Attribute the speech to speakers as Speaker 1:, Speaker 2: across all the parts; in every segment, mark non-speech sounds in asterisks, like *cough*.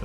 Speaker 1: The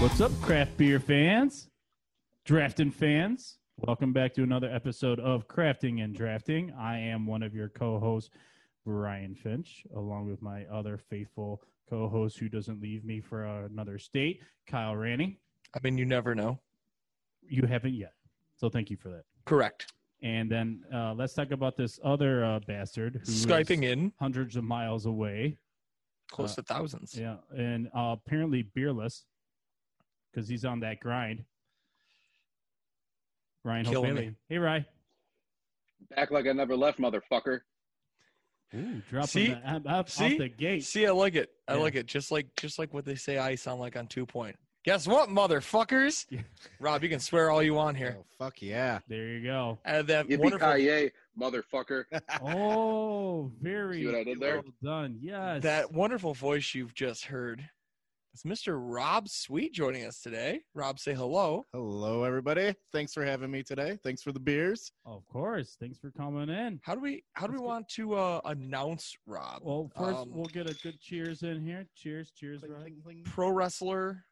Speaker 2: What's up, craft beer fans, drafting fans? Welcome back to another episode of Crafting and Drafting. I am one of your co hosts, Brian Finch, along with my other faithful co host who doesn't leave me for another state, Kyle Ranning.
Speaker 3: I mean, you never know.
Speaker 2: You haven't yet, so thank you for that.
Speaker 3: Correct.
Speaker 2: And then uh, let's talk about this other uh, bastard who is
Speaker 3: Skyping in
Speaker 2: hundreds of miles away.
Speaker 3: close
Speaker 2: Uh,
Speaker 3: to thousands.
Speaker 2: Yeah, and uh, apparently beerless because he's on that grind. Ryan Holt
Speaker 3: Killing
Speaker 2: Bailey. Hey, Ryan.
Speaker 4: Act like I never left, motherfucker.
Speaker 2: Ooh, dropping
Speaker 3: See?
Speaker 2: the, uh, up, up
Speaker 3: See?
Speaker 2: off the gate.
Speaker 3: See, I like it. I
Speaker 2: Yeah.
Speaker 3: like it. Just like just like what they say I sound like on two point. Guess what, motherfuckers?
Speaker 2: Yeah.
Speaker 3: Rob, you can swear all you want here.
Speaker 4: *laughs*
Speaker 5: Oh, fuck yeah.
Speaker 2: There you go.
Speaker 3: And that wonderful
Speaker 4: Yippee-ki-yay, motherfucker.
Speaker 2: Oh, very
Speaker 4: See what I did there?
Speaker 2: well done. Yes.
Speaker 3: that wonderful voice you've just heard. It's Mr. Rob Sweet joining us today. Rob, say hello.
Speaker 5: Hello, everybody. Thanks for having me today. Thanks for the beers.
Speaker 2: of course. Thanks for coming in.
Speaker 3: How do we how do we
Speaker 2: Let's get-
Speaker 3: want to uh, announce Rob?
Speaker 2: Well, first
Speaker 3: Um,
Speaker 2: we'll get a good cheers in here. Cheers, cheers, Ryan.
Speaker 3: Pro wrestler,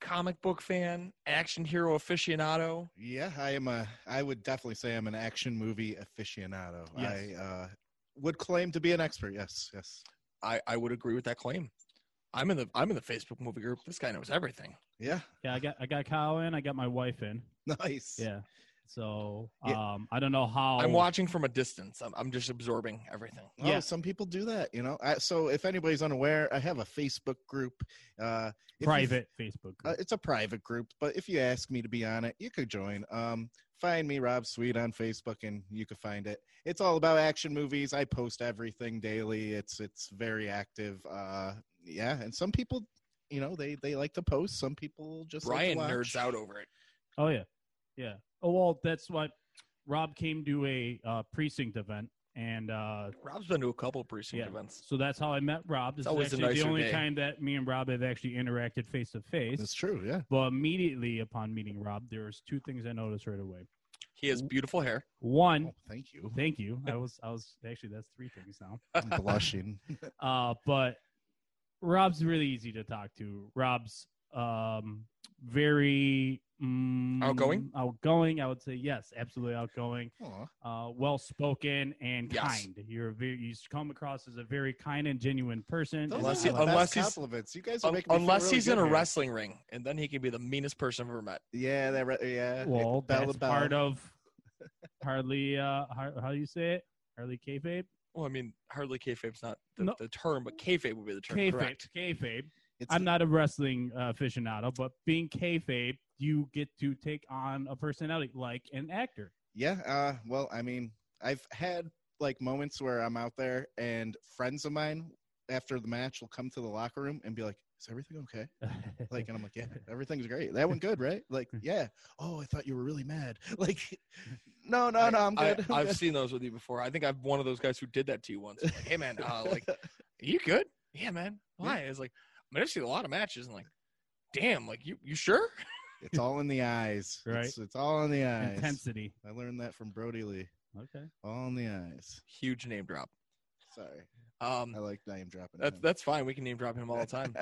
Speaker 3: comic book fan, action hero aficionado.
Speaker 5: Yeah, I am a. I would definitely say I'm an action movie aficionado.
Speaker 2: Yes.
Speaker 5: I uh, would claim to be an expert. Yes, yes.
Speaker 3: I, I would agree with that claim. I'm in the I'm in the Facebook movie group. This guy knows everything.
Speaker 5: Yeah, *laughs*
Speaker 2: Yeah, I got I got Kyle in. I got my wife in.
Speaker 3: *laughs*
Speaker 5: nice.
Speaker 2: Yeah. So
Speaker 5: Yeah.
Speaker 2: um, I don't know how.
Speaker 3: I'm watching from a distance. I'm, I'm just absorbing everything.
Speaker 5: Oh,
Speaker 2: Yeah.
Speaker 5: some people do that, you know. I, so, if anybody's unaware, I have a Facebook group. Uh, if you-
Speaker 2: private Facebook.
Speaker 5: Uh,
Speaker 2: group.
Speaker 5: it's a private group, but if you ask me to be on it, you could join. Um, find me, Rob Sweet, on Facebook, and you can find it. It's all about action movies. I post everything daily. It's it's very active. Uh, yeah, and some people, you know, they they like to post. Some people just
Speaker 3: Brian
Speaker 5: like to watch.
Speaker 3: nerds out over it.
Speaker 2: Oh yeah, yeah. Oh well, that's why Rob came to a uh, precinct event, and uh,
Speaker 3: Rob's been to a couple of precinct
Speaker 2: Yeah.
Speaker 3: events.
Speaker 2: so that's how I met Rob. This
Speaker 3: It's always
Speaker 2: is
Speaker 3: a
Speaker 2: actually the
Speaker 3: nicer
Speaker 2: only
Speaker 3: day.
Speaker 2: time that me and Rob have actually interacted face to
Speaker 5: That's
Speaker 2: face.
Speaker 5: true. Yeah.
Speaker 2: But immediately upon meeting Rob, there was two things I noticed right away.
Speaker 3: He has beautiful hair.
Speaker 2: One,
Speaker 3: Mm-hmm.
Speaker 5: Oh, thank you.
Speaker 2: thank you. I was, I was actually that's three things now.
Speaker 3: *laughs*
Speaker 5: I'm blushing.
Speaker 2: Uh, but Rob's really easy to talk to. Rob's um, very mm,
Speaker 3: Outgoing?
Speaker 2: Outgoing, I would say yes, absolutely outgoing.
Speaker 5: Aw,
Speaker 2: uh, well spoken and
Speaker 3: Yes.
Speaker 2: kind. You're a very, you come across as a very kind and genuine person.
Speaker 5: those
Speaker 3: Unless he-
Speaker 5: are the best
Speaker 3: unless he's-
Speaker 5: compliments. You guys are
Speaker 3: Un-
Speaker 5: making me feel
Speaker 3: unless
Speaker 5: really
Speaker 3: he's in
Speaker 5: good
Speaker 3: a
Speaker 5: here.
Speaker 3: wrestling ring, and then he can be the meanest person I've ever met.
Speaker 5: Yeah, that. Re- yeah.
Speaker 2: well,
Speaker 5: Bell
Speaker 2: that's
Speaker 5: to bell.
Speaker 2: part of hardly uh, har- how do you say it? Hardly kayfabe.
Speaker 3: Well, I mean, hardly kayfabe's not the,
Speaker 2: No.
Speaker 3: the term, but kayfabe would be the term.
Speaker 2: Kayfabe.
Speaker 3: Correct.
Speaker 2: Kayfabe.
Speaker 5: It's-
Speaker 2: I'm not a wrestling uh, aficionado, but being kayfabe, you get to take on a personality like an actor.
Speaker 5: Yeah. Uh, well, I mean, I've had like moments where I'm out there and friends of mine after the match will come to the locker room and be like, "Is everything okay?" Like, and I'm
Speaker 2: *laughs*
Speaker 5: like, "Yeah, everything's great. That went good, right?" Like, "Yeah." Oh, I thought you were really mad. *laughs* Like, no, no, no, I'm
Speaker 3: I,
Speaker 5: good.
Speaker 3: have
Speaker 5: *laughs*
Speaker 3: seen those with you before. I think I'm one of those guys who did that to you once. I'm like, hey man, uh, like, you good? Yeah, man. Why? It's like, I mean, I've seen a lot of matches, and like, damn, like you, you sure?
Speaker 5: *laughs* it's all in the eyes.
Speaker 2: *laughs* Right.
Speaker 5: It's, it's all in the eyes.
Speaker 2: intensity.
Speaker 5: I learned that from Brody Lee.
Speaker 2: Okay.
Speaker 5: All in the eyes.
Speaker 3: Huge name drop.
Speaker 5: Sorry,
Speaker 3: Um,
Speaker 5: I like name dropping.
Speaker 3: That's
Speaker 5: him.
Speaker 3: that's fine. We can name drop him all the *laughs* time.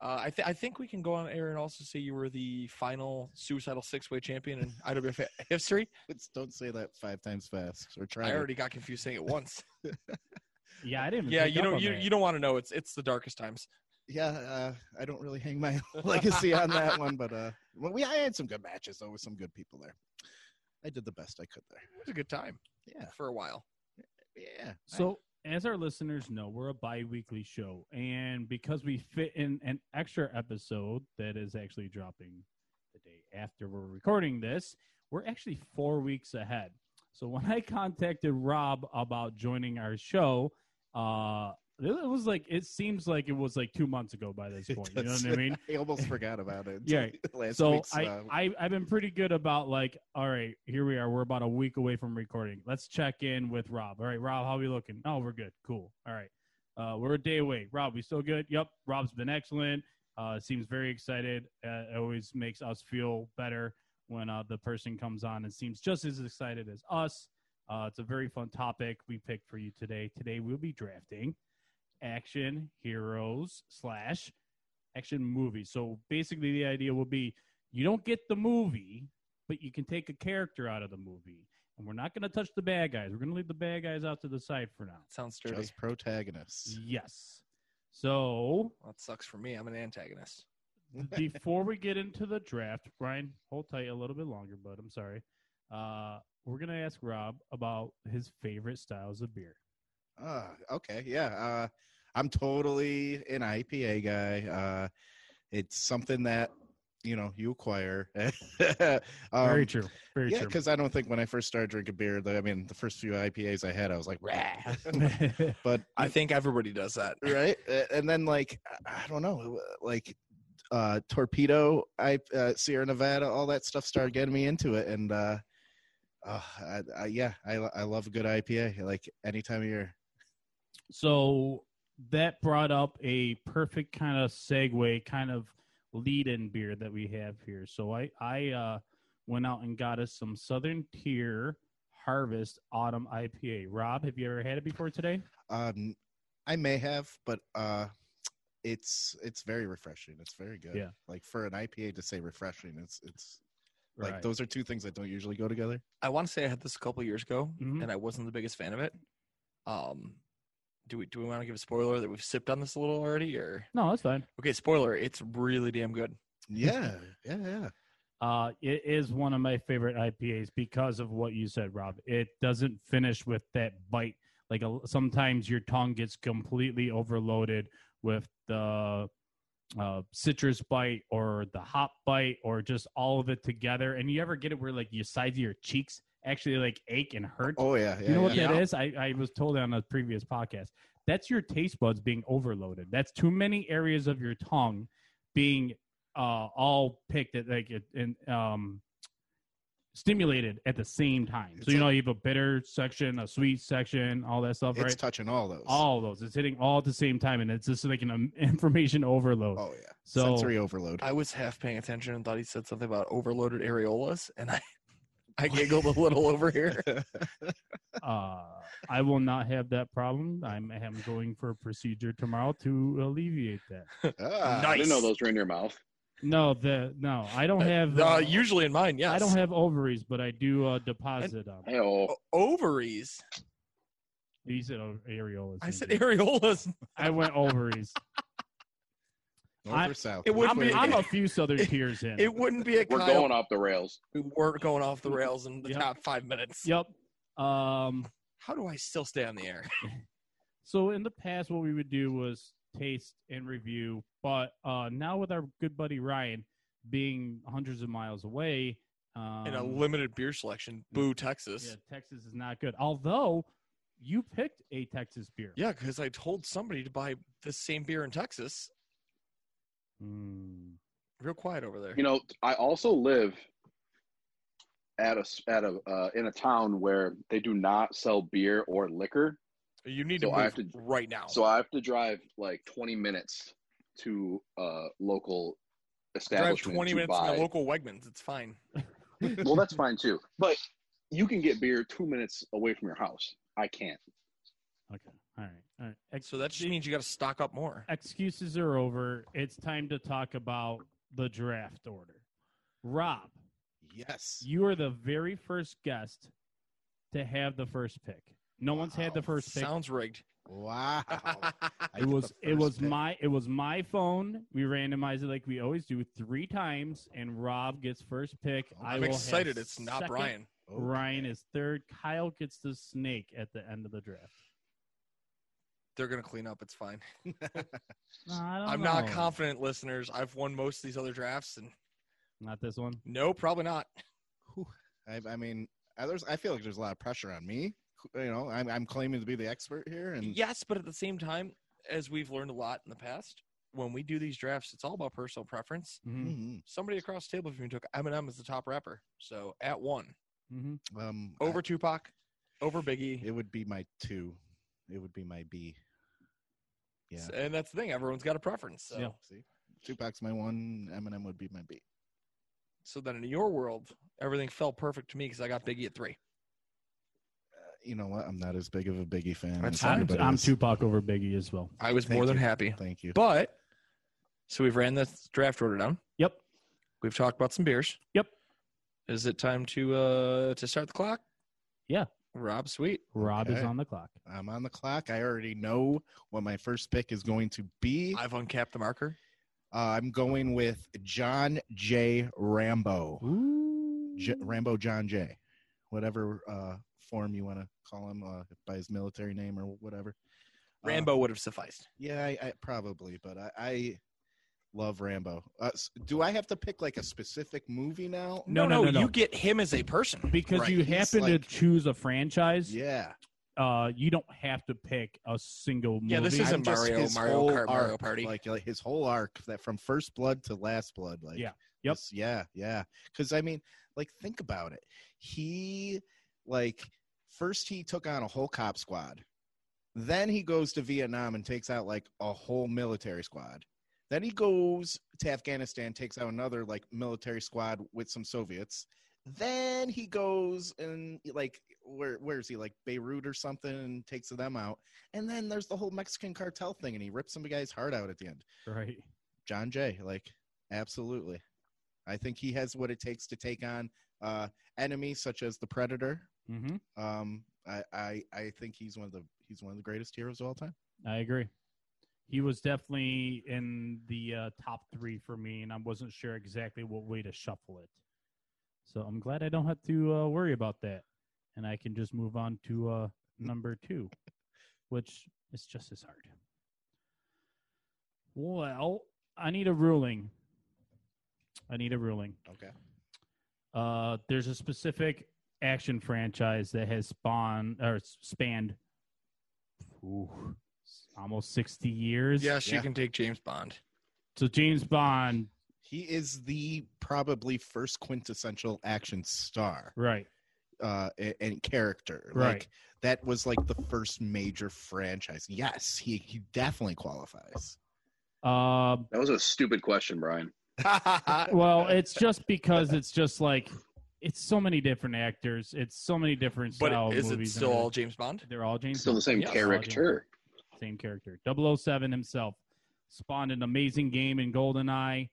Speaker 3: Uh, I, th- I think we can go on air and also say you were the final suicidal six way champion in *laughs* IWF history.
Speaker 5: It's- don't say that five times fast or try.
Speaker 3: I
Speaker 5: to.
Speaker 3: already got confused *laughs* saying it once.
Speaker 2: Yeah, I didn't.
Speaker 3: yeah, you don't you, you don't want to know. It's it's the darkest times.
Speaker 5: yeah, uh, I don't really hang my *laughs* legacy on that one, but uh, well, we I had some good matches though with some good people there. I did the best I could there.
Speaker 3: It was a good time
Speaker 5: Yeah,
Speaker 3: for a while.
Speaker 5: yeah.
Speaker 2: So, as our listeners know, we're a bi weekly show. And because we fit in an extra episode that is actually dropping the day after we're recording this, we're actually four weeks ahead. So when I contacted Rob about joining our show, uh, it was like it seems like it was like two months ago by this
Speaker 5: *laughs* It
Speaker 2: point. You know
Speaker 5: does.
Speaker 2: what I mean?
Speaker 5: I almost forgot about it. *laughs*
Speaker 2: Yeah,
Speaker 5: Last
Speaker 2: so
Speaker 5: week's,
Speaker 2: I,
Speaker 5: uh,
Speaker 2: I I've been pretty good about like, all right, here we are. We're about a week away from recording. Let's check in with Rob. All right, Rob, how we looking? Oh, we're good. Cool. All right. Uh, we're a day away. Rob, we still good? Yep. Rob's been excellent. Uh, seems very excited. Uh, it always makes us feel better when uh, the person comes on and seems just as excited as us. Uh, it's a very fun topic we picked for you today. Today we'll be drafting action heroes slash action movies. So basically, the idea will be you don't get the movie, but you can take a character out of the movie. And we're not going to touch the bad guys. We're going to leave the bad guys out to the side for now.
Speaker 3: Sounds dirty.
Speaker 5: just
Speaker 2: Mm.
Speaker 5: protagonists.
Speaker 2: Yes. So
Speaker 3: That sucks for me. I'm an antagonist.
Speaker 2: before we get into the draft, Ryan, hold tight a little bit longer, but I'm sorry. Uh, we're going to ask Rob about his favorite styles of beer.
Speaker 5: Ah, okay, yeah. Uh, I'm totally an IPA guy. Uh, it's something that you know you acquire. *laughs* Um,
Speaker 2: Very true. Very
Speaker 5: yeah,
Speaker 2: true.
Speaker 5: *laughs* because I don't think when I first started drinking beer, the, I mean, the first few IPAs I had, I was like, rah.
Speaker 2: *laughs*
Speaker 5: but
Speaker 3: I think everybody does that.
Speaker 5: right A- and then like I- i don't know like uh torpedo i uh, sierra nevada all that stuff started getting me into it and uh uh, I, I, yeah, I, lo- I love a good IPA. Like any time of year,
Speaker 2: So that brought up a perfect kind of segue, kind of lead in beer that we have here. So I, I uh, went out and got us some Southern Tier Harvest Autumn IPA. Rob, have you ever had it before today?
Speaker 5: um, I may have, but uh, it's it's very refreshing. It's very good.
Speaker 2: Yeah.
Speaker 5: Like for an IPA to say refreshing, it's it's like those are two things that don't usually
Speaker 2: *laughs*
Speaker 5: go together.
Speaker 3: I want to say I had this a couple years ago,
Speaker 2: Mhm.
Speaker 3: and I wasn't the biggest fan of it. Um, do we do we want to give a spoiler that we've sipped on this a little already? Or
Speaker 2: No, that's fine.
Speaker 3: okay, spoiler. It's really damn good.
Speaker 5: Yeah, yeah, yeah.
Speaker 2: Uh, it is one of my favorite IPAs because of what you said, Rob. It doesn't finish with that bite. Like a, sometimes your tongue gets completely overloaded with the uh, citrus bite or the hop bite or just all of it together. And you ever get it where like your sides of your cheeks actually like ache and hurt?
Speaker 5: Oh yeah, yeah.
Speaker 2: you know what
Speaker 5: yeah.
Speaker 2: that is? I, I was told on a previous podcast. That's your taste buds being overloaded. That's too many areas of your tongue being uh, all picked at like it- and um, stimulated at the same time.
Speaker 5: It's
Speaker 2: so you
Speaker 5: like-
Speaker 2: know you have a bitter section, a sweet section, all that stuff,
Speaker 5: It's
Speaker 2: right?
Speaker 5: touching all those.
Speaker 2: all those. It's hitting all at the same time, and it's just like an um, *laughs* information overload.
Speaker 5: oh yeah.
Speaker 2: so
Speaker 5: Sensory overload. *laughs*
Speaker 3: I was half paying attention and thought he said something about overloaded areolas, and I I giggled a little over here.
Speaker 2: uh, I will not have that problem. I'm, I'm going for a procedure tomorrow to alleviate that.
Speaker 5: Ah.
Speaker 4: I didn't know
Speaker 3: Nice.
Speaker 4: those were in your mouth.
Speaker 2: No, the no, *laughs* I don't have.
Speaker 3: Uh, usually in mine, yes.
Speaker 2: I don't have ovaries, but I do uh, deposit on
Speaker 4: Hey, oh,
Speaker 3: O- ovaries.
Speaker 2: You said o- areolas.
Speaker 3: I said
Speaker 2: didn't
Speaker 3: areolas.
Speaker 2: you? I went
Speaker 3: *laughs*
Speaker 2: ovaries.
Speaker 5: North
Speaker 2: I-
Speaker 5: or south?
Speaker 3: it would
Speaker 5: Which
Speaker 2: I'm,
Speaker 5: way
Speaker 3: be-
Speaker 5: you
Speaker 2: I'm
Speaker 5: go?
Speaker 2: a few southern tiers in.
Speaker 3: It wouldn't be a
Speaker 4: we're
Speaker 3: Kyle-
Speaker 4: going off the rails.
Speaker 3: We weren't going off the rails in the
Speaker 2: Yep.
Speaker 3: top five minutes.
Speaker 2: yep. Um.
Speaker 3: How do I still stay on the air?
Speaker 2: So in the past, what we would do was taste and review, but uh, now with our good buddy Ryan being hundreds of miles away, um,
Speaker 3: in a limited beer selection, boo Texas.
Speaker 2: yeah, Texas is not good. Although you picked a Texas beer.
Speaker 3: Yeah, because I told somebody to buy the same beer in Texas.
Speaker 2: Hmm.
Speaker 3: Real quiet over there.
Speaker 4: You know, I also live at a s- at a uh, in a town where they do not sell beer or liquor,
Speaker 3: you need
Speaker 4: so
Speaker 3: to
Speaker 4: I
Speaker 3: move
Speaker 4: have to-
Speaker 3: right now.
Speaker 4: so I have to drive like 20 minutes to a local
Speaker 3: drive
Speaker 4: establishment
Speaker 3: 20
Speaker 4: to
Speaker 3: minutes
Speaker 4: buy.
Speaker 3: to the local Wegmans. It's fine.
Speaker 4: well,
Speaker 3: *laughs*
Speaker 4: that's fine too, but you can get beer two minutes away from your house. I can't.
Speaker 2: *laughs* Okay. All right. All right.
Speaker 3: So that just
Speaker 2: Ex-
Speaker 3: means you got to stock up more.
Speaker 2: *laughs* excuses are over. It's time to talk about the draft order. Rob,
Speaker 3: *laughs*
Speaker 5: Yes.
Speaker 2: you are the very first guest to have the first pick. No one's had the
Speaker 5: Wow,
Speaker 2: first pick.
Speaker 3: Sounds rigged.
Speaker 5: Wow. I
Speaker 3: *laughs*
Speaker 2: it
Speaker 5: get
Speaker 2: was it
Speaker 5: the first
Speaker 2: was
Speaker 5: pick.
Speaker 2: my it was my phone. We randomized it like we always do three times, and Rob gets first pick.
Speaker 5: Oh,
Speaker 2: I
Speaker 3: I'm
Speaker 2: will have
Speaker 3: excited. It's not
Speaker 2: second.
Speaker 3: Brian.
Speaker 5: Okay.
Speaker 2: Ryan is third. Kyle gets the snake at the end of the draft.
Speaker 3: They're going to clean up. It's fine.
Speaker 2: No, I don't
Speaker 3: I'm not
Speaker 2: know.
Speaker 3: confident, listeners. I've won most of these other drafts, and
Speaker 2: Not this one.
Speaker 3: no, probably not.
Speaker 5: I, I mean, uh, there's. I feel like there's a lot of pressure on me. You know, I'm, I'm claiming to be the expert here, and
Speaker 3: Yes, but at the same time, as we've learned a lot in the past, when we do these drafts, it's all about personal preference.
Speaker 2: Mm-hmm.
Speaker 5: Mhm.
Speaker 3: Somebody across the table from you took Eminem as the top rapper. So at one,
Speaker 2: Mm-hmm.
Speaker 5: um, I-
Speaker 3: over Tupac, over Biggie.
Speaker 5: it would be my two. It would be my B. Yeah.
Speaker 3: And that's the thing. Everyone's got a preference. So,
Speaker 2: Yeah.
Speaker 5: See, Tupac's my one. Eminem would be my B.
Speaker 3: so then in your world, everything fell perfect to me because I got Biggie at three.
Speaker 5: Uh, you know what? I'm not as big of a Biggie fan.
Speaker 3: That's
Speaker 5: as
Speaker 3: fine.
Speaker 2: I'm,
Speaker 5: everybody
Speaker 2: I'm
Speaker 5: is.
Speaker 2: Tupac over Biggie as well.
Speaker 3: I was
Speaker 5: Thank
Speaker 3: more than
Speaker 5: you.
Speaker 3: happy.
Speaker 5: Thank you.
Speaker 3: But so we've ran this draft order down.
Speaker 2: Yep.
Speaker 3: We've talked about some beers.
Speaker 2: Yep.
Speaker 3: Is it time to uh to start the clock?
Speaker 2: Yeah.
Speaker 3: Rob, sweet.
Speaker 2: Rob is
Speaker 5: Okay.
Speaker 2: on the clock.
Speaker 5: I'm on the clock. I already know what my first pick is going to be.
Speaker 3: I've uncapped the marker.
Speaker 5: Uh, I'm going with John J. Rambo.
Speaker 2: Ooh.
Speaker 5: J- Rambo John J. Whatever uh, form you want to call him uh, by his military name or whatever. Uh,
Speaker 3: Rambo would have sufficed.
Speaker 5: yeah, I, I, probably, but I, I love Rambo. Uh, s- do I have to pick like a specific movie now?
Speaker 2: No, no, no, no.
Speaker 3: You get him as a person.
Speaker 2: because
Speaker 5: Right,
Speaker 2: you
Speaker 5: he's
Speaker 2: happen to
Speaker 5: like-
Speaker 2: choose a franchise,
Speaker 5: Yeah.
Speaker 2: uh, you don't have to pick a single movie.
Speaker 3: Yeah, this isn't
Speaker 5: I'm just
Speaker 3: Mario-
Speaker 5: his
Speaker 3: Mario
Speaker 5: whole
Speaker 3: Kart, Mario
Speaker 5: arc,
Speaker 3: Party.
Speaker 5: Like, like his whole arc that from first blood to last blood. Like,
Speaker 2: Yeah. Yep.
Speaker 5: this- yeah. Yeah. Because I mean, like, think about it. He, like, first he took on a whole cop squad. Then he goes to Vietnam and takes out like a whole military squad. Then he goes to Afghanistan, takes out another like military squad with some Soviets. Then he goes and like where where is he like Beirut or something and takes them out. And then there's the whole Mexican cartel thing, and he rips some guy's heart out at the end.
Speaker 2: right.
Speaker 5: John Jay, like, absolutely. I think he has what it takes to take on uh, enemies such as the Predator.
Speaker 2: hmm
Speaker 5: Um, I, I I think he's one of the he's one of the greatest heroes of all time.
Speaker 2: I agree. He was definitely in the uh, top three for me, and I wasn't sure exactly what way to shuffle it. So I'm glad I don't have to uh, worry about that, and I can just move on to uh, number two, which is just as hard. Well, I need a ruling. I need a ruling.
Speaker 5: Okay.
Speaker 2: Uh, there's a specific action franchise that has spawned or s- spanned ooh, s- almost 60 years.
Speaker 3: Yes, you
Speaker 5: Yeah.
Speaker 3: can take James Bond.
Speaker 2: So James Bond,
Speaker 5: He is the probably first quintessential action star
Speaker 2: right?
Speaker 5: uh, a- and character.
Speaker 2: Right.
Speaker 5: Like that was like the first major franchise. Yes, he, he definitely qualifies. *laughs*
Speaker 2: Uh,
Speaker 4: That was a stupid question, Brian.
Speaker 2: well, it's just because it's just like it's so many different actors. It's so many different
Speaker 3: But
Speaker 2: style
Speaker 3: is it
Speaker 2: movies and
Speaker 3: still all
Speaker 2: everything.
Speaker 3: James Bond?
Speaker 2: They're all James.
Speaker 4: Still the
Speaker 2: Bond.
Speaker 4: same
Speaker 3: Yeah,
Speaker 4: character.
Speaker 2: same character. 007 himself spawned an amazing game in GoldenEye.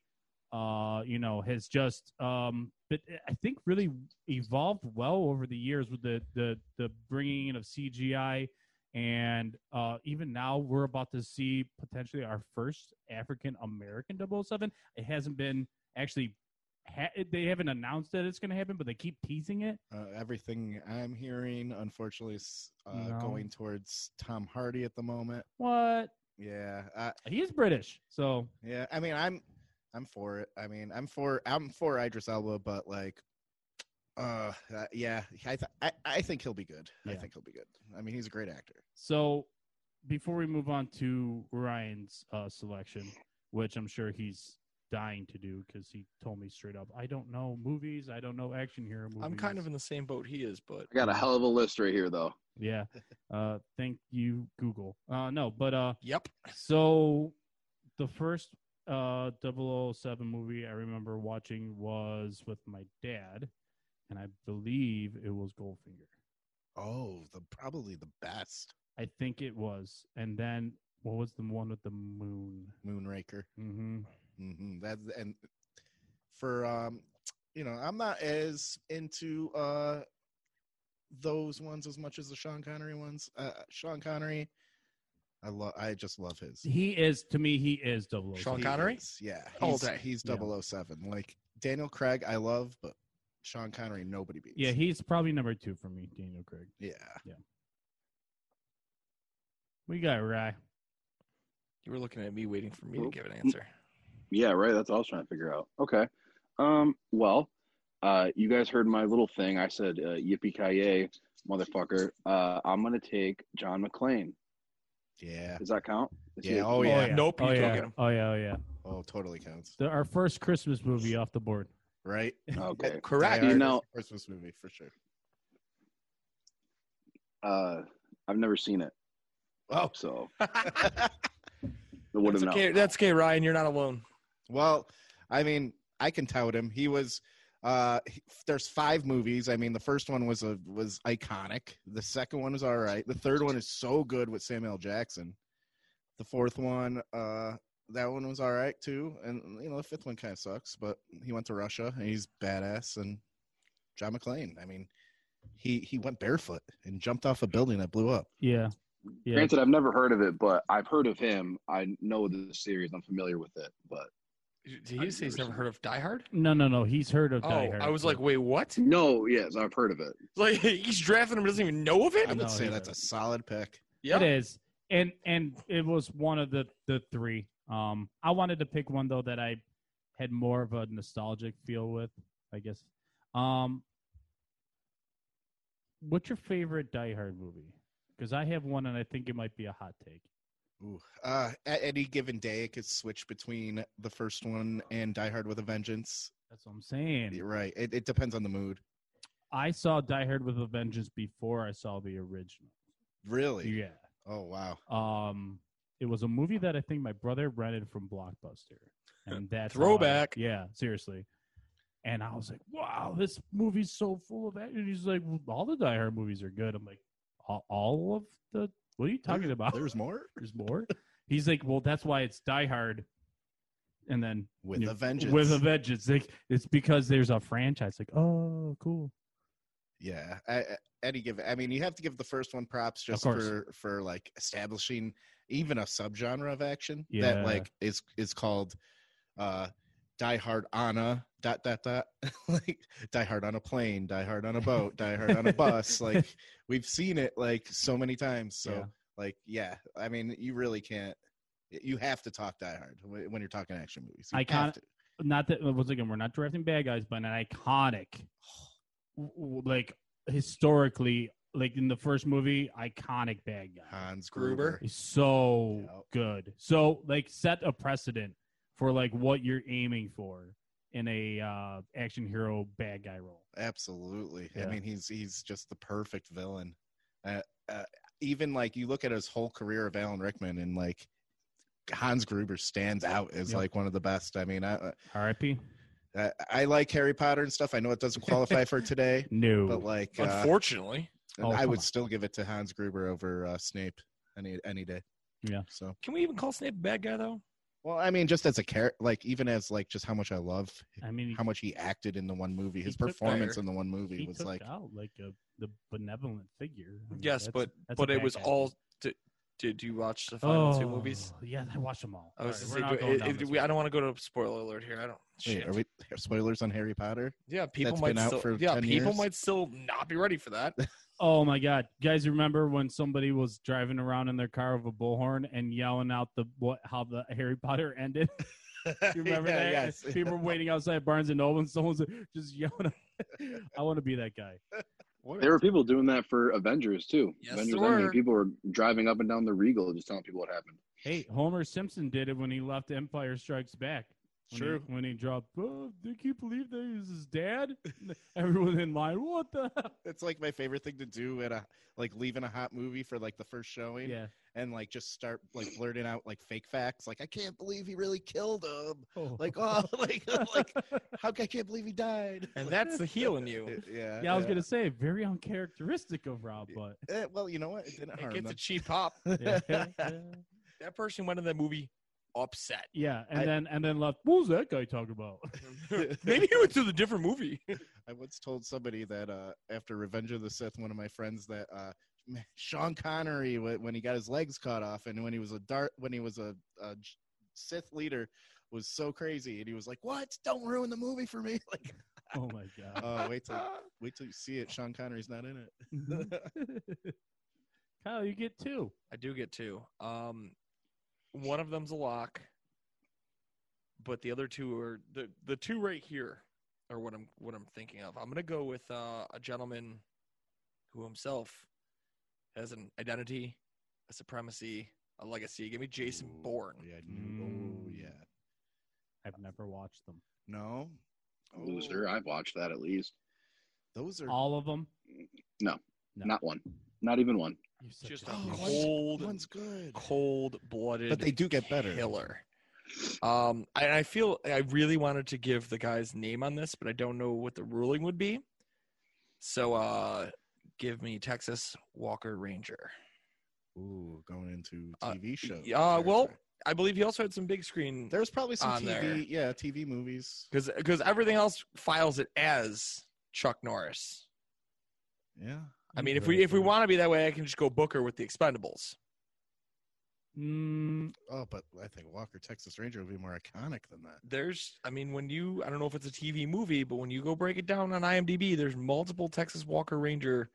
Speaker 2: Uh, you know, has just um, but I think really evolved well over the years with the the the bringing in of CGI, and uh, even now we're about to see potentially our first African American 007. It hasn't been actually. Ha- they haven't announced that it's going to happen, but they keep teasing it.
Speaker 5: Uh, everything I'm hearing, unfortunately, is uh,
Speaker 2: No.
Speaker 5: going towards Tom Hardy at the moment.
Speaker 2: What?
Speaker 5: Yeah, I,
Speaker 2: He's British, so
Speaker 5: yeah. I mean, I'm, I'm for it. I mean, I'm for, I'm for Idris Elba, but like, uh, uh, yeah, I, th- I, I think he'll be good. I
Speaker 2: Yeah.
Speaker 5: think he'll be good. I mean, he's a great actor.
Speaker 2: So, before we move on to Ryan's uh, selection, which I'm sure he's dying to do because he told me straight up, I don't know movies, I don't know action hero movies.
Speaker 3: I'm kind of in the same boat he is, but
Speaker 4: I got a hell of a list right here, though.
Speaker 3: *laughs*
Speaker 2: yeah. Uh, thank you, Google. Uh, no, but uh,
Speaker 3: yep.
Speaker 2: so the first uh 007 movie I remember watching was with my dad, and I believe it was Goldfinger.
Speaker 5: Oh, the probably the best
Speaker 2: I think it was, and then what was the one with the moon?
Speaker 5: Moonraker.
Speaker 2: Mm-hmm.
Speaker 5: hmm That's and for um, you know, I'm not as into uh those ones as much as the Sean Connery ones. Uh, Sean Connery, I love. I just love his.
Speaker 2: He is to me. He is 007.
Speaker 3: Sean
Speaker 5: He
Speaker 3: Connery?
Speaker 5: is, yeah, he's,
Speaker 3: All day.
Speaker 5: He's
Speaker 2: Yeah.
Speaker 5: 007. Like Daniel Craig, I love, but Sean Connery, nobody beats.
Speaker 2: Yeah, he's probably number two for me. Daniel Craig.
Speaker 5: yeah.
Speaker 2: We got Rye.
Speaker 3: You were looking at me waiting for me to
Speaker 4: Oop.
Speaker 3: give an answer.
Speaker 4: Yeah, right. That's what I was trying to figure out. Okay. Um, well, uh, you guys heard my little thing. I said, uh, "Yippee ki yay, motherfucker!" Uh, I'm gonna take John McClane.
Speaker 5: Yeah.
Speaker 4: Does that count? Is he-
Speaker 5: Yeah. Oh yeah.
Speaker 3: Nope, you
Speaker 2: Oh
Speaker 3: don't
Speaker 2: yeah.
Speaker 3: get 'em.
Speaker 2: oh yeah. Oh yeah.
Speaker 5: Oh, totally counts.
Speaker 2: The, our first Christmas movie off the board.
Speaker 5: Right.
Speaker 4: Okay.
Speaker 3: Correct.
Speaker 5: Die
Speaker 4: You
Speaker 5: Hard
Speaker 4: know-
Speaker 5: is a Christmas movie for sure.
Speaker 4: Uh, I've never seen it,
Speaker 5: *laughs*
Speaker 4: *laughs*
Speaker 5: Oh,
Speaker 4: so
Speaker 3: that's,
Speaker 4: I wouldn't
Speaker 3: okay.
Speaker 4: know.
Speaker 3: that's okay, Ryan. You're not alone.
Speaker 5: Well, I mean, I can tout him. He was uh he- there's five movies. I mean, the first one was a was iconic. The second one was all right. The third one is so good with Samuel L. Jackson. The fourth one, uh that one was all right too. And you know, the fifth one kind of sucks, but he went to Russia and he's badass and John McClane. I mean, he he went barefoot and jumped off a building that blew up.
Speaker 2: Yeah. Yeah.
Speaker 4: Granted, I've never heard of it, but I've heard of him. I know the series. I'm familiar with it, but
Speaker 3: Did you say he's never heard of Die Hard?
Speaker 2: No, no, no. He's heard of
Speaker 3: Oh,
Speaker 2: Die Hard.
Speaker 3: I was
Speaker 2: but-
Speaker 3: like, wait, what?
Speaker 4: no, yes, I've heard of it.
Speaker 3: Like *laughs* he's drafting him, doesn't even know of it.
Speaker 5: I would
Speaker 2: No,
Speaker 5: say
Speaker 2: he
Speaker 5: that's a
Speaker 2: doesn't.
Speaker 5: solid pick.
Speaker 3: Yeah.
Speaker 2: It is, and and it was one of the the three. Um, I wanted to pick one though that I had more of a nostalgic feel with. I guess. Um, what's your favorite Die Hard movie? Because I have one, and I think it might be a hot take.
Speaker 5: Ooh. Uh, at any given day, it could switch between the first one and Die Hard with a Vengeance.
Speaker 2: That's what I'm saying.
Speaker 5: You're right. It, it depends on the mood.
Speaker 2: I saw Die Hard with a Vengeance before I saw the original.
Speaker 5: Really?
Speaker 2: Yeah. *laughs*
Speaker 5: Oh wow.
Speaker 2: Um, it was a movie that I think my brother rented from Blockbuster,
Speaker 5: *laughs*
Speaker 2: and that's how I-
Speaker 3: Throwback.
Speaker 2: yeah, seriously. And I was like, "Wow, this movie's so full of action." And he's like, well, "All the Die Hard movies are good." I'm like, "All, all of the? What are you talking
Speaker 5: There-
Speaker 2: about?
Speaker 5: There's more
Speaker 2: There's more." he's like, "Well, that's why it's Die Hard." And then
Speaker 5: with
Speaker 2: you
Speaker 5: a
Speaker 2: know,
Speaker 5: vengeance.
Speaker 2: with a vengeance, like it's because there's a franchise. Like, oh, cool.
Speaker 5: yeah. I, I- any given. I mean, you have to give the first one props just
Speaker 2: course.
Speaker 5: for for like establishing even a subgenre of action
Speaker 2: Yeah.
Speaker 5: that like is is called uh, Die Hard on a dot dot dot *laughs* like Die Hard on a plane, Die Hard on a boat, Die Hard
Speaker 2: *laughs*
Speaker 5: on a bus. Like we've seen it like so many times. So
Speaker 2: Yeah.
Speaker 5: like yeah, I mean, you really can't. You have to talk Die Hard wh- when you're talking action movies. You
Speaker 2: I
Speaker 5: have
Speaker 2: can't-
Speaker 5: to.
Speaker 2: not that once again we're not drafting bad guys, but an iconic, w- w- like historically, like in the first movie, iconic bad guy.
Speaker 5: Hans
Speaker 3: Gruber.
Speaker 5: Gruber.
Speaker 2: He's so
Speaker 5: Yep.
Speaker 2: good. So like set a precedent for like what you're aiming for in a uh, action hero bad guy role.
Speaker 5: Absolutely.
Speaker 2: Yeah.
Speaker 5: I mean, he's he's just the perfect villain. Uh, uh, even like you look at his whole career of Alan Rickman, and like Hans Gruber stands out as
Speaker 2: Yep.
Speaker 5: like one of the best. I mean, I,
Speaker 2: R.I.P.
Speaker 5: I I like Harry Potter and stuff. I know
Speaker 2: *laughs*
Speaker 5: it doesn't qualify for today,
Speaker 2: No.
Speaker 5: but like uh,
Speaker 3: Unfortunately,
Speaker 2: Oh,
Speaker 5: I
Speaker 2: come *laughs*
Speaker 5: would
Speaker 2: on.
Speaker 5: still give it to Hans Gruber over uh, Snape any any day.
Speaker 2: Yeah.
Speaker 5: So
Speaker 3: can we even call Snape a bad guy though?
Speaker 5: well, I mean, just as a character, like even as like just how much I love
Speaker 2: I mean,
Speaker 5: how much he acted in the one movie,
Speaker 2: He
Speaker 5: his
Speaker 2: took
Speaker 5: performance
Speaker 3: fire.
Speaker 5: in the one movie
Speaker 2: he
Speaker 5: was
Speaker 2: took
Speaker 5: like
Speaker 2: out like a the benevolent figure. I mean,
Speaker 3: Yes,
Speaker 2: that's-
Speaker 3: but
Speaker 2: that's a
Speaker 3: but it
Speaker 2: bad
Speaker 3: was
Speaker 2: guy.
Speaker 3: all. Did, did you watch the final two movies?
Speaker 2: Oh, Yeah, I watched them all.
Speaker 3: I was
Speaker 2: All right,
Speaker 3: gonna
Speaker 2: we're not
Speaker 3: say, do-
Speaker 2: going down
Speaker 3: it-
Speaker 2: this
Speaker 3: we- I
Speaker 2: road.
Speaker 3: don't want to go to spoiler alert here. I don't.
Speaker 5: Wait,
Speaker 3: Shit.
Speaker 5: are we spoilers on Harry Potter?
Speaker 3: yeah, people
Speaker 5: that's
Speaker 3: might
Speaker 5: been out
Speaker 3: still.
Speaker 5: for
Speaker 3: yeah,
Speaker 5: 10
Speaker 3: people
Speaker 5: years?
Speaker 3: might still not be ready
Speaker 2: *laughs*
Speaker 3: for that.
Speaker 2: Oh my god, guys! Remember when somebody was driving around in their car with a bullhorn and yelling out the what how the Harry *laughs* Potter ended? You remember
Speaker 5: *laughs* Yeah,
Speaker 2: that?
Speaker 5: yes.
Speaker 2: *laughs* People
Speaker 5: *laughs*
Speaker 2: were waiting outside Barnes and Noble, and someone's *laughs* just yelling. out- *laughs* I want to be that guy.
Speaker 4: There were people doing that for Avengers too.
Speaker 3: Yes,
Speaker 4: Avengers
Speaker 3: there
Speaker 4: Endgame,
Speaker 3: were.
Speaker 4: People were driving up and down the Regal, just telling people what happened.
Speaker 2: Hey, Homer Simpson did it when he left Empire Strikes Back. When he-
Speaker 5: True.
Speaker 2: when he dropped, oh, did you believe that he was his dad? *laughs* Everyone in line, what the? hell?"
Speaker 5: It's like my favorite thing to do at a like leaving a hot movie for like the first showing *laughs*
Speaker 2: Yeah.
Speaker 5: and like just start
Speaker 2: *laughs*
Speaker 5: like blurting out like fake facts like I can't believe he really killed
Speaker 2: *laughs*
Speaker 5: him.
Speaker 2: Oh.
Speaker 5: Like oh
Speaker 2: *laughs*
Speaker 5: *laughs* like like how I can't believe he died.
Speaker 3: And that's the heel in you.
Speaker 5: *laughs* yeah.
Speaker 2: yeah, I was gonna say very uncharacteristic of Rob, but
Speaker 5: Eh, well, you know what? It didn't
Speaker 3: It
Speaker 5: harm
Speaker 3: gets a
Speaker 5: them.
Speaker 3: cheap pop.
Speaker 5: *laughs*
Speaker 2: yeah, yeah. *laughs*
Speaker 3: That person went in that movie upset.
Speaker 2: Yeah, and
Speaker 5: I-
Speaker 2: then and then left. What was that guy talking about? *laughs*
Speaker 3: Maybe he went to the different *laughs* movie.
Speaker 5: I once told somebody that uh, after Revenge of the Sith, one of my friends that uh, *laughs* man, Sean Connery wh- when he got his legs cut off and when he was a dart when he was a, a j- Sith leader was so crazy and he was like, "What? Don't ruin the movie for me!" *laughs* Like,
Speaker 2: Oh my god!
Speaker 5: oh, wait till *laughs* wait till you see it. Sean Connery's not in it.
Speaker 2: *laughs* Kyle, you get two.
Speaker 3: I do get two. Um, one of them's a lock, but the other two are the the two right here or what I'm what I'm thinking of. I'm gonna go with uh, a gentleman who himself has an identity, a supremacy, a legacy. Give me *laughs* Jason
Speaker 5: Ooh,
Speaker 3: Bourne.
Speaker 5: Yeah, I knew- oh
Speaker 2: Mm.
Speaker 5: yeah.
Speaker 2: I've never watched them.
Speaker 5: No. Oh,
Speaker 4: Loser. I've watched that at least.
Speaker 5: Those are
Speaker 2: All of them. No.
Speaker 4: Not one. Not even one.
Speaker 2: You're such
Speaker 3: Just
Speaker 2: a-
Speaker 3: a
Speaker 5: one's-
Speaker 3: cold,
Speaker 5: one's good.
Speaker 3: cold-blooded.
Speaker 5: But they do get better.
Speaker 3: Killer. Um, I, I feel I really wanted to give the guy's name on this, but I don't know what the ruling would be. So, uh, give me Texas Walker Ranger.
Speaker 5: Ooh, going into
Speaker 3: Uh,
Speaker 5: TV shows.
Speaker 3: yeah, uh, well-
Speaker 5: There's-
Speaker 3: I believe he also had some big screen
Speaker 5: there's probably some
Speaker 3: on
Speaker 5: TV.
Speaker 3: there.
Speaker 5: Yeah, TV movies.
Speaker 3: because because everything else files it as Chuck Norris.
Speaker 5: Yeah.
Speaker 3: I mean, if we if we want to be that way, I can just go Booker with the Expendables.
Speaker 2: Mm,
Speaker 5: Oh, but I think Walker Texas Ranger would be more iconic than that.
Speaker 3: There's, I mean, when you I don't know if it's a TV movie, but when you go break it down on IMDb, there's multiple Texas Walker Ranger,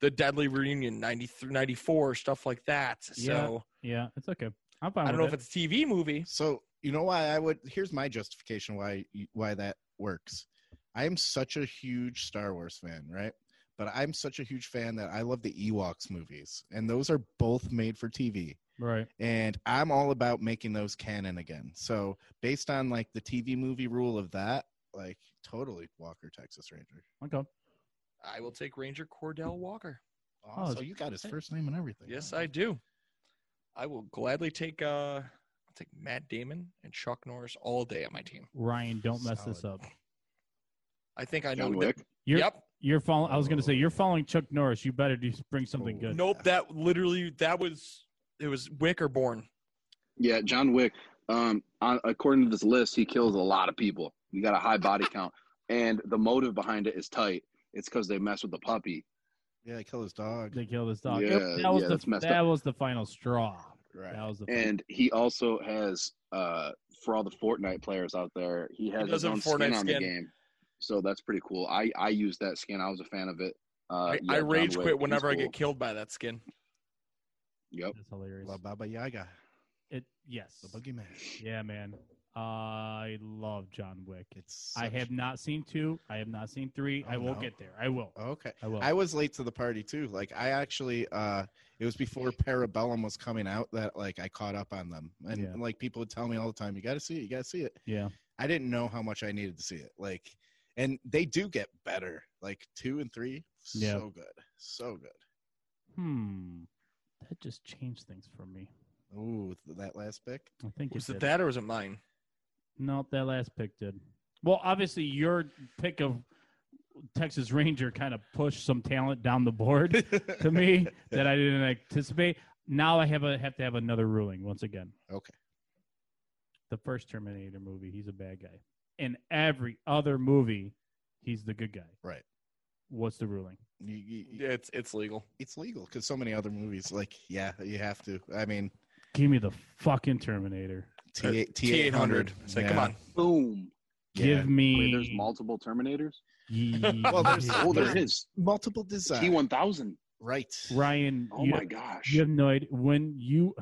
Speaker 3: The Deadly Reunion 93, 94, stuff like that. So
Speaker 2: yeah, it's okay. I'm fine.
Speaker 3: I don't know
Speaker 2: with
Speaker 3: if
Speaker 2: it.
Speaker 3: it's a TV movie.
Speaker 5: So you know why I would? Here's my justification why you- why that works. I am such a huge Star Wars fan, right? But I'm such a huge fan that I love the Ewoks movies, and those are both made for TV.
Speaker 2: right.
Speaker 5: And I'm all about making those canon again. So based on like the TV movie rule of that, like totally Walker Texas Ranger.
Speaker 2: Okay.
Speaker 3: I will take Ranger Cordell Walker.
Speaker 5: Oh, so
Speaker 2: it's-
Speaker 5: you got his first name and everything.
Speaker 3: Yes,
Speaker 5: Wow.
Speaker 3: I do. I will gladly take uh I'll take Matt Damon and Chuck Norris all day on my team.
Speaker 2: Ryan, don't mess this up.
Speaker 3: I think I know
Speaker 4: John
Speaker 3: that-
Speaker 4: Wick.
Speaker 2: You're,
Speaker 3: Yep.
Speaker 2: You're following. I was going to say you're following Chuck Norris. You better do bring something
Speaker 5: Oh.
Speaker 2: good.
Speaker 3: Nope, that literally that was it was Wick or Born.
Speaker 4: Yeah, John Wick. Um, on, according to this list, he kills a lot of people. He got a high
Speaker 3: *laughs*
Speaker 4: body count, and the motive behind it is tight. It's because they mess with the puppy.
Speaker 5: Yeah, he killed his dog.
Speaker 2: They killed his dog.
Speaker 4: Yeah,
Speaker 2: Yep, that was
Speaker 4: yeah, that's
Speaker 2: the
Speaker 4: messed
Speaker 2: that
Speaker 4: up.
Speaker 2: was the final straw.
Speaker 5: Right.
Speaker 2: That was the
Speaker 4: And he also has, uh, for all the Fortnite players out there, he has
Speaker 3: does
Speaker 4: his
Speaker 3: have
Speaker 4: own
Speaker 3: a Fortnite
Speaker 4: skin on the
Speaker 3: skin.
Speaker 4: game. So that's pretty cool. I I used that skin. I was a fan of it. Uh,
Speaker 3: I,
Speaker 4: yeah,
Speaker 3: I
Speaker 4: John
Speaker 3: rage
Speaker 4: Wick,
Speaker 3: quit
Speaker 4: he's
Speaker 3: whenever I
Speaker 4: cool.
Speaker 3: get killed by that skin.
Speaker 4: Yep.
Speaker 2: that's hilarious.
Speaker 5: La Baba Yaga,
Speaker 2: It yes.
Speaker 5: the boogeyman.
Speaker 2: Yeah, man. I love John Wick.
Speaker 5: It's
Speaker 2: I
Speaker 5: such-
Speaker 2: have not seen two. I have not seen three. I
Speaker 5: Oh,
Speaker 2: will
Speaker 5: no.
Speaker 2: get there. I will.
Speaker 5: Okay.
Speaker 2: I will.
Speaker 5: I was late to the party too. Like I actually uh it was before Parabellum was coming out that like I caught up on them. And
Speaker 2: Yeah.
Speaker 5: like people would tell me all the time, you gotta see it, you gotta see it.
Speaker 2: yeah.
Speaker 5: I didn't know how much I needed to see it. Like and they do get better. Like two and three, so
Speaker 2: Yeah.
Speaker 5: good. So good.
Speaker 2: Hmm. That just changed things for me.
Speaker 5: Ooh, th- that last pick.
Speaker 2: I think
Speaker 3: Was
Speaker 2: it
Speaker 3: it
Speaker 2: did.
Speaker 3: that or was it mine?
Speaker 2: No, that last pick did. Well, obviously your pick of Texas Ranger kind of pushed some talent down the board *laughs*
Speaker 5: *laughs*
Speaker 2: to me that I didn't anticipate. Now I have a have to have another ruling once again.
Speaker 5: Okay.
Speaker 2: The first Terminator movie, he's a bad guy. In every other movie, he's the good guy.
Speaker 5: Right.
Speaker 2: What's the ruling?
Speaker 5: You- you- you-
Speaker 3: Yeah, it's it's legal.
Speaker 5: It's legal because so many other movies, like, yeah, you have to. I mean,
Speaker 2: Give me the fucking Terminator.
Speaker 5: T
Speaker 3: T eight hundred. Say, come on.
Speaker 4: Boom.
Speaker 2: Give me.
Speaker 4: Wait, there's
Speaker 2: *laughs*
Speaker 4: multiple Terminators. *laughs*
Speaker 2: well,
Speaker 5: there's-
Speaker 3: Ah,
Speaker 4: Oh, there is.
Speaker 5: multiple designs.
Speaker 4: T one thousand.
Speaker 5: Right.
Speaker 2: Ryan.
Speaker 4: Oh
Speaker 2: you,
Speaker 4: my gosh.
Speaker 2: you have no idea when you.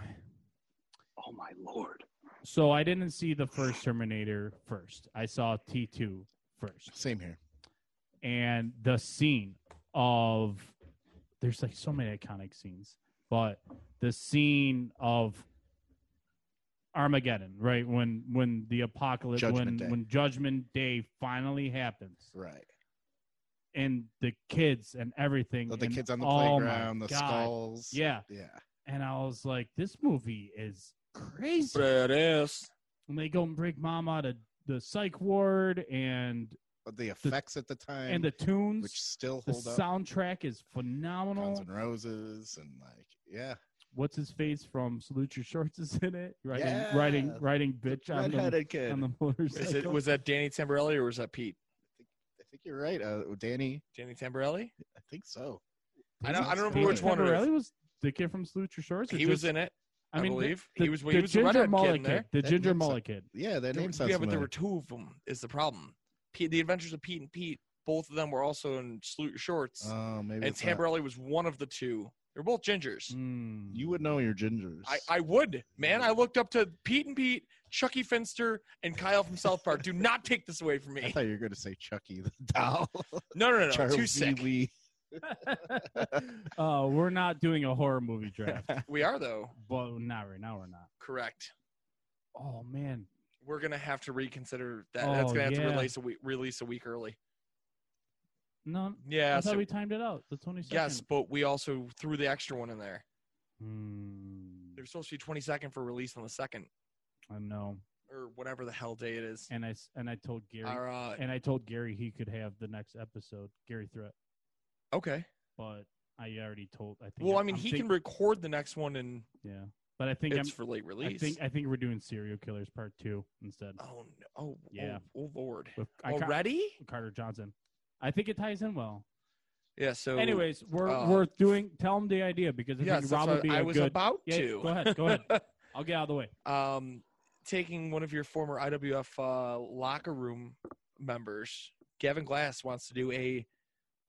Speaker 4: Oh my lord.
Speaker 2: So I didn't see the first Terminator first. I saw T two first.
Speaker 5: Same here.
Speaker 2: and the scene of there's like so many iconic scenes, but the scene of Armageddon, right when when the apocalypse, when
Speaker 5: Judgment Day.
Speaker 2: when Judgment Day finally happens,
Speaker 5: Right.
Speaker 2: and the kids and everything,
Speaker 5: The, the
Speaker 2: and-
Speaker 5: kids on the
Speaker 2: oh my
Speaker 5: playground, the
Speaker 2: God.
Speaker 5: skulls.
Speaker 2: yeah.
Speaker 5: Yeah.
Speaker 2: And I was like, this movie is crazy.
Speaker 3: It is.
Speaker 2: And they go and break mom out of the psych ward, and
Speaker 5: But the effects at the time,
Speaker 2: and the tunes,
Speaker 5: which still
Speaker 2: the
Speaker 5: hold up.
Speaker 2: soundtrack is phenomenal.
Speaker 5: Guns and Roses and like, yeah.
Speaker 2: what's his face from Salute Your Shorts is in it, writing
Speaker 5: Yeah.
Speaker 2: writing writing bitch on the,
Speaker 5: Redheaded kid.
Speaker 2: on the
Speaker 3: Is
Speaker 2: motorcycle.
Speaker 3: it was that Danny Tamborelli or was that Pete?
Speaker 5: I think you're right. Uh, Danny,
Speaker 3: Danny Tamborelli?
Speaker 5: I think so.
Speaker 3: I don't- I don't remember
Speaker 2: Danny
Speaker 3: which one it is.
Speaker 2: Tamborelli was the kid from Salute Your Shorts. or
Speaker 3: He was
Speaker 2: just-
Speaker 3: in it, I,
Speaker 2: I mean, the-
Speaker 3: believe.
Speaker 2: the,
Speaker 3: he was
Speaker 2: the
Speaker 3: he was the
Speaker 2: ginger
Speaker 3: redhead kid
Speaker 2: mullet
Speaker 3: in there.
Speaker 2: the
Speaker 5: That
Speaker 2: ginger
Speaker 5: makes
Speaker 2: mullet kid.
Speaker 5: Yeah,
Speaker 3: There-
Speaker 5: that name sounds
Speaker 3: yeah, but there were two
Speaker 5: familiar.
Speaker 3: of them is the problem. Pete, the Adventures of Pete and Pete, both of them were also in Salute Your Shorts.
Speaker 5: Oh, maybe
Speaker 3: and
Speaker 5: it's not.
Speaker 3: Tamborelli was one of the two. They're both gingers.
Speaker 2: Mm.
Speaker 5: You would know your gingers.
Speaker 3: I, I would, man. I looked up to Pete and Pete, Chucky Finster, and Kyle from South Park. Do not take this away from
Speaker 5: *laughs* I
Speaker 3: me.
Speaker 5: thought you were going to say Chucky the *laughs* doll.
Speaker 3: *laughs* No, no, no, no.
Speaker 5: Charles
Speaker 3: Too sick.
Speaker 5: Lee Lee.
Speaker 2: *laughs* uh, we're not doing a horror movie draft,
Speaker 3: *laughs* We are though.
Speaker 2: but not right now. We're not.
Speaker 3: Correct.
Speaker 2: Oh man,
Speaker 3: We're gonna have to reconsider that.
Speaker 2: Oh,
Speaker 3: That's gonna have
Speaker 2: yeah.
Speaker 3: to release a week release a week early.
Speaker 2: no.
Speaker 3: Yeah.
Speaker 2: I thought
Speaker 3: So,
Speaker 2: we timed it out. The twenty second.
Speaker 3: yes, but we also threw the extra one in there. There's supposed to be 22nd for release on the second
Speaker 2: Hmm, I know.
Speaker 3: or whatever the hell day it is. uh,
Speaker 2: And I s- and I told Gary
Speaker 3: All right.
Speaker 2: and I told Gary he could have the next episode, Gary Threat,
Speaker 3: Okay.
Speaker 2: but I already told. I think.
Speaker 3: Well, I
Speaker 2: I'm-
Speaker 3: mean,
Speaker 2: I'm
Speaker 3: he
Speaker 2: think-
Speaker 3: can record the next one and
Speaker 2: Yeah, but I think
Speaker 3: it's
Speaker 2: I'm.
Speaker 3: for late
Speaker 2: I
Speaker 3: release.
Speaker 2: think I think we're doing serial killers part two instead.
Speaker 3: oh no! Oh,
Speaker 2: Yeah.
Speaker 3: Oh, lord!
Speaker 2: With, I ca-
Speaker 3: Already?
Speaker 2: Carter Johnson. I think it ties in well.
Speaker 3: Yeah. So,
Speaker 2: Anyways, we're
Speaker 3: uh,
Speaker 2: we're doing. Tell him the idea because I
Speaker 3: yes,
Speaker 2: think
Speaker 3: that's
Speaker 2: Rob
Speaker 3: what
Speaker 2: would be
Speaker 3: I
Speaker 2: a
Speaker 3: was
Speaker 2: good.
Speaker 3: about
Speaker 2: Yeah,
Speaker 3: to.
Speaker 2: go ahead, go
Speaker 3: *laughs*
Speaker 2: ahead. I'll get out of the way.
Speaker 3: um, taking one of your former IWF uh, locker room members, Gavin Glass wants to do a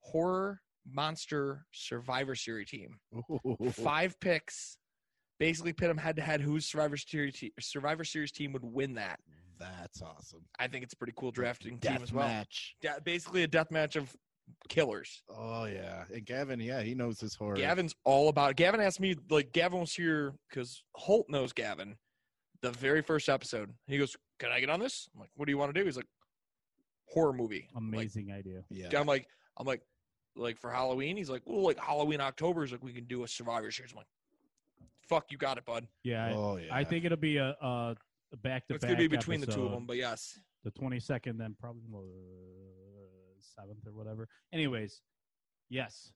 Speaker 3: horror monster survivor series team. Five picks, basically pit them head to head. Whose survivor series te- survivor series team would win that?
Speaker 5: That's awesome.
Speaker 3: I think it's a pretty cool drafting team
Speaker 5: Death
Speaker 3: as well.
Speaker 5: match.
Speaker 3: Da- basically a death match of killers.
Speaker 5: Oh yeah, and Gavin, yeah, he knows his horror.
Speaker 3: Gavin's all about it. Gavin asked me, like, Gavin was here because Holt knows Gavin the very first episode. He goes, Can I get on this? I'm like, What do you want to do? He's like, Horror movie.
Speaker 2: Oh,
Speaker 3: I'm like-
Speaker 2: Amazing idea.
Speaker 5: yeah,
Speaker 3: I'm like, I'm like, like for Halloween, he's like, well, like Halloween October is like we can do a Survivor Series. I'm like, fuck, you got it, bud.
Speaker 2: Yeah, I-
Speaker 5: oh yeah.
Speaker 2: I, think it'll be a, a back to back.
Speaker 3: It's gonna be between the two of them, but yes,
Speaker 2: The twenty second, then probably seventh or whatever. Anyways, yes,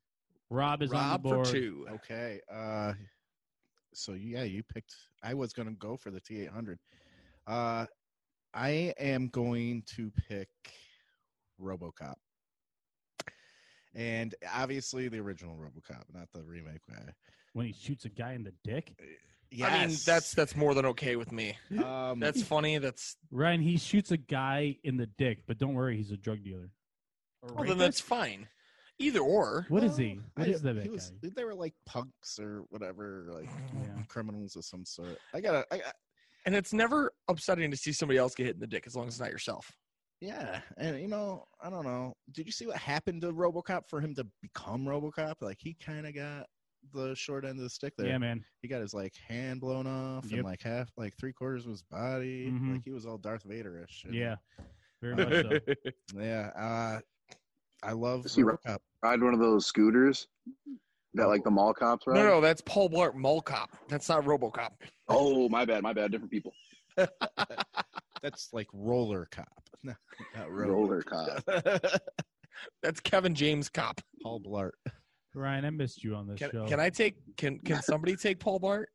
Speaker 2: Rob is on the
Speaker 3: Rob for
Speaker 2: board.
Speaker 3: two.
Speaker 5: Okay. Uh, so yeah, you picked. I was gonna go for the T eight hundred. Uh, I am going to pick RoboCop, and obviously the original RoboCop, not the remake guy.
Speaker 2: When he shoots a guy in the dick,
Speaker 5: Yes.
Speaker 3: I mean, that's that's more than okay with me.
Speaker 2: Mm-hmm.
Speaker 5: *laughs* um,
Speaker 3: That's funny. That's
Speaker 2: Ryan. He shoots a guy in the dick, but don't worry, he's a drug dealer. Or
Speaker 3: well, then
Speaker 2: rapist?
Speaker 3: that's fine. Either or.
Speaker 2: What is
Speaker 5: Well,
Speaker 2: he?
Speaker 5: I
Speaker 2: What is
Speaker 5: don't-
Speaker 2: that
Speaker 5: he
Speaker 2: guy?
Speaker 5: was- They were like punks or whatever, like
Speaker 2: Yeah.
Speaker 5: criminals of some sort. I gotta, I, I-
Speaker 3: And it's never upsetting to see somebody else get hit in the dick as long as it's not yourself.
Speaker 5: yeah. And you know, I don't know. Did you see what happened to RoboCop for him to become RoboCop? Like he kind of got the short end of the stick there.
Speaker 2: Yeah, man.
Speaker 5: He got his like hand blown off
Speaker 2: Yep.
Speaker 5: and like half, like three quarters of his body.
Speaker 2: Mhm.
Speaker 5: Like he was all Darth Vaderish. and-
Speaker 2: Yeah,
Speaker 3: *laughs*
Speaker 2: very
Speaker 5: Uh,
Speaker 2: much so.
Speaker 5: yeah. Uh, I love
Speaker 4: Is he right?
Speaker 5: RoboCop.
Speaker 4: Ride one of those scooters that like the mall cops
Speaker 3: no,
Speaker 4: ride.
Speaker 3: no, that's Paul Blart Mall Cop. That's not RoboCop.
Speaker 4: Oh, my bad, my bad. Different people.
Speaker 5: That's like Roller Cop, *laughs* no, not Roller.
Speaker 4: Roller cop.
Speaker 3: That's Kevin James Cop.
Speaker 5: Paul Blart. *laughs*
Speaker 2: Ryan, I missed you on this
Speaker 3: Can,
Speaker 2: show.
Speaker 3: can I take? Can Can somebody take Paul Blart?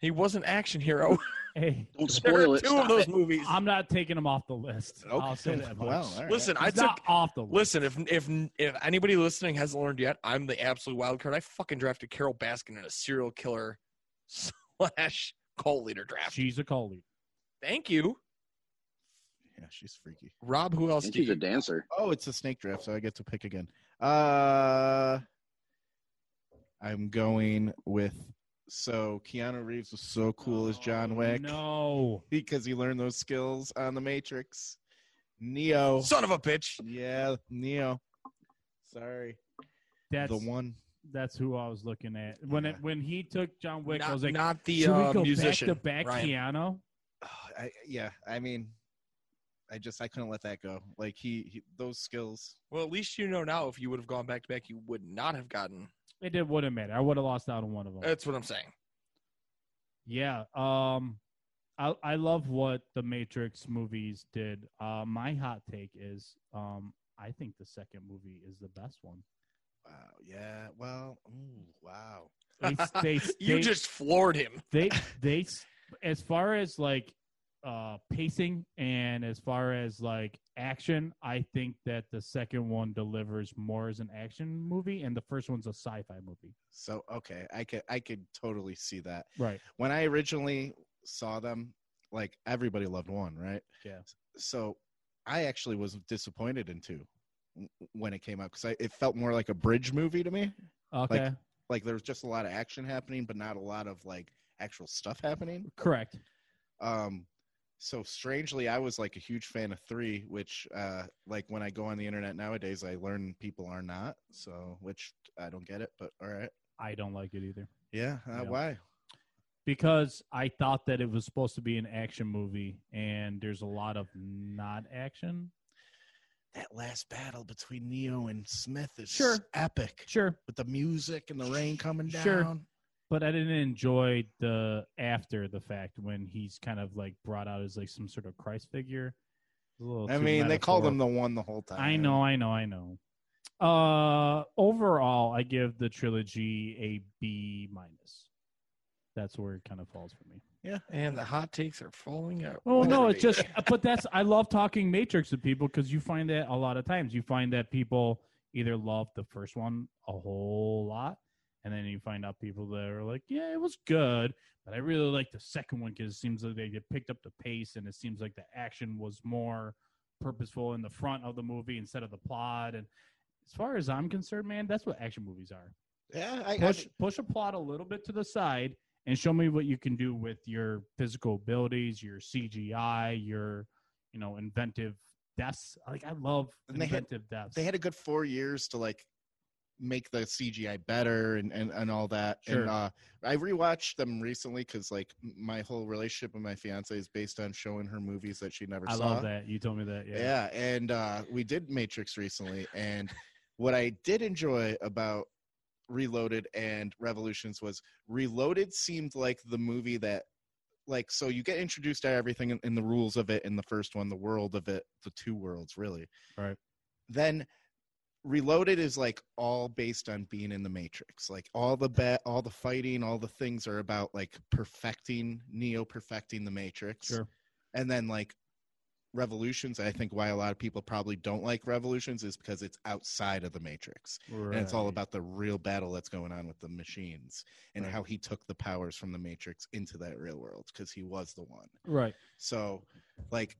Speaker 3: He was an action hero.
Speaker 2: Hey,
Speaker 4: Don't
Speaker 3: *laughs* there
Speaker 4: spoil
Speaker 3: are
Speaker 4: it.
Speaker 3: two of
Speaker 4: Stop
Speaker 3: those
Speaker 4: it.
Speaker 3: movies.
Speaker 2: I'm not taking him off the list. I'll say that. much.
Speaker 5: Well, all right.
Speaker 3: Listen, I
Speaker 2: He's
Speaker 3: took.
Speaker 2: not off the list.
Speaker 3: Listen, if if if anybody listening hasn't learned yet, I'm the absolute wild card. I fucking drafted Carol Baskin in a serial killer *laughs* slash cult leader draft.
Speaker 2: she's a cult leader.
Speaker 3: Thank you,
Speaker 5: Yeah, she's freaky.
Speaker 3: Rob. Who else
Speaker 4: And
Speaker 3: do
Speaker 4: she's
Speaker 3: you?
Speaker 4: a dancer.
Speaker 5: Oh, it's a snake draft, so I get to pick again. Uh I'm going with so Keanu Reeves was so cool as John
Speaker 2: Oh,
Speaker 5: Wick
Speaker 2: No,
Speaker 5: *laughs* because he learned those skills on the Matrix. Neo.
Speaker 3: Son of a bitch.
Speaker 5: yeah, Neo. Sorry.
Speaker 2: that's
Speaker 5: the one. *sighs*
Speaker 2: That's who I was looking at when it,
Speaker 5: Yeah.
Speaker 2: when he took John Wick.
Speaker 3: not,
Speaker 2: I was like,
Speaker 3: not the
Speaker 2: should
Speaker 3: uh,
Speaker 2: we go
Speaker 3: musician.
Speaker 2: back to back
Speaker 3: Ryan.
Speaker 2: piano?
Speaker 5: Oh, I, yeah, I mean I just I couldn't let that go. Like he, he those skills.
Speaker 3: Well, at least you know now. If you would have gone back to back, you would not have gotten.
Speaker 2: It did, wouldn't matter. I would have lost out on one of them.
Speaker 3: That's what I'm saying.
Speaker 2: yeah. Um, I I love what the Matrix movies did. Uh, my hot take is, um, I think the second movie is the best one.
Speaker 5: Wow. Yeah. Well, ooh, wow.
Speaker 3: *laughs*
Speaker 2: They, they,
Speaker 3: You
Speaker 2: they-
Speaker 3: just floored him.
Speaker 2: they they s- as far as like uh pacing and as far as like action i think that the second one delivers more as an action movie and the first one's a sci-fi movie
Speaker 5: So okay, I could I could totally see that.
Speaker 2: right
Speaker 5: when I originally saw them, like everybody loved one, right?
Speaker 2: Yeah.
Speaker 5: So I actually was disappointed in two w- when it came out because it felt more like a bridge movie to me.
Speaker 2: okay
Speaker 5: Like there was just a lot of action happening, but not a lot of like actual stuff happening.
Speaker 2: correct
Speaker 5: Um, so strangely i was like a huge fan of three which uh like when i go on the internet nowadays i learn people are not so which i don't get it but all right
Speaker 2: I don't like it either
Speaker 5: yeah,
Speaker 2: Yeah.
Speaker 5: uh, why
Speaker 2: because I thought that it was supposed to be an action movie, and there's a lot of not action.
Speaker 5: that last battle between neo and smith is
Speaker 2: Sure.
Speaker 5: epic
Speaker 2: Sure,
Speaker 5: with the music and the rain coming down
Speaker 2: Sure. but I didn't enjoy the after the fact when he's kind of like brought out as like some sort of Christ figure. It was a little
Speaker 5: i
Speaker 2: too
Speaker 5: mean they called
Speaker 2: metaphorical.
Speaker 5: him the one the whole time
Speaker 2: I know, I know, I know. Uh overall, I give the trilogy a B minus. That's where it kind of falls for me.
Speaker 3: And the hot takes are falling out.
Speaker 2: Oh
Speaker 4: Well,
Speaker 2: no,
Speaker 4: I
Speaker 2: it's
Speaker 4: mean-
Speaker 2: just but that's I love talking Matrix with people because you find that a lot of times. You find that people either love the first one a whole lot, and then you find out people that are like, Yeah, it was good, but I really like the second one because it seems like they get picked up the pace and it seems like the action was more purposeful in the front of the movie instead of the plot. And as far as I'm concerned, man, that's what action movies are
Speaker 5: yeah *laughs* I, I,
Speaker 2: push push a plot a little bit to the side and show me what you can do with your physical abilities, your CGI, your you know inventive deaths. Like I love
Speaker 5: And they had-
Speaker 2: inventive deaths.
Speaker 5: they had a good four years to like make the CGI better and and, and all that.
Speaker 2: Sure.
Speaker 5: And uh, I rewatched them recently because like m- my whole relationship with my fiance is based on showing her movies that she never
Speaker 2: I
Speaker 5: saw.
Speaker 2: love that you told me that. Yeah,
Speaker 5: Yeah, and uh, we did Matrix recently, and what I did enjoy about Reloaded and Revolutions was Reloaded seemed like the movie that, like, so you get introduced to everything in, in the rules of it in the first one, the world of it, the two worlds, really.
Speaker 2: Right.
Speaker 5: Then Reloaded is like all based on being in the Matrix. Like all the bet, all the fighting, all the things are about like perfecting Neo, perfecting the Matrix
Speaker 2: sure.
Speaker 5: and then like revolutions i think why a lot of people probably don't like revolutions is because it's outside of the matrix and it's all
Speaker 2: Right.
Speaker 5: about the real battle that's going on with the machines and
Speaker 2: Right.
Speaker 5: how he took the powers from the matrix into that real world because he was the one
Speaker 2: right.
Speaker 5: so like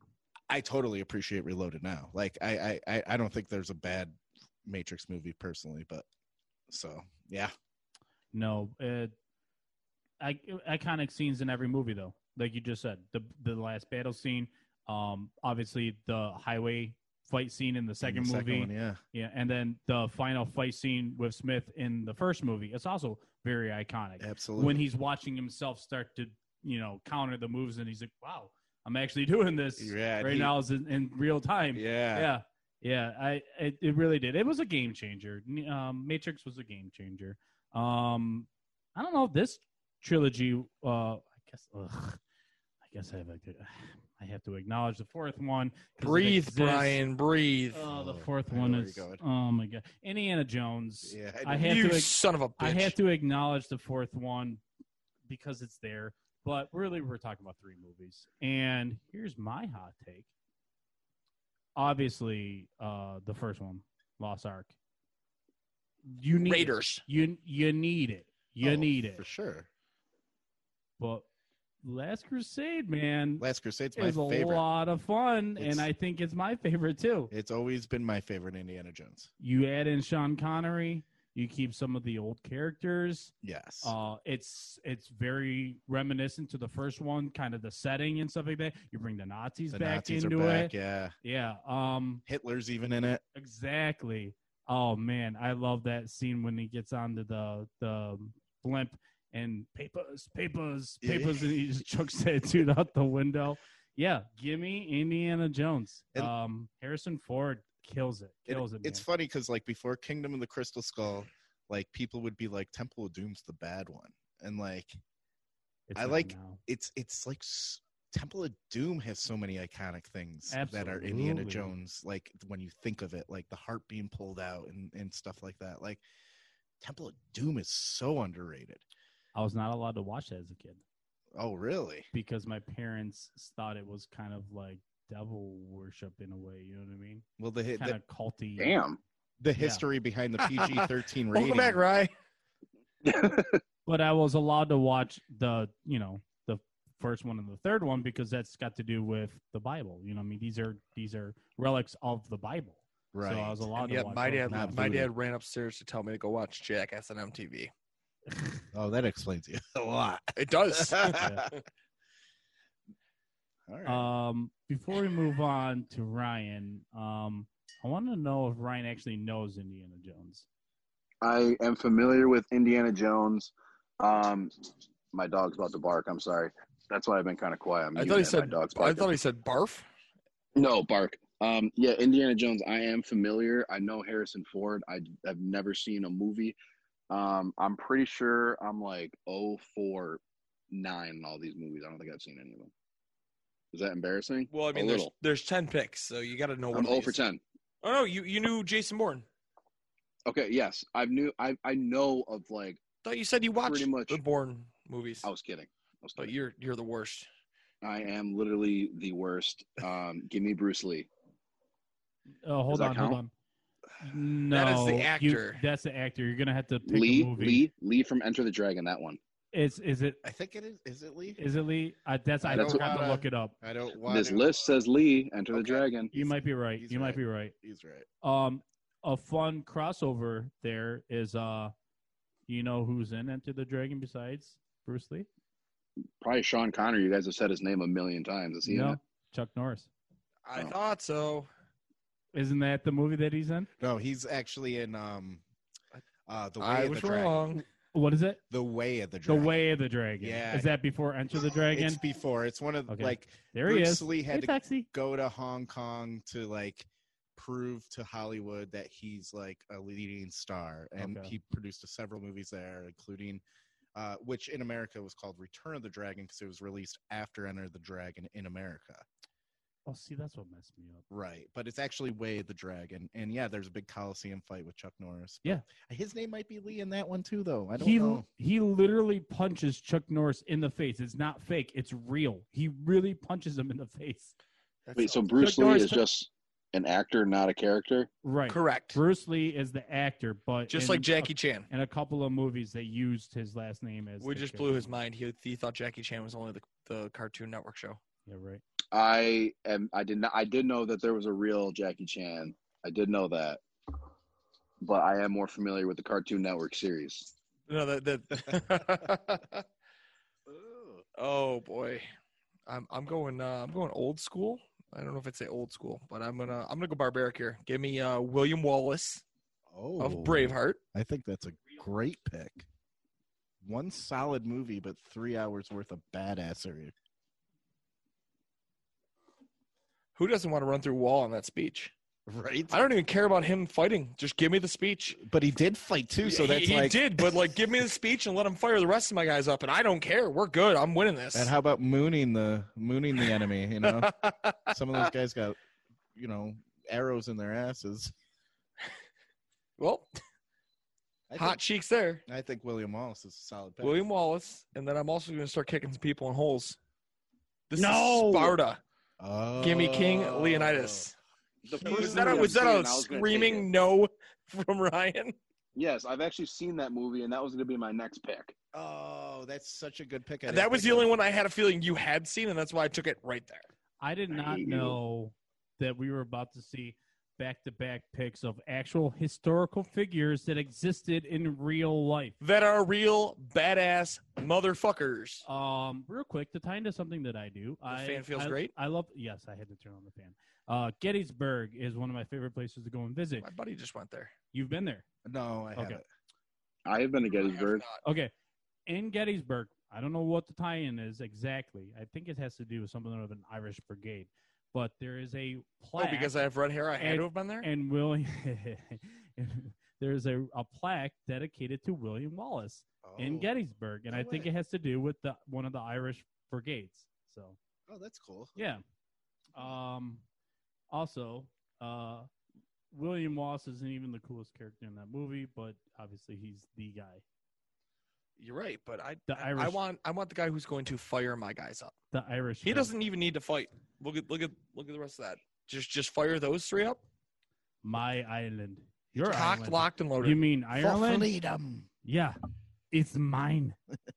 Speaker 5: i totally appreciate reloaded now like i I- i i don't think there's a bad matrix movie personally but so yeah
Speaker 2: No, it, I, iconic scenes in every movie though. Like you just said, the the last battle scene, um, obviously the highway fight scene in the second
Speaker 5: The
Speaker 2: movie.
Speaker 5: one, yeah
Speaker 2: Yeah, and then the final fight scene with Smith in the first movie. It's also very iconic.
Speaker 5: absolutely
Speaker 2: When he's watching himself start to, you know, counter the moves, and he's like, "Wow, I'm actually *laughs* doing this
Speaker 5: yeah and
Speaker 2: right
Speaker 5: he-
Speaker 2: now is in, in real time."
Speaker 5: yeah
Speaker 2: yeah, yeah. I it, it really did. It was a game changer. N- Um, Matrix was a game changer. Um, I don't know if this trilogy. Uh, I guess. Ugh, I guess I have. A, I have to acknowledge the fourth one. 'cause it
Speaker 3: *laughs* Breathe,
Speaker 2: exists.
Speaker 3: Brian. Breathe.
Speaker 2: Oh, the
Speaker 5: Oh,
Speaker 2: fourth
Speaker 5: I know
Speaker 2: one
Speaker 5: where you're
Speaker 2: is.
Speaker 5: going.
Speaker 2: Oh my god, Indiana Jones.
Speaker 5: yeah
Speaker 2: I
Speaker 5: did-
Speaker 2: had
Speaker 3: you
Speaker 2: to ag-
Speaker 3: son of a bitch.
Speaker 2: I have to acknowledge the fourth one because it's there, but really we're talking about three movies. And here's my hot take. Obviously, uh, the first one, Lost Ark. You need it.
Speaker 3: Raiders.
Speaker 2: You you need it. You
Speaker 5: oh,
Speaker 2: need it.
Speaker 5: for sure
Speaker 2: But Last Crusade, man,
Speaker 5: last crusade's my
Speaker 2: is a
Speaker 5: favorite
Speaker 2: lot of fun,
Speaker 5: It's-
Speaker 2: and I think it's my favorite too.
Speaker 5: It's always been my favorite Indiana Jones.
Speaker 2: You add in Sean Connery, you keep some of the old characters.
Speaker 5: Yes.
Speaker 2: Uh, it's it's very reminiscent to the first one, kind of the setting and stuff like that. You bring the Nazis
Speaker 5: the
Speaker 2: back
Speaker 5: Nazis are
Speaker 2: into it.
Speaker 5: back. Yeah.
Speaker 2: Yeah. Um.
Speaker 5: Hitler's even in it.
Speaker 2: Exactly. Oh man, I love that scene when he gets onto the the blimp and papers, papers,
Speaker 5: Yeah.
Speaker 2: papers, and he just chucks that dude out the window. Yeah, gimme Indiana Jones.
Speaker 5: And-
Speaker 2: um, Harrison Ford kills it.
Speaker 5: It-
Speaker 2: Kills it.
Speaker 5: it's
Speaker 2: man.
Speaker 5: funny because like before Kingdom of the Crystal Skull, like people would be like Temple of Doom's the bad one, and like
Speaker 2: It's
Speaker 5: I
Speaker 2: not
Speaker 5: like-
Speaker 2: now.
Speaker 5: it's it's like s- Temple of Doom has so many iconic things that are
Speaker 2: Absolutely.
Speaker 5: Indiana Jones. Like when you think of it, like the heart being pulled out and and stuff like that. Like Temple of Doom is so underrated.
Speaker 2: I was not allowed to watch that as a kid.
Speaker 5: Oh really?
Speaker 2: because my parents thought it was kind of like devil worship in a way. You know what I mean?
Speaker 5: Well, the hi-
Speaker 2: Kind
Speaker 5: the,
Speaker 2: of culty.
Speaker 4: Damn.
Speaker 5: the history
Speaker 2: *laughs*
Speaker 5: behind the PG thirteen rating.
Speaker 3: Welcome back, Rye.
Speaker 2: But I was allowed to watch the, you know, the first one and the third one because that's got to do with the Bible. You know, what I mean, these are these are relics of the Bible.
Speaker 5: right?
Speaker 2: So I was allowed
Speaker 3: And
Speaker 2: to
Speaker 3: yet
Speaker 2: watch.
Speaker 3: my
Speaker 2: those.
Speaker 3: dad,
Speaker 5: not
Speaker 3: my
Speaker 5: voodoo.
Speaker 3: dad ran upstairs to tell me to go watch Jackass on MTV. *laughs*
Speaker 5: *laughs* Oh, that explains you a lot.
Speaker 3: It does.
Speaker 2: Yeah.
Speaker 5: All right.
Speaker 2: Um, before we move on to Ryan, um, I want to know if Ryan actually knows Indiana Jones.
Speaker 4: *laughs* I am familiar with Indiana Jones. Um, my dog's about to bark. I'm sorry. That's why I've been kind of quiet. I'm
Speaker 3: I
Speaker 4: muted
Speaker 3: thought he
Speaker 4: and my
Speaker 3: said-
Speaker 4: dog's
Speaker 3: I
Speaker 4: barking.
Speaker 3: thought he said barf.
Speaker 4: No, bark. Um, yeah, Indiana Jones. I am familiar. I know Harrison Ford. I have never seen a movie. Um, I'm pretty sure I'm like oh four nine in all these movies. I don't think I've seen any of them. Is that embarrassing?
Speaker 3: Well, I
Speaker 4: A
Speaker 3: mean, there's
Speaker 4: little.
Speaker 3: there's ten picks, so you got to know one.
Speaker 4: I'm
Speaker 3: of
Speaker 4: oh
Speaker 3: these.
Speaker 4: for ten.
Speaker 3: Oh no, you you knew Jason Bourne.
Speaker 4: Okay, yes, I knew. I I know of like.
Speaker 3: Thought you said you watched
Speaker 4: Pretty much. Oh,
Speaker 3: the Bourne movies.
Speaker 4: I was kidding. I was
Speaker 3: But
Speaker 4: kidding.
Speaker 3: you're you're the worst.
Speaker 4: I am literally the worst. Um, give me Bruce Lee.
Speaker 2: Oh, hold
Speaker 4: that
Speaker 2: on, hold on.
Speaker 4: count?
Speaker 2: No,
Speaker 3: the
Speaker 2: you-
Speaker 3: actor.
Speaker 2: that's the actor. You're gonna have to pick a
Speaker 4: Lee,
Speaker 2: movie.
Speaker 4: Lee, Lee from Enter the Dragon. That one.
Speaker 2: It's is it
Speaker 5: I think it is. Is it Lee?
Speaker 2: is it Lee? I, that's I
Speaker 4: That's
Speaker 2: don't have
Speaker 5: what-
Speaker 2: to look it up.
Speaker 5: I don't want
Speaker 4: this list says Lee. Enter the
Speaker 5: Okay.
Speaker 4: Dragon.
Speaker 2: You might be right.
Speaker 5: he's
Speaker 2: You
Speaker 5: right.
Speaker 2: might be right.
Speaker 5: He's right.
Speaker 2: Um, a fun crossover there is uh, you know who's in Enter the Dragon besides Bruce Lee?
Speaker 4: Probably Sean Connery. You guys have said his name a million times. Is he in
Speaker 2: no,
Speaker 4: it?
Speaker 2: Chuck Norris.
Speaker 3: I
Speaker 4: Oh.
Speaker 3: thought so.
Speaker 2: Isn't that the movie that he's in?
Speaker 5: No, he's actually in um, uh, the way
Speaker 3: I
Speaker 5: of
Speaker 3: was
Speaker 5: the dragon.
Speaker 3: wrong.
Speaker 2: What is it?
Speaker 5: The way of the
Speaker 2: The
Speaker 5: dragon.
Speaker 2: Way of the Dragon.
Speaker 5: Yeah.
Speaker 2: Is that before Enter the Dragon?
Speaker 5: It's before. It's one of
Speaker 2: Okay.
Speaker 5: like
Speaker 2: there he
Speaker 5: Bruce
Speaker 2: is.
Speaker 5: Lee
Speaker 2: Hey,
Speaker 5: had to
Speaker 2: Taxi.
Speaker 5: go to Hong Kong to like prove to Hollywood that he's like a leading star, and
Speaker 2: Okay.
Speaker 5: he produced several movies there, including. Uh, which in America was called Return of the Dragon because it was released after Enter the Dragon in America.
Speaker 2: Oh, see, that's what messed me up.
Speaker 5: Right, but it's actually Way of the Dragon, and yeah, there's a big Coliseum fight with Chuck Norris. but
Speaker 2: Yeah.
Speaker 5: his name might be Lee in that one too, though. I don't
Speaker 2: He
Speaker 5: know.
Speaker 2: he literally punches Chuck Norris in the face. It's not fake. It's real. He really punches him in the face.
Speaker 3: That's
Speaker 4: Wait, so
Speaker 3: all.
Speaker 4: Bruce
Speaker 2: Chuck
Speaker 4: Lee
Speaker 2: Norris
Speaker 4: is
Speaker 2: t-
Speaker 4: just an actor, not a character.
Speaker 2: Right.
Speaker 3: correct.
Speaker 2: Bruce Lee is the actor, but
Speaker 3: Just
Speaker 2: in
Speaker 3: like
Speaker 2: a-
Speaker 3: Jackie Chan.
Speaker 2: in a couple of movies they used his last name as.
Speaker 3: We
Speaker 2: the
Speaker 3: just blew his
Speaker 2: character.
Speaker 3: mind. He, he thought Jackie Chan was only the, the Cartoon Network show.
Speaker 2: Yeah, right.
Speaker 4: I am. I did not. I did know that there was a real Jackie Chan. I did know that, but I am more familiar with the Cartoon Network series.
Speaker 3: No, that, that *laughs* oh boy, I'm I'm going uh, I'm going old school. I don't know if I'd say old school, but I'm gonna I'm gonna go barbaric here. Give me uh, William Wallace
Speaker 5: Oh,
Speaker 3: of Braveheart.
Speaker 5: I think that's a great pick. One solid movie, but three hours worth of badassery.
Speaker 3: Who doesn't want to run through a wall on that speech?
Speaker 5: Right.
Speaker 3: I don't even care about him fighting. Just give me the speech.
Speaker 5: But he did fight too, so
Speaker 3: He-
Speaker 5: that's
Speaker 3: he,
Speaker 5: like.
Speaker 3: did, but like, give me the speech and let him fire the rest of my guys up, and I don't care. We're good. I'm winning this.
Speaker 5: And how about mooning the mooning the enemy?
Speaker 3: *laughs*
Speaker 5: You know, some of those guys got, you know, arrows in their asses.
Speaker 3: well,
Speaker 5: I
Speaker 3: hot cheeks there.
Speaker 5: Think, I think William Wallace is a solid pick.
Speaker 3: William Wallace, and then I'm also going to start kicking some people in holes. This
Speaker 2: No!
Speaker 3: is Sparta.
Speaker 5: Oh.
Speaker 3: Give me King Leonidas.
Speaker 4: The
Speaker 5: Oh.
Speaker 3: Was
Speaker 4: first
Speaker 3: that a,
Speaker 4: movie
Speaker 3: was
Speaker 4: I've
Speaker 3: that a
Speaker 4: seen, I was gonna take
Speaker 3: screaming
Speaker 4: it.
Speaker 3: no from Ryan?
Speaker 4: Yes, I've actually seen that movie, and that was going to be my next pick.
Speaker 5: Oh, that's such a good pick. I
Speaker 3: That
Speaker 5: didn't
Speaker 3: was
Speaker 5: think
Speaker 3: the only
Speaker 5: of.
Speaker 3: one I had a feeling you had seen, and that's why I took it right there.
Speaker 2: I did not
Speaker 4: Hey.
Speaker 2: know that we were about to see back-to-back pics of actual historical figures that existed in real life.
Speaker 3: That are real badass motherfuckers.
Speaker 5: Oh.
Speaker 2: Um, real quick to tie into something that I do. I,
Speaker 3: fan feels
Speaker 2: I-
Speaker 3: great?
Speaker 2: I love. Yes, I had to turn on the fan. Uh, Gettysburg is one of my favorite places to go and visit.
Speaker 3: My buddy just went there.
Speaker 2: You've been there.
Speaker 5: No, I
Speaker 2: Okay.
Speaker 5: haven't.
Speaker 4: I have been to
Speaker 3: I have
Speaker 4: Gettysburg.
Speaker 3: not.
Speaker 2: Okay. In Gettysburg, I don't know what the tie in is exactly. I think it has to do with something of an Irish brigade. But there is a
Speaker 3: Oh,
Speaker 2: plaque
Speaker 3: because I have red hair, I had
Speaker 2: And-
Speaker 3: to have been there.
Speaker 2: and William *laughs* there's a, a plaque dedicated to William Wallace in
Speaker 5: Oh.
Speaker 2: Gettysburg. And
Speaker 5: no
Speaker 2: I think
Speaker 5: way.
Speaker 2: it has to do with the one of the Irish brigades. So
Speaker 5: Oh, that's cool.
Speaker 2: yeah. Um also, uh William Wallace isn't even the coolest character in that movie, but obviously he's the guy.
Speaker 3: You're right, but I,
Speaker 2: The
Speaker 3: I, I
Speaker 2: Irish-
Speaker 3: want I want the guy who's going to fire my guys up.
Speaker 2: The Irish
Speaker 3: He
Speaker 2: hero.
Speaker 3: doesn't even need to fight. Look at look at look at the rest of that. Just just fire those three up.
Speaker 2: My island. Your
Speaker 3: Cocked,
Speaker 2: island.
Speaker 3: locked, and loaded.
Speaker 2: You mean Ireland?
Speaker 5: freedom.
Speaker 2: Yeah. It's mine.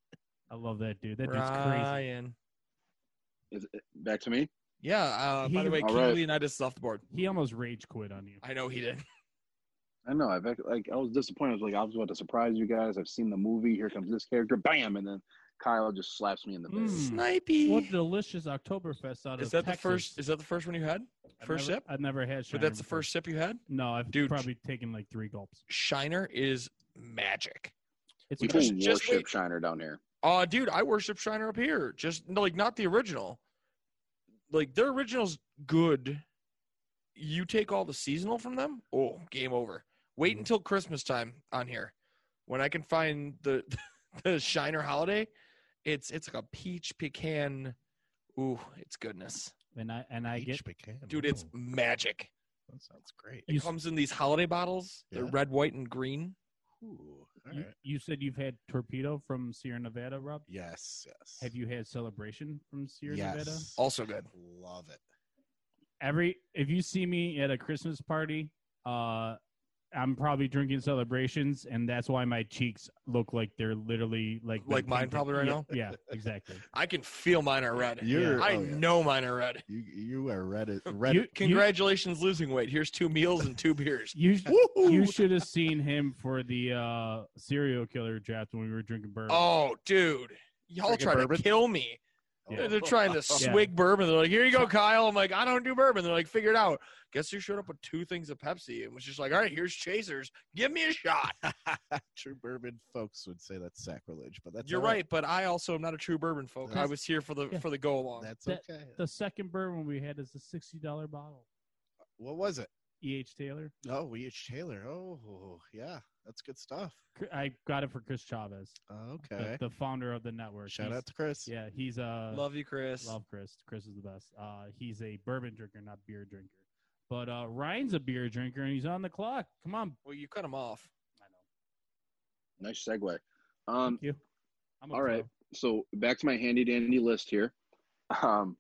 Speaker 2: *laughs* I love that dude. That dude's crazy.
Speaker 3: Ryan.
Speaker 4: Is it- back to me.
Speaker 3: Yeah. Uh, by
Speaker 2: He-
Speaker 3: the way,
Speaker 4: All
Speaker 3: King
Speaker 4: right.
Speaker 3: Leonidas is off the board.
Speaker 2: He almost rage quit on you.
Speaker 3: I know he *laughs* did.
Speaker 4: I know. I've act- like I was disappointed. I was like I was about to surprise you guys. I've seen the movie. Here comes this character. Bam, and then Kyle just slaps me in the face.
Speaker 2: Mm.
Speaker 3: Snipey.
Speaker 2: What delicious Oktoberfest out of
Speaker 3: is that the
Speaker 2: Texas.
Speaker 3: first? Is that the first one you had?
Speaker 2: I've
Speaker 3: first
Speaker 2: never-
Speaker 3: sip?
Speaker 2: I've never had. Shiner
Speaker 3: But that's the
Speaker 2: before.
Speaker 3: first sip you had.
Speaker 2: No, I've
Speaker 3: Dude.
Speaker 2: probably taken like three gulps.
Speaker 3: Shiner is magic.
Speaker 2: It's
Speaker 4: People
Speaker 3: Just- just
Speaker 4: worship
Speaker 3: wait.
Speaker 4: Shiner down here.
Speaker 3: Uh dude, I worship Shiner up here. Just no, like not the original. Like their original's good. You take all the seasonal from them? Oh, game over.
Speaker 5: Mm-hmm.
Speaker 3: Wait until Christmas time on here. When I can find the *laughs* the Shiner holiday, it's it's like a peach pecan. Ooh, it's goodness.
Speaker 2: and I and I get
Speaker 5: Peach pecan.
Speaker 3: Dude, it's
Speaker 5: Ooh,
Speaker 3: magic.
Speaker 5: that sounds great.
Speaker 3: It
Speaker 2: You-
Speaker 3: comes in these holiday bottles. They're
Speaker 5: Yeah.
Speaker 3: red, white, and green.
Speaker 5: Ooh, all
Speaker 2: you,
Speaker 5: right.
Speaker 2: you said you've had torpedo from Sierra Nevada, Rob.
Speaker 5: Yes, yes.
Speaker 2: Have you had celebration from Sierra Nevada?
Speaker 5: Yes.
Speaker 3: Also good.
Speaker 5: Love it.
Speaker 2: Every if you see me at a Christmas party, uh, I'm probably drinking celebrations, and that's why my cheeks look like they're literally like
Speaker 3: Like mine probably right
Speaker 2: yeah,
Speaker 3: now?
Speaker 2: Yeah, exactly.
Speaker 3: I can feel mine are red.
Speaker 5: You're,
Speaker 3: I
Speaker 5: oh, yeah.
Speaker 3: know mine are red.
Speaker 5: You you are
Speaker 3: *laughs*
Speaker 5: Reddit. Reddit.
Speaker 2: You- you-
Speaker 3: Congratulations, losing weight. Here's two meals and two beers.
Speaker 2: You sh-
Speaker 5: Woohoo!
Speaker 2: you should have seen him for the uh, serial killer draft when we were drinking bourbon.
Speaker 3: *laughs* Oh, dude. Y'all
Speaker 5: Drinking
Speaker 3: trying
Speaker 5: bourbon?
Speaker 3: to kill me.
Speaker 2: *laughs* Yeah.
Speaker 3: They're
Speaker 5: *laughs*
Speaker 3: trying to swig bourbon. They're like, here you go, Kyle. I'm like, I don't do bourbon. They're like, figure it out. Guess you showed up with two things of Pepsi and was just like, all right, here's Chasers. Give me a shot.
Speaker 5: True bourbon folks would say that's sacrilege, but that's
Speaker 3: You're
Speaker 5: all
Speaker 3: right, but I also am not a true bourbon folk. I
Speaker 5: That's-
Speaker 3: was here for the
Speaker 2: Yeah.
Speaker 3: for the go along.
Speaker 5: That's
Speaker 2: That-
Speaker 5: okay.
Speaker 2: The second bourbon we had is a sixty dollar bottle.
Speaker 5: What was it?
Speaker 2: E. H. Taylor.
Speaker 5: Oh, we each Taylor. Oh, yeah, that's good stuff.
Speaker 2: I got it for Chris Chavez, the-
Speaker 5: Okay.
Speaker 2: the, founder of the network.
Speaker 5: Shout
Speaker 2: He's-
Speaker 5: out to Chris.
Speaker 2: Yeah, he's a
Speaker 3: Love you, Chris.
Speaker 2: uh, love Chris. Chris is the best. Uh, he's a bourbon drinker, not beer drinker. But uh, Ryan's a beer drinker, and he's on the clock. Come on,
Speaker 3: Well, you cut him off.
Speaker 2: I
Speaker 4: Nice segue.
Speaker 2: know.
Speaker 4: Um,
Speaker 2: Thank you. I'm a
Speaker 4: all right.
Speaker 2: pro.
Speaker 4: so back to my handy dandy list here. Um,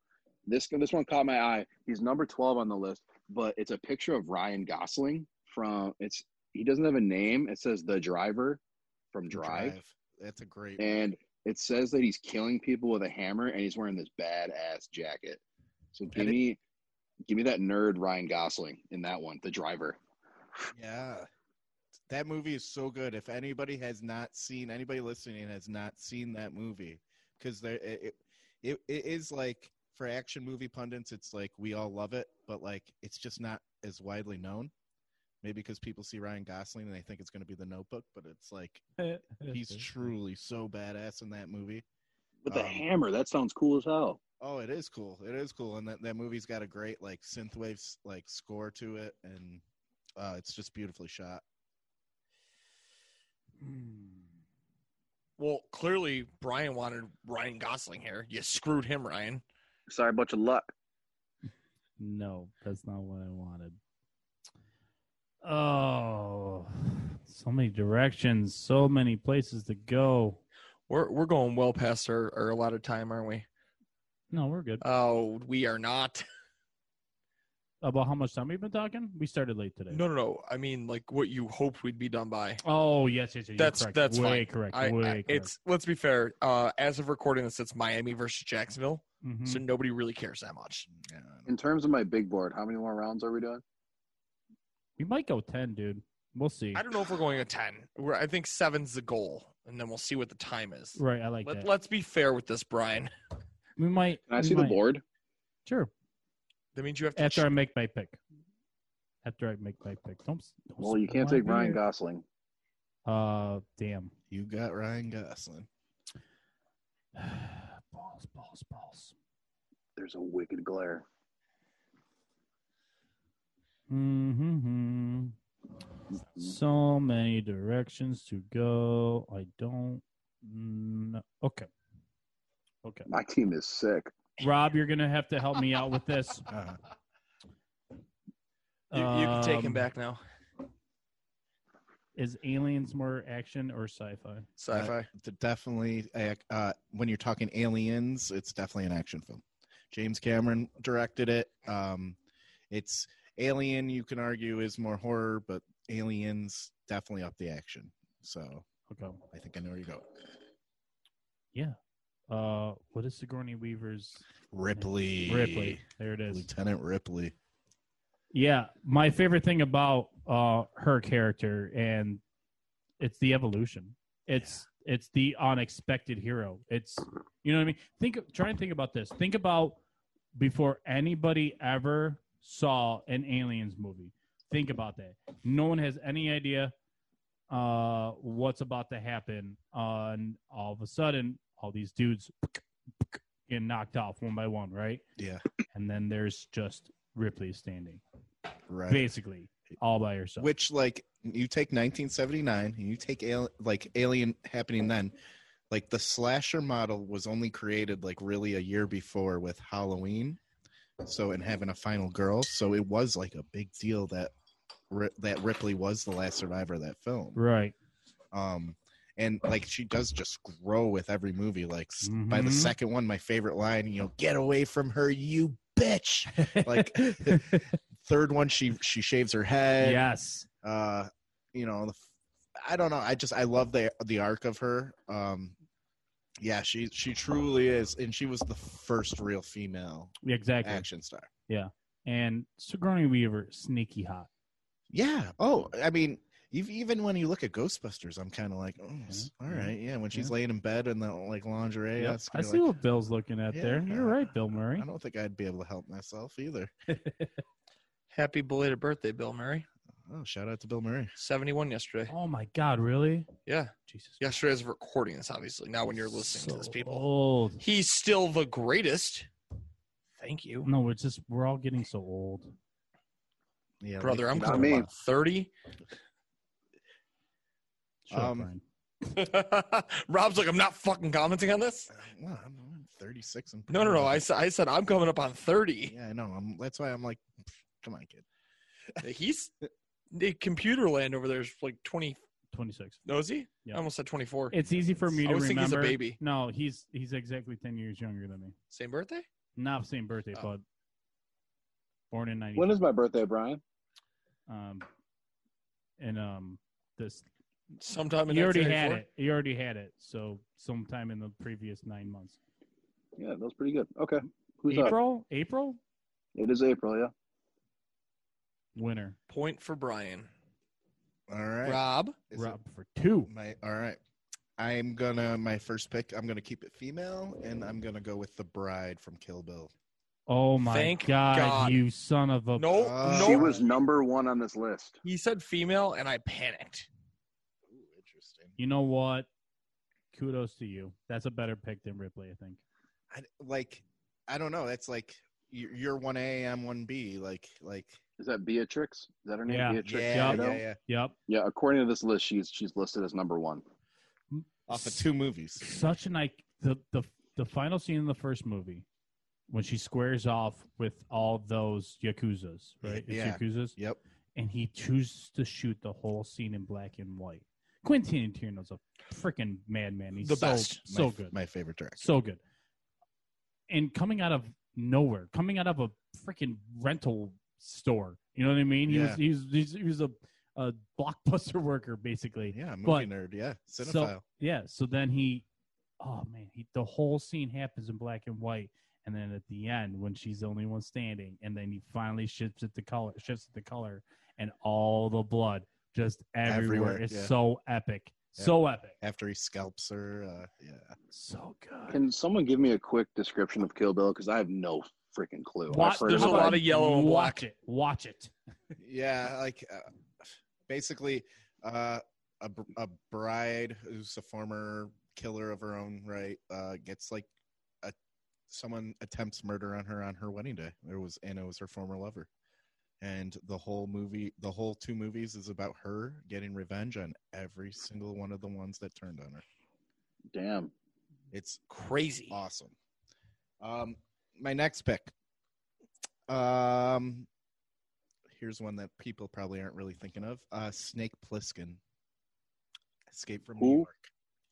Speaker 4: this this one caught my eye. He's number twelve on the list, but it's a picture of Ryan Gosling from. It's he doesn't have a name. It says the driver from Drive,
Speaker 5: That's a great.
Speaker 4: and it says that he's killing people with a hammer, and he's wearing this badass jacket. So give
Speaker 5: And it-
Speaker 4: me, give me that nerd Ryan Gosling in that one, the driver.
Speaker 5: Yeah. That movie is so good. If anybody has not seen, anybody listening has not seen that movie, because there it, it it is like for action movie pundits, it's like we all love it, but like it's just not as widely known. Maybe because people see Ryan Gosling and they think it's going to be The Notebook, but it's like he's truly so badass in that movie.
Speaker 4: With the
Speaker 5: Um,
Speaker 4: hammer, that sounds cool as hell.
Speaker 5: Oh, it is cool. It is cool, and that that movie's got a great like synthwave s- like score to it, and uh, it's just beautifully shot.
Speaker 3: Well, clearly Brian wanted Ryan Gosling here. You screwed him, Ryan.
Speaker 4: Sorry about your luck.
Speaker 2: *laughs* No, that's not what I wanted. Oh, so many directions, so many places to go.
Speaker 3: We're we're going well past our, our allotted time, aren't we?
Speaker 2: No, we're good.
Speaker 3: Oh, we are not.
Speaker 2: About how much time we've been talking? We started late today.
Speaker 3: No, no, no. I mean, like what you hoped we'd be done by.
Speaker 2: Oh yes, yes, yes. you're
Speaker 3: That's-
Speaker 2: correct.
Speaker 3: that's
Speaker 2: way
Speaker 3: fine.
Speaker 2: correct.
Speaker 3: I,
Speaker 2: way
Speaker 3: I-
Speaker 2: correct.
Speaker 3: it's let's be fair. Uh, as of recording this, it's Miami versus Jacksonville,
Speaker 2: Mhm.
Speaker 3: so nobody really cares that much.
Speaker 5: Yeah, I don't-
Speaker 4: In terms of my big board, how many more rounds are we doing?
Speaker 2: we might go ten, dude. We'll see.
Speaker 3: I don't know if we're going to ten. We're, I think seven's the goal, and then we'll see what the time is.
Speaker 2: Right, I like
Speaker 3: Let,
Speaker 2: that.
Speaker 3: let's be fair with this, Brian.
Speaker 2: we might.
Speaker 4: Can I
Speaker 2: we
Speaker 4: see the
Speaker 2: might-
Speaker 4: board?
Speaker 2: Sure.
Speaker 3: That means you have to.
Speaker 2: After I make my pick. After I make my pick. Don't. s- don't
Speaker 4: Well,
Speaker 2: s-
Speaker 4: you
Speaker 2: I
Speaker 4: can't
Speaker 2: wanna
Speaker 4: take
Speaker 2: be
Speaker 4: Ryan
Speaker 2: here.
Speaker 4: Gosling.
Speaker 2: Uh, damn. *sighs*
Speaker 5: you got Ryan Gosling.
Speaker 2: balls, balls, balls.
Speaker 4: There's a wicked glare.
Speaker 2: Hmm. So many directions to go. I don't. kn- okay. Okay.
Speaker 4: My team is sick.
Speaker 2: Rob, you're gonna have to help me out with this.
Speaker 5: Uh,
Speaker 3: *laughs* you, you can take him
Speaker 2: Um,
Speaker 3: back now.
Speaker 2: Is Aliens more action or sci-fi? uh,
Speaker 3: Sci-fi.
Speaker 5: d- definitely, ac- uh, when you're talking aliens, it's definitely an action film. James Cameron directed it. Um, it's Alien. You can argue is more horror, but Aliens definitely up the action. So
Speaker 2: Okay.
Speaker 5: I think I know where you go.
Speaker 2: Uh, what is Sigourney Weaver's
Speaker 5: Ripley.
Speaker 2: Ripley? There it is.
Speaker 5: Lieutenant Ripley.
Speaker 2: Yeah, my favorite thing about uh her character and it's the evolution. It's It's the unexpected hero. It's you know what I mean. Think try and think about this. Think about before anybody ever saw an aliens movie. Think about that. No one has any idea uh, what's about to happen. Uh, and all of a sudden, all these dudes get knocked off one by one, right?
Speaker 5: Yeah.
Speaker 2: And then there's just Ripley standing,
Speaker 5: Right.
Speaker 2: basically all by herself.
Speaker 5: Which like you take 1979 and you take al- like Alien happening then, like the slasher model was only created like really a year before with Halloween, so and having a final girl, so it was like a big deal that Ri- that Ripley was the last survivor of that film.
Speaker 2: right.
Speaker 5: um and like she does just grow with every movie like s by the
Speaker 2: Mhm.
Speaker 5: second one my favorite line you know get away from her you bitch *laughs*
Speaker 2: *laughs*
Speaker 5: Like- third one she she shaves her head
Speaker 2: yes.
Speaker 5: uh you know the, f- i don't know i just i love the the arc of her um yeah she she truly is and she was the first real female
Speaker 2: Exactly.
Speaker 5: action star
Speaker 2: And Sigourney Weaver, sneaky hot.
Speaker 5: yeah oh i mean ev- even when you look at Ghostbusters, I'm kind of like, oh, s-
Speaker 2: Yeah,
Speaker 5: all
Speaker 2: yeah,
Speaker 5: right, yeah. When she's
Speaker 2: yeah.
Speaker 5: laying in bed in the like lingerie,
Speaker 2: Yep.
Speaker 5: that's
Speaker 2: I
Speaker 5: gonna be
Speaker 2: see
Speaker 5: like,
Speaker 2: what Bill's looking at
Speaker 5: Yeah,
Speaker 2: there. You're
Speaker 5: uh,
Speaker 2: right, Bill Murray.
Speaker 5: I don't think I'd be able to help myself either.
Speaker 3: Happy belated birthday, Bill Murray.
Speaker 5: Oh, shout out to Bill Murray.
Speaker 3: 71 yesterday.
Speaker 2: Oh my God, really?
Speaker 3: Yeah.
Speaker 2: Jesus.
Speaker 3: Yesterday as of recording this, obviously. Now when you're listening
Speaker 2: So
Speaker 3: to this, people.
Speaker 2: Old.
Speaker 3: He's still the greatest. Thank you.
Speaker 2: No, we're just we're all getting so old.
Speaker 5: Yeah,
Speaker 3: Brother, I'm
Speaker 4: Not
Speaker 3: coming
Speaker 4: me.
Speaker 3: up on 30.
Speaker 2: Shut up,
Speaker 5: Um,
Speaker 2: Ryan.
Speaker 3: *laughs* Rob's like, I'm not fucking commenting on this.
Speaker 5: no, uh, I'm, I'm 36. And
Speaker 3: No, no, no. I, sa- I said, I'm coming up on 30.
Speaker 5: yeah, I know. I'm, that's why I'm like, come on, kid.
Speaker 3: He's the computer land over there is like 20.
Speaker 2: 26.
Speaker 3: No, is he?
Speaker 2: Yeah.
Speaker 3: I almost said 24.
Speaker 2: It's easy for me
Speaker 3: I
Speaker 2: to
Speaker 3: always think he's a
Speaker 2: remember.
Speaker 3: baby.
Speaker 2: No, he's he's exactly 10 years younger than me.
Speaker 3: Same birthday?
Speaker 2: Not same birthday,
Speaker 3: Oh.
Speaker 2: but born in 90.
Speaker 4: When is my birthday, Brian?
Speaker 2: um and um this
Speaker 3: Sometime in
Speaker 2: you already had
Speaker 3: 1934.
Speaker 2: it. You already had it. So sometime in the previous 9 months.
Speaker 4: Yeah, that was pretty good. Okay. Who's up?
Speaker 2: April? April?
Speaker 4: It is April, yeah.
Speaker 2: Winner.
Speaker 3: Point for Brian.
Speaker 5: All right.
Speaker 3: Rob.
Speaker 5: Is it
Speaker 2: Rob for two.
Speaker 5: my, all right. I'm going to, my first pick, I'm going to keep it female, and I'm going to go with the bride from Kill Bill.
Speaker 2: Oh my
Speaker 3: Thank
Speaker 2: god,
Speaker 3: God.
Speaker 2: you son of a
Speaker 3: No,
Speaker 5: Uh,
Speaker 3: no.
Speaker 4: She was number one on this list.
Speaker 3: He said female, and I panicked.
Speaker 5: Ooh, interesting.
Speaker 2: You know what? Kudos to you. That's a better pick than Ripley, I think.
Speaker 5: I, like, I don't know. That's like, you're you're 1A, I'm 1B. Like, like,
Speaker 4: Is that Beatrix? Is that her name?
Speaker 2: Yeah.
Speaker 4: Beatrix.
Speaker 5: yeah,
Speaker 4: Kiddo?
Speaker 5: yeah, yeah.
Speaker 2: Yep.
Speaker 4: Yeah, according to this list, she's she's listed as number one.
Speaker 5: Off of two movies.
Speaker 2: Such an like the the the final scene in the first movie when she squares off with all those yakuza's, right? It's
Speaker 5: Yeah.
Speaker 2: yakuza's,
Speaker 5: Yep.
Speaker 2: and he chooses to shoot the whole scene in black and white. Quentin Tarantino's a freaking madman. He's
Speaker 3: The
Speaker 2: so,
Speaker 3: best.
Speaker 2: so
Speaker 5: my,
Speaker 2: good,
Speaker 5: My favorite director.
Speaker 2: so good. And coming out of nowhere, coming out of a freaking rental store. You know what I mean? He was
Speaker 5: Yeah.
Speaker 2: he was he's- he was a a blockbuster *laughs* worker basically.
Speaker 5: Yeah, movie
Speaker 2: But-
Speaker 5: nerd. Yeah,
Speaker 2: So-
Speaker 5: cinephile.
Speaker 2: Yeah. So then he, oh man, he, the whole scene happens in black and white, and then at the end when she's the only one standing, and then he finally shifts it to color, shifts it to color, and all the blood just everywhere.
Speaker 5: Everywhere,
Speaker 2: It's
Speaker 5: yeah.
Speaker 2: so epic,
Speaker 5: Yeah.
Speaker 2: so epic,
Speaker 5: After he scalps her, uh, yeah.
Speaker 2: so good.
Speaker 4: Can someone give me a quick description of Kill Bill? Because I have no freaking clue. I've heard
Speaker 3: there's
Speaker 4: it,
Speaker 3: a
Speaker 4: but
Speaker 3: lot of yellow and
Speaker 2: Watch
Speaker 3: black.
Speaker 2: it. Watch it.
Speaker 5: yeah like uh, basically uh a, br- a bride who's a former killer of her own right uh gets like a someone attempts murder on her on her wedding day it was and it was her former lover and the whole movie the whole two movies is about her getting revenge on every single one of the ones that turned on her
Speaker 4: Damn.
Speaker 5: it's
Speaker 3: Crazy.
Speaker 5: awesome um my next pick um here's one that people probably aren't really thinking of uh snake pliskin escape from new
Speaker 4: Who?
Speaker 5: york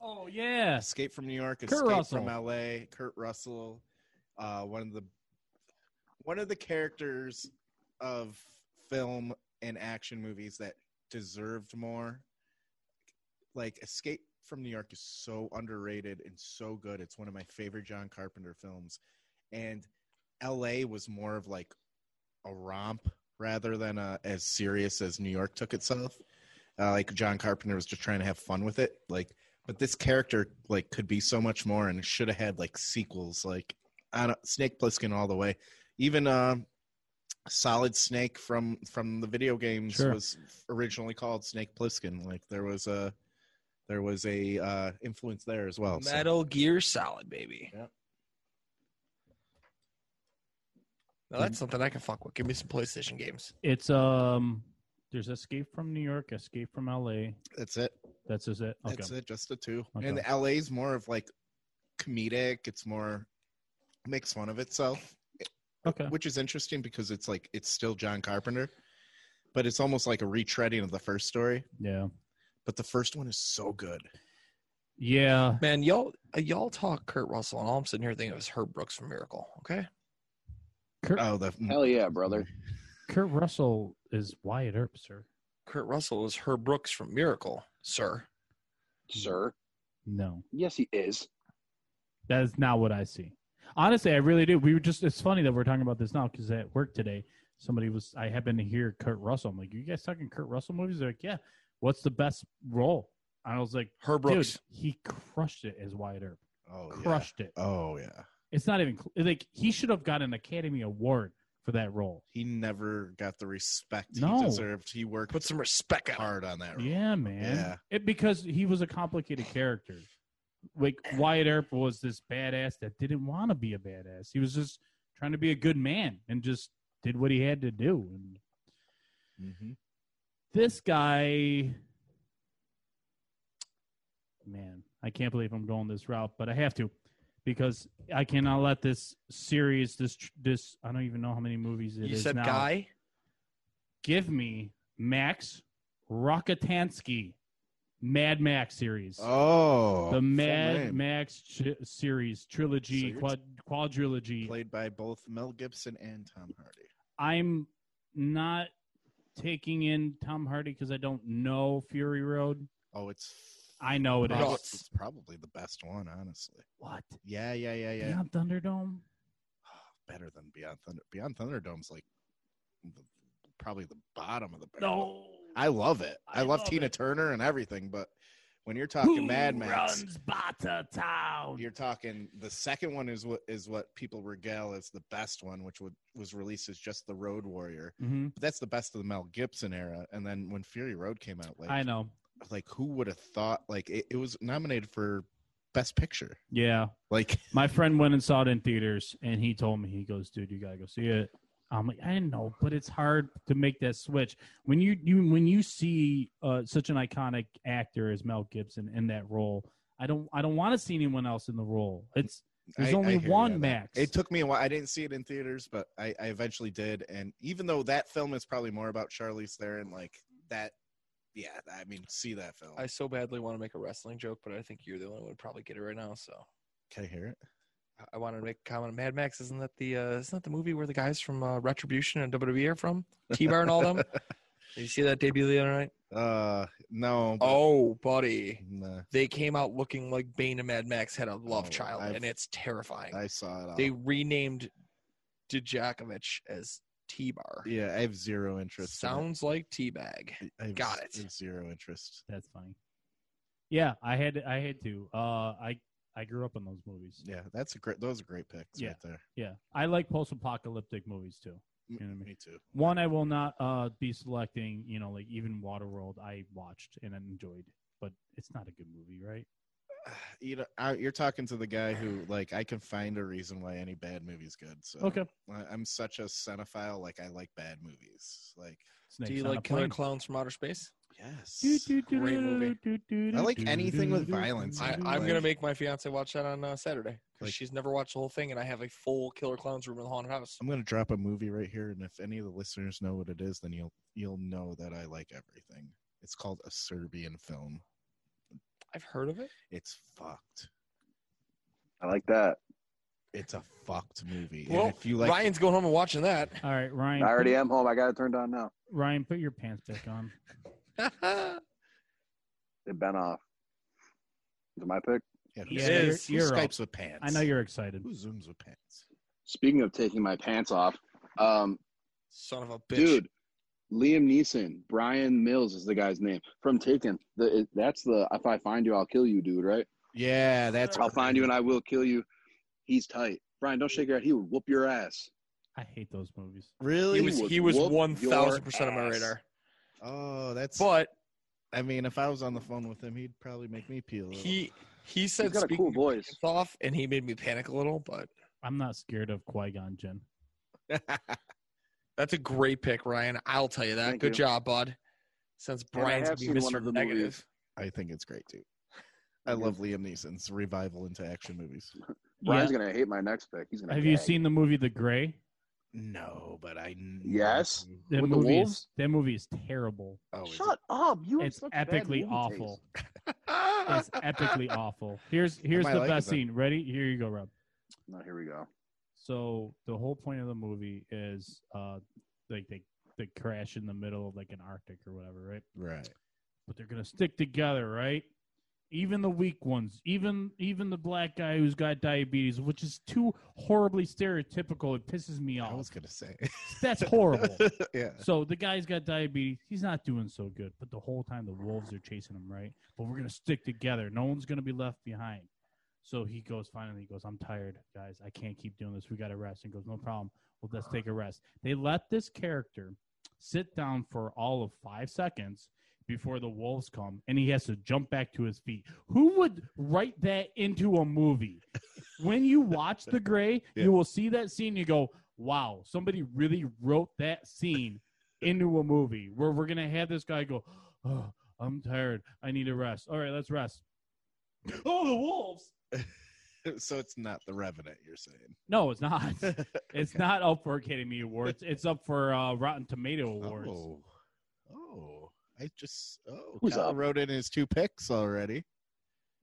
Speaker 2: Oh yeah.
Speaker 5: escape from new york
Speaker 2: Kurt
Speaker 5: escape
Speaker 2: Russell.
Speaker 5: from la kurt russell uh one of the one of the characters of film and action movies that deserved more like escape from new york is so underrated and so good it's one of my favorite john carpenter films and la was more of like a romp rather than a, as Uh, serious as new york took itself uh, like john carpenter was just trying to have fun with it like But this character like could be so much more, and it should have had like sequels. Like I don't, Snake Plissken all the way. Even uh, Solid Snake from from the video games
Speaker 2: Sure.
Speaker 5: was originally called Snake Plissken. Like there was a there was a uh, influence there as well. so-
Speaker 3: Metal Gear Solid, baby.
Speaker 5: Yeah.
Speaker 3: Now that's something I can fuck with. Give me some PlayStation games.
Speaker 2: It's um. There's Escape from New York, Escape from L.A.
Speaker 5: That's it.
Speaker 2: That's just it. Okay.
Speaker 5: That's it. Just the two.
Speaker 2: Okay.
Speaker 5: And LA's more of like comedic. It's more makes fun of itself.
Speaker 2: Okay.
Speaker 5: which is interesting because it's like it's still John Carpenter, but it's almost like a retreading of the first story.
Speaker 2: Yeah.
Speaker 5: But the first one is so good.
Speaker 2: Yeah.
Speaker 3: Man, y'all uh, y'all talk Kurt Russell, and all I'm sitting here thinking of is Herb Brooks from Miracle. Okay.
Speaker 2: Kurt,
Speaker 3: Uh,
Speaker 5: Oh, the
Speaker 4: Hell yeah, brother.
Speaker 2: Kurt Russell is Wyatt Earp, sir.
Speaker 3: Kurt Russell is Herb Brooks from Miracle, sir.
Speaker 4: Sir.
Speaker 2: No,
Speaker 4: Yes, he is.
Speaker 2: that is not what I see. Honestly, I really do. We were just. It's funny that we're talking about this now because at work today, somebody was. I happened to hear Kurt Russell. I'm like, you guys talking Kurt Russell movies? They're like, yeah. What's the best role? And I was like,
Speaker 3: Herb
Speaker 2: dude,
Speaker 3: Brooks.
Speaker 2: he crushed it as Wyatt Earp.
Speaker 5: oh, yeah.
Speaker 2: crushed it.
Speaker 5: oh yeah.
Speaker 2: It's not even cl- like he should have got an Academy Award for that role.
Speaker 5: He never got the respect
Speaker 2: No.
Speaker 5: he deserved. He worked
Speaker 3: Put some respect on. it.
Speaker 5: hard on that. role.
Speaker 2: Yeah, man.
Speaker 5: Yeah.
Speaker 2: It because he was a complicated character. Like Wyatt Earp was this badass that didn't want to be a badass. He was just trying to be a good man and just did what he had to do. And
Speaker 5: Mhm.
Speaker 2: this guy, man, I can't believe I'm going this route, but I have to because I cannot let this series, this tr- this I don't even know how many movies it is
Speaker 3: You said
Speaker 2: now.
Speaker 3: guy.
Speaker 2: Give me Max Rockatansky, Mad Max series.
Speaker 5: Oh,
Speaker 2: the
Speaker 5: full
Speaker 2: Mad
Speaker 5: name.
Speaker 2: Max tri- series
Speaker 5: So
Speaker 2: trilogy,
Speaker 5: you're
Speaker 2: quad- quadrilogy.
Speaker 5: played by both Mel Gibson and Tom Hardy.
Speaker 2: I'm not taking in Tom Hardy because I don't know Fury Road.
Speaker 5: Oh, it's
Speaker 2: I know it is.
Speaker 5: prob-
Speaker 3: No,
Speaker 5: it's probably the best one, honestly.
Speaker 2: What?
Speaker 5: Yeah, yeah, yeah, yeah.
Speaker 2: Beyond Thunderdome?
Speaker 5: Better than Beyond Thunder. Beyond Thunderdome's like the, probably the bottom of the barrel.
Speaker 2: No.
Speaker 5: I love it.
Speaker 2: I
Speaker 5: I, love,
Speaker 2: love
Speaker 5: Tina
Speaker 2: it.
Speaker 5: Turner and everything, but when you're talking
Speaker 2: Who
Speaker 5: Mad Max,
Speaker 2: runs Bata Town?
Speaker 5: you're talking the second one is what is what people regale as the best one, which would, was released as just the Road Warrior.
Speaker 2: Mhm.
Speaker 5: But that's the best of the Mel Gibson era. And then when Fury Road came out, like
Speaker 2: I know.
Speaker 5: like who would have thought? Like it, it was nominated for Best Picture.
Speaker 2: Yeah.
Speaker 5: Like
Speaker 2: My friend went and saw it in theaters, and he told me, he goes, "Dude, you gotta go see it." I'm like, I know, but it's hard to make that switch when you you when you see uh, such an iconic actor as Mel Gibson in that role. I don't I don't want to see anyone else in the role. It's There's
Speaker 5: I-
Speaker 2: only
Speaker 5: I hear you
Speaker 2: one
Speaker 5: on that.
Speaker 2: Max.
Speaker 5: It took me a while. I didn't see it in theaters, but I, I eventually did. And even though that film is probably more about Charlize Theron, like that, yeah, I mean, see that film.
Speaker 3: I so badly want to make a wrestling joke, but I think you're the only one who would probably get it right now. So
Speaker 5: Can I hear it?
Speaker 3: I- I wanted to make a comment. on Mad Max isn't that the uh, isn't that the movie where the guys from uh, Retribution and WWE are from? T Bar and all
Speaker 5: *laughs*
Speaker 3: them. Did you see that debut the other night?
Speaker 5: Uh, no. but-
Speaker 3: Oh, buddy,
Speaker 5: Nah,
Speaker 3: they came out looking like Bane and Mad Max had a love
Speaker 5: Oh,
Speaker 3: child,
Speaker 5: I've-
Speaker 3: and it's terrifying.
Speaker 5: I saw it. All.
Speaker 3: They renamed Dijakovic as T Bar.
Speaker 5: yeah, I have zero interest. in it.
Speaker 3: Sounds like Teabag.
Speaker 5: I have
Speaker 3: got
Speaker 5: z-
Speaker 3: it.
Speaker 5: I have zero interest.
Speaker 2: that's funny. Yeah, I had I had to. Uh, I I grew up on those movies.
Speaker 5: Yeah, that's a great. Those are great picks
Speaker 2: Yeah.
Speaker 5: right there.
Speaker 2: Yeah, I like post-apocalyptic movies too. You know what I mean?
Speaker 5: Me too.
Speaker 2: One I will not uh, be selecting. You know, like even Waterworld, I watched and enjoyed, but it's not a good movie, right?
Speaker 5: You know, I, you're talking to the guy who, like, I can find a reason why any bad movie's good. So
Speaker 2: Okay.
Speaker 5: I- I'm such a cinephile. Like, I like bad movies. Like,
Speaker 2: Snakes
Speaker 3: Do you
Speaker 2: on a
Speaker 3: like Killer
Speaker 2: plane.
Speaker 3: Clowns from Outer Space?
Speaker 5: yes.
Speaker 2: Do, do, do,
Speaker 3: Great
Speaker 2: do,
Speaker 3: movie.
Speaker 2: do, do, do,
Speaker 5: I like
Speaker 2: do,
Speaker 5: anything
Speaker 2: do,
Speaker 5: with
Speaker 2: do,
Speaker 5: violence
Speaker 2: do,
Speaker 5: in
Speaker 3: I,
Speaker 5: it.
Speaker 2: do.
Speaker 3: I'm
Speaker 5: Like-
Speaker 3: gonna make my fiance watch that on uh, Saturday because
Speaker 5: Like-
Speaker 3: she's never watched the whole thing, and I have a full Killer Clowns room in the haunted house.
Speaker 5: I'm gonna drop a movie right here, and if any of the listeners know what it is, then you'll you'll know that I like everything. It's called a Serbian film.
Speaker 3: I've heard of it.
Speaker 5: It's fucked.
Speaker 4: I like that.
Speaker 5: It's a fucked movie.
Speaker 3: Well,
Speaker 5: and if you like, *laughs*
Speaker 3: Ryan's going home and watching that.
Speaker 2: All right, Ryan.
Speaker 4: I already
Speaker 2: put,
Speaker 4: am home. I got it turned on now.
Speaker 2: Ryan, put your pants back on.
Speaker 4: It bent off. Is it my pick?
Speaker 5: yeah,
Speaker 2: Yeah,
Speaker 5: Skype-
Speaker 2: you're-
Speaker 5: who
Speaker 2: you're
Speaker 5: Skypes with pants.
Speaker 2: I know you're excited.
Speaker 5: Who zooms with pants?
Speaker 4: Speaking of taking my pants off, um,
Speaker 3: Son of a bitch.
Speaker 4: dude, Liam Neeson, Brian Mills is the guy's name from Taken. The, it- that's the if I find you, I'll kill you, dude. Right?
Speaker 5: Yeah, that's
Speaker 4: I'll find you and I will kill you. He's tight. Brian, don't shake your head. He would whoop your ass.
Speaker 2: I hate those movies.
Speaker 5: *laughs* really.
Speaker 3: He was
Speaker 4: would
Speaker 3: he was
Speaker 4: whoop
Speaker 3: one thousand percent on
Speaker 4: your
Speaker 3: my
Speaker 4: ass.
Speaker 3: radar.
Speaker 5: oh, that's.
Speaker 3: But
Speaker 5: I mean, if I was on the phone with him, he'd probably make me pee a little. *laughs*
Speaker 3: he he said
Speaker 4: He's got a
Speaker 3: "Speak
Speaker 4: cool
Speaker 3: your
Speaker 4: voice.
Speaker 3: pants off, and he made me panic a little. But
Speaker 2: I'm not scared of Qui Gon Jinn.
Speaker 3: that's a great pick, Ryan. I'll tell you that.
Speaker 4: Thank
Speaker 3: Good
Speaker 4: you.
Speaker 3: job, bud. Since
Speaker 4: And I
Speaker 3: Brian's
Speaker 4: have
Speaker 3: gonna be
Speaker 4: seen one
Speaker 3: Mr.
Speaker 4: of the
Speaker 3: Negative,
Speaker 5: I think it's great too. I love Liam Neeson's revival into action movies.
Speaker 4: Brian's gonna hate my next pick. He's gonna.
Speaker 2: Have you
Speaker 4: gag.
Speaker 2: seen the movie The Gray?
Speaker 5: No, but I. know
Speaker 4: Yes.
Speaker 5: you-
Speaker 2: That
Speaker 4: With the
Speaker 2: movie is
Speaker 4: wolves?
Speaker 2: that movie is terrible.
Speaker 5: Oh, is it-
Speaker 4: Shut up! You. have
Speaker 2: It's
Speaker 4: such bad
Speaker 2: epically
Speaker 4: movie
Speaker 2: awful.
Speaker 4: taste.
Speaker 3: Ah!
Speaker 2: It's
Speaker 4: *laughs*
Speaker 2: epically awful. Here's here's
Speaker 5: I
Speaker 2: the
Speaker 5: like it
Speaker 2: best
Speaker 5: then?
Speaker 2: scene. Ready? Here you go, Rob.
Speaker 4: No, here we go.
Speaker 2: So the whole point of the movie is uh like they they crash in the middle of like an Arctic or whatever, right?
Speaker 5: Right.
Speaker 2: But they're gonna stick together, right? Even the weak ones, even even the black guy who's got diabetes, which is too horribly stereotypical. It pisses me
Speaker 5: I
Speaker 2: off.
Speaker 5: was gonna say.
Speaker 2: That's horrible.
Speaker 5: *laughs* yeah.
Speaker 2: So the guy's got diabetes. He's not doing so good. But the whole time the wolves are chasing him, right? But we're gonna stick together. No one's gonna be left behind. So he goes finally. He goes, I'm tired, guys. I can't keep doing this. We got to rest. And he goes, No problem. Well, let's take a rest. They let this character sit down for all of five seconds before the wolves come, and he has to jump back to his feet. Who would write that into a movie? when you watch The Gray,
Speaker 5: *laughs* Yeah.
Speaker 2: you will see that scene. You go, Wow, somebody really wrote that scene into a movie where we're gonna have this guy go, oh, I'm tired. I need to rest. All right, let's rest. *gasps* oh, the wolves.
Speaker 5: So it's not the Revenant you're *laughs* saying.
Speaker 2: No, it's not. It's not up for Academy Awards. It's up for uh, Rotten Tomato Awards.
Speaker 5: Oh. Oh. I just oh
Speaker 4: Who's
Speaker 5: Kyle
Speaker 4: up?
Speaker 5: wrote in his two picks already.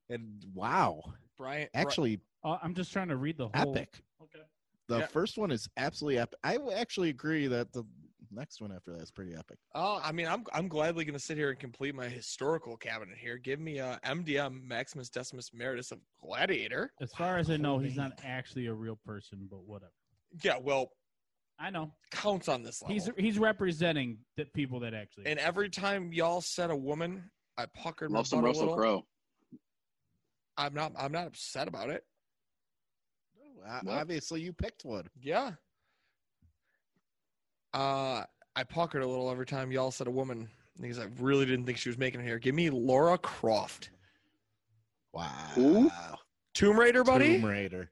Speaker 5: And wow.
Speaker 3: Brian Bri-
Speaker 5: Actually
Speaker 2: Uh, I'm just trying to read the whole.
Speaker 5: epic.
Speaker 2: Okay.
Speaker 5: The
Speaker 3: Yeah.
Speaker 5: first one is absolutely epic. I will actually agree that the next one after that is pretty epic.
Speaker 3: Oh, I mean, I'm I'm gladly going to sit here and complete my historical cabinet here. Give me uh, MDM Maximus Decimus Meritus of Gladiator.
Speaker 2: As far as I know, he's not actually a real person, but whatever.
Speaker 3: Yeah, well,
Speaker 2: I know
Speaker 3: counts on this level.
Speaker 2: he's he's representing the people that actually.
Speaker 3: and every time y'all said a woman, I puckered my
Speaker 4: Love some
Speaker 3: butt a
Speaker 4: Russell
Speaker 3: little.
Speaker 4: Crowe.
Speaker 3: I'm not I'm not upset about it.
Speaker 5: Oh, I-
Speaker 4: What?
Speaker 5: obviously you picked one.
Speaker 3: Yeah. Uh, I puckered a little every time y'all said a woman because I really didn't think she was making it here. Give me Laura Croft,
Speaker 5: Wow.
Speaker 4: Who?
Speaker 3: Tomb Raider, buddy.
Speaker 5: Tomb Raider.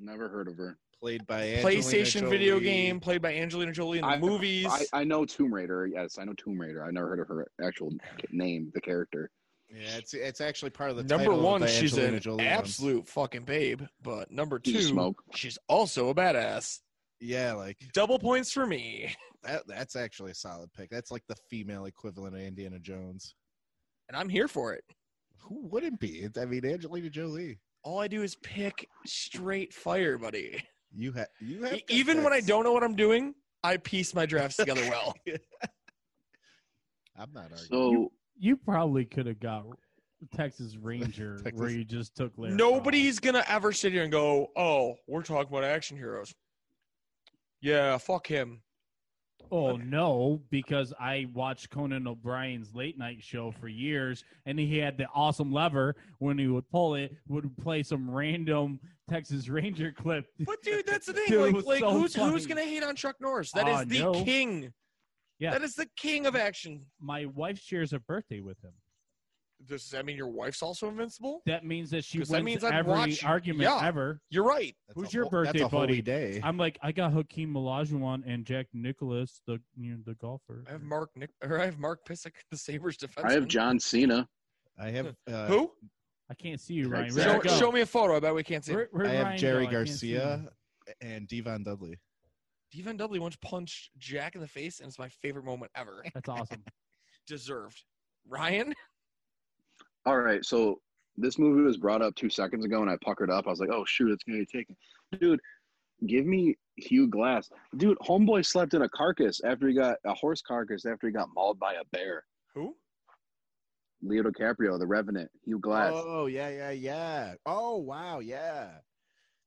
Speaker 4: Never heard of her.
Speaker 5: Played by Angelina
Speaker 3: PlayStation video
Speaker 5: Jolie.
Speaker 3: game played by Angelina Jolie in the
Speaker 4: I-
Speaker 3: movies.
Speaker 4: I, I know Tomb Raider. Yes, I know Tomb Raider. I never heard of her actual name, the character.
Speaker 5: Yeah, it's it's actually part of the
Speaker 3: number
Speaker 5: title of
Speaker 3: one,
Speaker 5: the
Speaker 3: she's
Speaker 5: Angelina
Speaker 3: an
Speaker 5: Jolie ones.
Speaker 3: absolute fucking babe. But number
Speaker 4: She's a
Speaker 3: two,
Speaker 4: smoke.
Speaker 3: she's also a badass.
Speaker 5: Yeah, like
Speaker 3: Double points for me.
Speaker 5: that. That's actually a solid pick. That's like the female equivalent of Indiana Jones.
Speaker 3: And I'm here for it.
Speaker 5: Who wouldn't be? It- I mean, Angelina Jolie.
Speaker 3: All I do is pick straight fire,
Speaker 5: *laughs*
Speaker 3: buddy.
Speaker 5: You have you have
Speaker 3: E-
Speaker 5: good
Speaker 3: Even when I
Speaker 5: picks.
Speaker 3: don't know what I'm doing, I piece my drafts together well.
Speaker 5: I'm not arguing.
Speaker 4: So
Speaker 2: you probably could have got Texas Ranger,
Speaker 5: *laughs* Texas-
Speaker 2: where you just took Larry.
Speaker 3: Nobody's gonna ever sit here and go, "Oh, we're talking about action heroes." Yeah, fuck him.
Speaker 2: Oh no, because I watched Conan O'Brien's late night show for years, and he had the awesome lever when he would pull it, would play some random Texas Ranger *laughs* clip.
Speaker 3: *laughs* But dude, that's the thing.
Speaker 2: Dude, it
Speaker 3: like,
Speaker 2: was
Speaker 3: like
Speaker 2: so
Speaker 3: who's who's
Speaker 2: funny.
Speaker 3: gonna hate on Chuck Norris? That is
Speaker 2: Ah,
Speaker 3: the
Speaker 2: no.
Speaker 3: king.
Speaker 2: Yeah.
Speaker 3: That is the king of action.
Speaker 2: My wife shares a birthday with him.
Speaker 3: Does that mean your wife's also invincible?
Speaker 2: That means that she
Speaker 3: 'Cause
Speaker 2: wins
Speaker 3: that means I'd
Speaker 2: every
Speaker 3: watch-
Speaker 2: argument
Speaker 3: yeah.
Speaker 2: ever.
Speaker 3: You're right.
Speaker 5: That's
Speaker 2: who's
Speaker 5: a
Speaker 2: your
Speaker 5: hol-
Speaker 2: birthday
Speaker 5: that's a holy
Speaker 2: buddy?
Speaker 5: day.
Speaker 2: I'm like, I got Hakeem Olajuwon and Jack Nicholas, the you know, the golfer.
Speaker 3: I have Mark Nick, or I have Mark Pissick, the Sabres defense.
Speaker 4: I have John Cena.
Speaker 5: I have uh,
Speaker 3: Who?
Speaker 2: I can't see you, Ryan.
Speaker 4: Show-
Speaker 2: Where'd
Speaker 3: Show,
Speaker 2: you go?
Speaker 3: show me a photo. I bet we can't see.
Speaker 2: Where-
Speaker 3: it.
Speaker 2: where'd
Speaker 5: I have
Speaker 2: Ryan
Speaker 5: Jerry
Speaker 2: go? I can't see him.
Speaker 5: Garcia and Devon Dudley.
Speaker 3: Devon Dudley once punched Jack in the face, and it's my favorite moment
Speaker 2: *laughs*
Speaker 3: ever.
Speaker 2: That's awesome.
Speaker 3: Deserved. Ryan,
Speaker 4: All right, so this movie was brought up two seconds ago, and I puckered up. I was like, "Oh shoot, it's gonna be taken." Dude, give me Hugh Glass. Dude, homeboy slept in a carcass after he got a horse carcass after he got mauled by a bear.
Speaker 3: who?
Speaker 4: Leo DiCaprio, The Revenant, Hugh Glass.
Speaker 5: Oh yeah, yeah, yeah. Oh wow, yeah.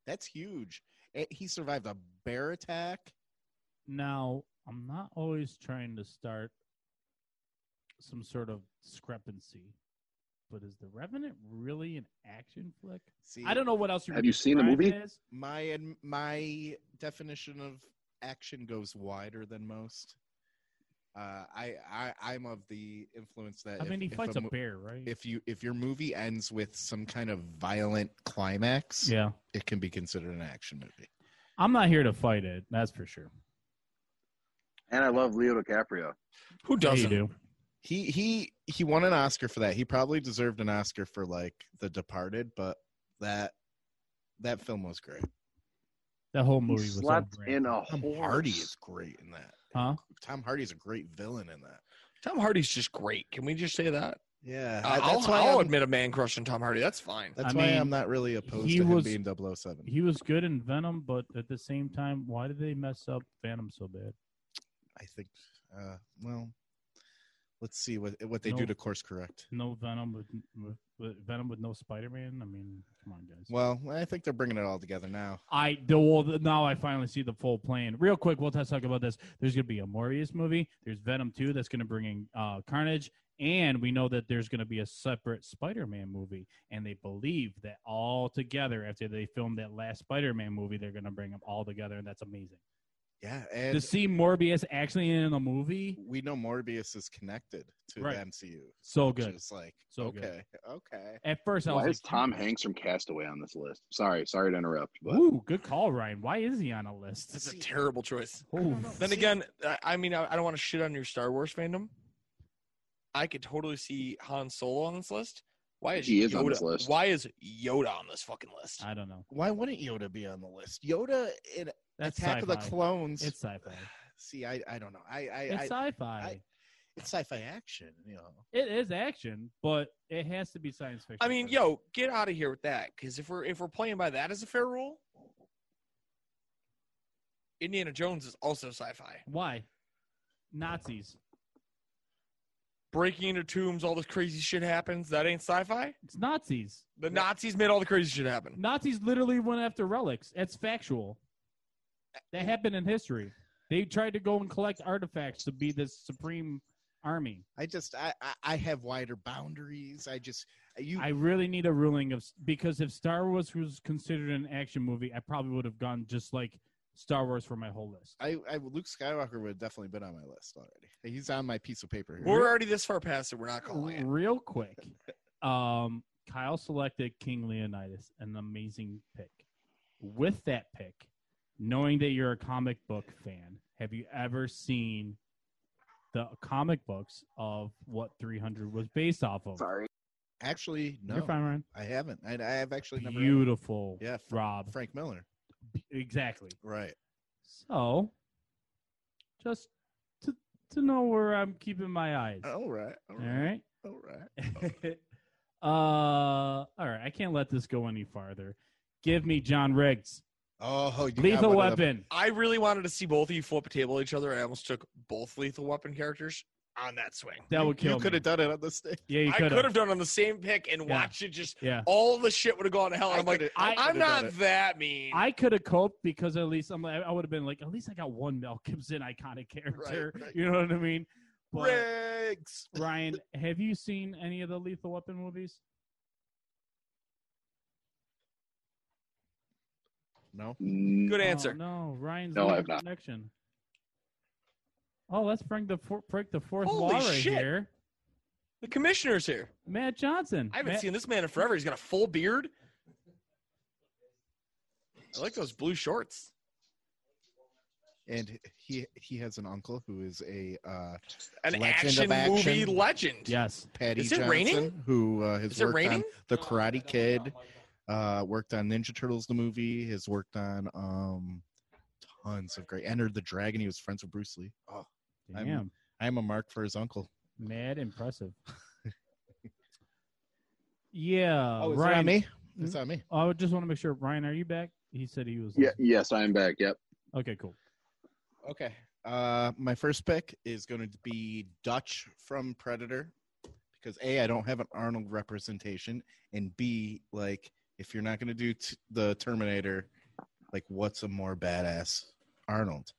Speaker 5: That's huge. Eh, He survived a bear attack.
Speaker 2: Now I'm not always trying to start some sort of discrepancy, but is the Revenant really an action flick?
Speaker 5: See,
Speaker 2: I don't know what else you
Speaker 4: Have you seen the movie?
Speaker 5: My ad- my definition of action goes wider than most. Uh, I, I I'm of the influence that
Speaker 2: I
Speaker 5: if-
Speaker 2: mean, he
Speaker 5: if
Speaker 2: fights a,
Speaker 5: mo-
Speaker 2: bear, right?
Speaker 5: If you if your movie ends with some kind of violent climax,
Speaker 2: yeah,
Speaker 5: it can be considered an action movie.
Speaker 2: I'm not here to fight it. That's for sure.
Speaker 4: And I love Leo DiCaprio.
Speaker 3: Who
Speaker 2: Yeah,
Speaker 3: doesn't?
Speaker 2: you do?
Speaker 5: He he he won an Oscar for that. He probably deserved an Oscar for like The Departed, but that that film was great.
Speaker 2: That whole
Speaker 4: He
Speaker 2: movie was
Speaker 4: slept
Speaker 2: on brand.
Speaker 4: in a
Speaker 5: Tom
Speaker 4: horse.
Speaker 5: Hardy is great in that.
Speaker 2: Huh?
Speaker 5: Tom Hardy's a great villain in that.
Speaker 3: Tom Hardy's just great. Can we just say that?
Speaker 5: Yeah,
Speaker 3: Uh,
Speaker 5: that's
Speaker 3: I'll,
Speaker 5: why
Speaker 3: I'll
Speaker 5: I'm-
Speaker 3: admit a man crush on Tom Hardy. That's fine.
Speaker 5: That's
Speaker 2: I
Speaker 5: why
Speaker 2: mean,
Speaker 5: I'm not really opposed
Speaker 2: he
Speaker 5: to him
Speaker 2: was-
Speaker 5: being 007.
Speaker 2: He was good in Venom, but at the same time, why did they mess up Venom so bad?
Speaker 5: I think. Uh, well, let's see what what they
Speaker 2: No.
Speaker 5: do to course correct.
Speaker 2: No Venom with, with, with Venom with no Spider-Man. I mean, come on, guys.
Speaker 5: Well, I think they're bringing it all together now.
Speaker 2: I the, well, the- now I finally see the full plan. Real quick, we'll just talk about this. There's going to be a Morbius movie. There's Venom two that's going to bring in uh, Carnage, and we know that there's going to be a separate Spider-Man movie. And they believe that all together after they film that last Spider-Man movie, they're going to bring them all together, and that's amazing.
Speaker 5: Yeah, and
Speaker 2: to see Morbius actually in a movie,
Speaker 5: we know Morbius is connected to
Speaker 2: Right.
Speaker 5: the MCU.
Speaker 2: so
Speaker 5: which
Speaker 2: good.
Speaker 5: is like
Speaker 2: So good.
Speaker 5: okay, okay.
Speaker 2: At first, I was
Speaker 4: Why
Speaker 2: like,
Speaker 4: is Tom Hanks from Castaway on this list? Sorry, sorry to interrupt, but
Speaker 2: Ooh, good call, Ryan. Why is he on a list?
Speaker 3: That's a terrible choice.
Speaker 5: I don't
Speaker 2: Ooh.
Speaker 5: know.
Speaker 3: Then
Speaker 5: See-
Speaker 3: again, I- I mean, I I don't want to shit on your Star Wars fandom. I could totally see Han Solo on this list. Why is
Speaker 4: He
Speaker 3: Yoda,
Speaker 4: is on this list.
Speaker 3: Why is Yoda on this fucking list?
Speaker 2: I don't know.
Speaker 5: Why wouldn't Yoda be on the list? Yoda in
Speaker 2: That's
Speaker 5: Attack of the
Speaker 2: sci-fi.
Speaker 5: Clones.
Speaker 2: It's sci-fi.
Speaker 5: see, I I don't know. I I
Speaker 2: It's
Speaker 5: I,
Speaker 2: sci-fi.
Speaker 5: I- it's sci-fi action. You know,
Speaker 2: It is action, but it has to be science fiction.
Speaker 3: I mean,
Speaker 2: first.
Speaker 3: yo, get out of here with that. Because if we're if we're playing by that as a fair rule, Indiana Jones is also sci-fi.
Speaker 2: why Nazis?
Speaker 3: Breaking into tombs, all this crazy shit happens. That ain't sci-fi.
Speaker 2: It's Nazis.
Speaker 3: The Nazis made all the crazy shit happen.
Speaker 2: Nazis literally went after relics. That's factual. That happened in history. They tried to go and collect artifacts to be this supreme army.
Speaker 5: I just I I, I have wider boundaries. I just you.
Speaker 2: I really need a ruling of because if Star Wars was considered an action movie, I probably would have gone just like Star Wars for my whole list.
Speaker 5: I, I Luke Skywalker would have definitely been on my list already. He's on my piece of paper here.
Speaker 3: We're already this far past it. We're not calling it.
Speaker 2: Real quick, um, Kyle selected King Leonidas, an amazing pick. With that pick, knowing that you're a comic book fan, have you ever seen the comic books of what 300 was based off of?
Speaker 4: sorry.
Speaker 5: actually no,
Speaker 2: You're fine, Ryan.
Speaker 5: I haven't. I, I have actually never.
Speaker 2: Beautiful,
Speaker 5: Yeah, Fra-
Speaker 2: Rob.
Speaker 5: Frank Miller,
Speaker 2: Exactly.
Speaker 5: right?
Speaker 2: So, just to to know where I'm keeping my eyes.
Speaker 5: All right, all
Speaker 2: all
Speaker 5: right,
Speaker 2: right.
Speaker 5: all right.
Speaker 2: *laughs* uh, all right. I can't let this go any farther. Give me John Riggs,
Speaker 5: Oh, you got
Speaker 2: Lethal
Speaker 5: one of the-
Speaker 2: Weapon.
Speaker 3: I really wanted to see both of you flip a table at each other. I almost took both lethal weapon characters on that swing.
Speaker 2: That would kill
Speaker 5: You could
Speaker 2: me.
Speaker 5: have done it on this day.
Speaker 2: yeah, you
Speaker 3: I
Speaker 2: could
Speaker 3: could
Speaker 2: have.
Speaker 3: have done on the same pick and
Speaker 2: Yeah.
Speaker 3: watched it just
Speaker 2: Yeah,
Speaker 3: all the shit would have gone to hell. I'm like,
Speaker 5: could've-
Speaker 2: I-
Speaker 5: could've
Speaker 3: I'm
Speaker 5: done
Speaker 3: not
Speaker 5: it.
Speaker 3: that mean.
Speaker 2: I could have coped because at least I'm like, I would have been like, at least I got one Mel Gibson
Speaker 3: *laughs*
Speaker 2: iconic character.
Speaker 5: right.
Speaker 2: You know what I mean? But
Speaker 5: Riggs.
Speaker 2: Ryan, have you seen any of the Lethal Weapon movies?
Speaker 5: No,
Speaker 4: Mm,
Speaker 3: Good
Speaker 2: Oh,
Speaker 3: answer.
Speaker 2: no, Ryan's
Speaker 4: No, I
Speaker 2: no,
Speaker 4: have not.
Speaker 2: connection. Oh, let's bring the for- break the fourth
Speaker 3: Holy
Speaker 2: law right
Speaker 3: shit.
Speaker 2: here.
Speaker 3: The commissioner's here.
Speaker 2: Matt Johnson.
Speaker 3: I haven't
Speaker 2: Matt-
Speaker 3: seen this man in forever. He's got a full beard. I like those blue shorts.
Speaker 5: and he he has an uncle who is a uh,
Speaker 3: An
Speaker 5: Legend of
Speaker 3: action,
Speaker 5: action.
Speaker 3: movie legend.
Speaker 2: Yes.
Speaker 5: Patty
Speaker 3: Is it
Speaker 5: Johnson
Speaker 3: raining?
Speaker 5: who uh, has
Speaker 3: Is it
Speaker 5: worked
Speaker 3: raining?
Speaker 5: on The Karate Kid, uh, worked on Ninja Turtles the movie, has worked on um, tons of great. Entered the Dragon. He was friends with Bruce Lee. Oh, I'm-
Speaker 2: Damn.
Speaker 5: I am a mark for his uncle.
Speaker 2: Mad impressive. yeah.
Speaker 5: oh, is
Speaker 2: Ryan,
Speaker 5: it on me? It's
Speaker 2: Mm-hmm.
Speaker 5: on me.
Speaker 2: I would just want to make sure. Ryan, are you back? He said he was.
Speaker 4: Yeah, yes, I am back. Yep.
Speaker 2: Okay, cool.
Speaker 5: Okay. Uh, my first pick is going to be Dutch from Predator because A, I don't have an Arnold representation, and B, like, if you're not going to do t- the Terminator, like, what's a more badass Arnold?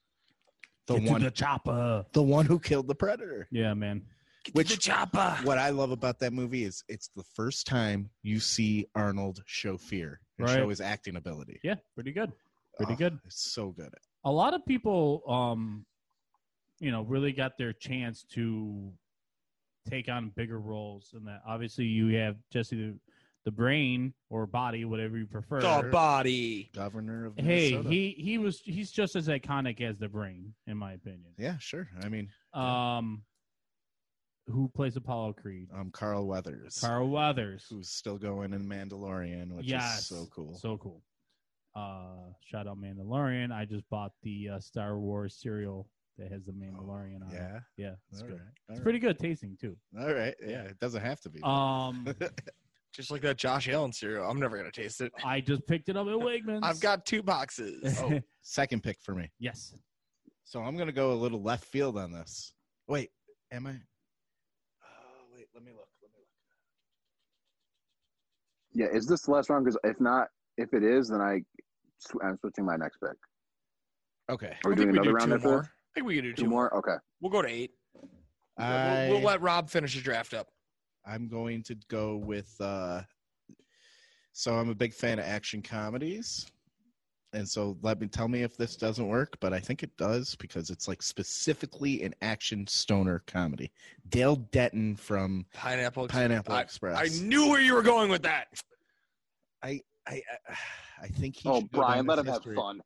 Speaker 5: The
Speaker 2: Get to
Speaker 5: one-
Speaker 2: the chopper.
Speaker 5: The one who killed the predator.
Speaker 2: Yeah, man.
Speaker 3: Get
Speaker 5: Which-
Speaker 3: to the chopper.
Speaker 5: What I love about that movie is it's the first time you see Arnold show fear and
Speaker 2: Right.
Speaker 5: show his acting ability.
Speaker 2: Yeah, pretty good. Pretty
Speaker 5: Oh,
Speaker 2: good.
Speaker 5: It's so good.
Speaker 2: a lot of people um you know really got their chance to take on bigger roles and that obviously you have jesse the, the brain or body whatever you prefer
Speaker 3: The body.
Speaker 5: Governor of
Speaker 2: hey
Speaker 5: Minnesota.
Speaker 2: he he was he's just as iconic as the brain in my opinion
Speaker 5: Yeah, sure. I mean,
Speaker 2: um who plays apollo creed
Speaker 5: um, Carl Weathers,
Speaker 2: carl weathers
Speaker 5: who's still going in Mandalorian, which
Speaker 2: yes
Speaker 5: is so cool.
Speaker 2: so cool uh shout out mandalorian i just bought the uh, star wars cereal that has the mandalorian on it
Speaker 5: Oh, yeah,
Speaker 2: yeah it's
Speaker 5: all
Speaker 2: good
Speaker 5: right, all
Speaker 2: It's
Speaker 5: right.
Speaker 2: pretty good tasting
Speaker 5: *laughs*
Speaker 2: too.
Speaker 5: All right, yeah, it doesn't have to be.
Speaker 2: Um,
Speaker 3: Just like that Josh Allen cereal. I'm never gonna taste it.
Speaker 2: I just picked it up at Wegmans. *laughs*
Speaker 3: I've got two boxes.
Speaker 5: Oh. Second pick for me.
Speaker 2: yes.
Speaker 5: So I'm gonna go a little left field on this. Wait, am I? Oh, wait, let me look. Let me look.
Speaker 4: Yeah, is this the last round? Because if not, if it is, then I sw- I'm switching my next pick.
Speaker 5: Okay,
Speaker 4: Are we
Speaker 3: I
Speaker 4: doing
Speaker 3: think
Speaker 4: another
Speaker 3: do
Speaker 4: round
Speaker 3: two
Speaker 4: after
Speaker 3: more.
Speaker 4: this?
Speaker 3: I think we can do
Speaker 4: Two more? Okay.
Speaker 3: We'll go to eight.
Speaker 5: I,
Speaker 3: We'll, we'll let Rob finish the draft up.
Speaker 5: I'm going to go with. uh So I'm a big fan of action comedies, and so let me tell me if this doesn't work, but I think it does because it's like specifically an action stoner comedy. Dale Denton from
Speaker 3: Pineapple. Express.
Speaker 5: Pineapple
Speaker 3: I-
Speaker 5: Express.
Speaker 3: I knew where you were going with that.
Speaker 5: I, I, I think he.
Speaker 4: Oh,
Speaker 5: should go
Speaker 4: Brian,
Speaker 5: down
Speaker 4: let him
Speaker 5: as
Speaker 4: have
Speaker 5: history-
Speaker 4: fun.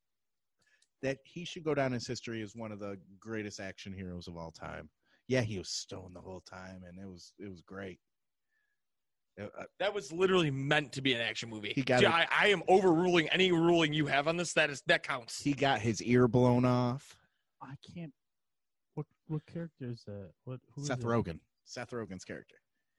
Speaker 5: That he should go down in history as one of the greatest action heroes of all time. Yeah, he was stoned the whole time, and it was it was great. Uh, uh,
Speaker 3: That was literally meant to be an action movie.
Speaker 5: He got
Speaker 3: Dude,
Speaker 5: it.
Speaker 3: I, I am overruling any ruling you have on this. That is that counts.
Speaker 5: he got his ear blown off.
Speaker 2: I can't. What what character is that? What who is
Speaker 5: Seth
Speaker 2: it?
Speaker 5: Rogen. Seth Rogen's character.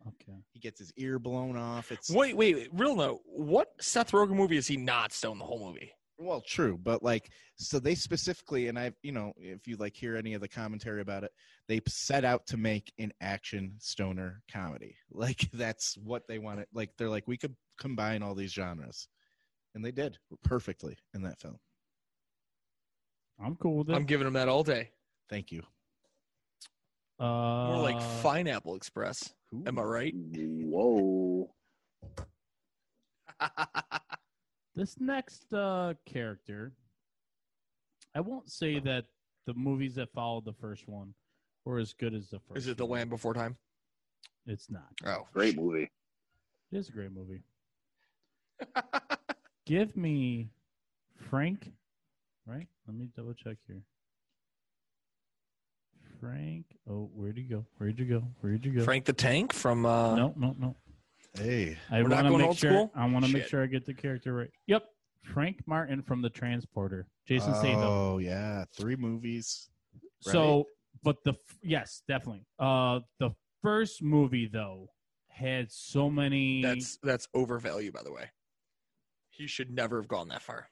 Speaker 2: Okay.
Speaker 5: He gets his ear blown off. It's
Speaker 3: wait, wait, wait, real note. What Seth Rogen movie is he not stoned the whole movie?
Speaker 5: Well, true, but like, so they specifically, and I, you know, if you like hear any of the commentary about it, they set out to make an action stoner comedy. *laughs* Like that's what they wanted. Like they're like, we could combine all these genres, and they did perfectly in that film.
Speaker 2: I'm cool with it.
Speaker 3: I'm giving him that all day.
Speaker 5: Thank you.
Speaker 2: uh,
Speaker 3: More like Pineapple Express. Am I
Speaker 4: *laughs*
Speaker 3: right?
Speaker 4: Whoa.
Speaker 2: This next uh, character, I won't say that the movies that followed the first one were as good as the first.
Speaker 3: is it The
Speaker 2: one.
Speaker 3: Land Before Time?
Speaker 2: It's not.
Speaker 3: Oh,
Speaker 4: Great movie.
Speaker 2: It is a great movie. Give me Frank. Right? Let me double check here. Frank. Oh, where'd you go? Where'd you go? Where'd you go?
Speaker 3: Frank the Tank from. Uh,
Speaker 2: No, no, no.
Speaker 5: Hey,
Speaker 2: I
Speaker 3: We're not
Speaker 2: want to
Speaker 3: going
Speaker 2: make
Speaker 3: old
Speaker 2: sure.
Speaker 3: school?
Speaker 2: I want to make
Speaker 3: Shit.
Speaker 2: sure I get the character right. Yep, Frank Martin from The Transporter. Jason Statham.
Speaker 5: Oh yeah, three movies.
Speaker 2: So, but the f- yes, definitely. Uh, the first movie though had so many.
Speaker 3: That's that's overvalue, by the way. He should never have gone that far.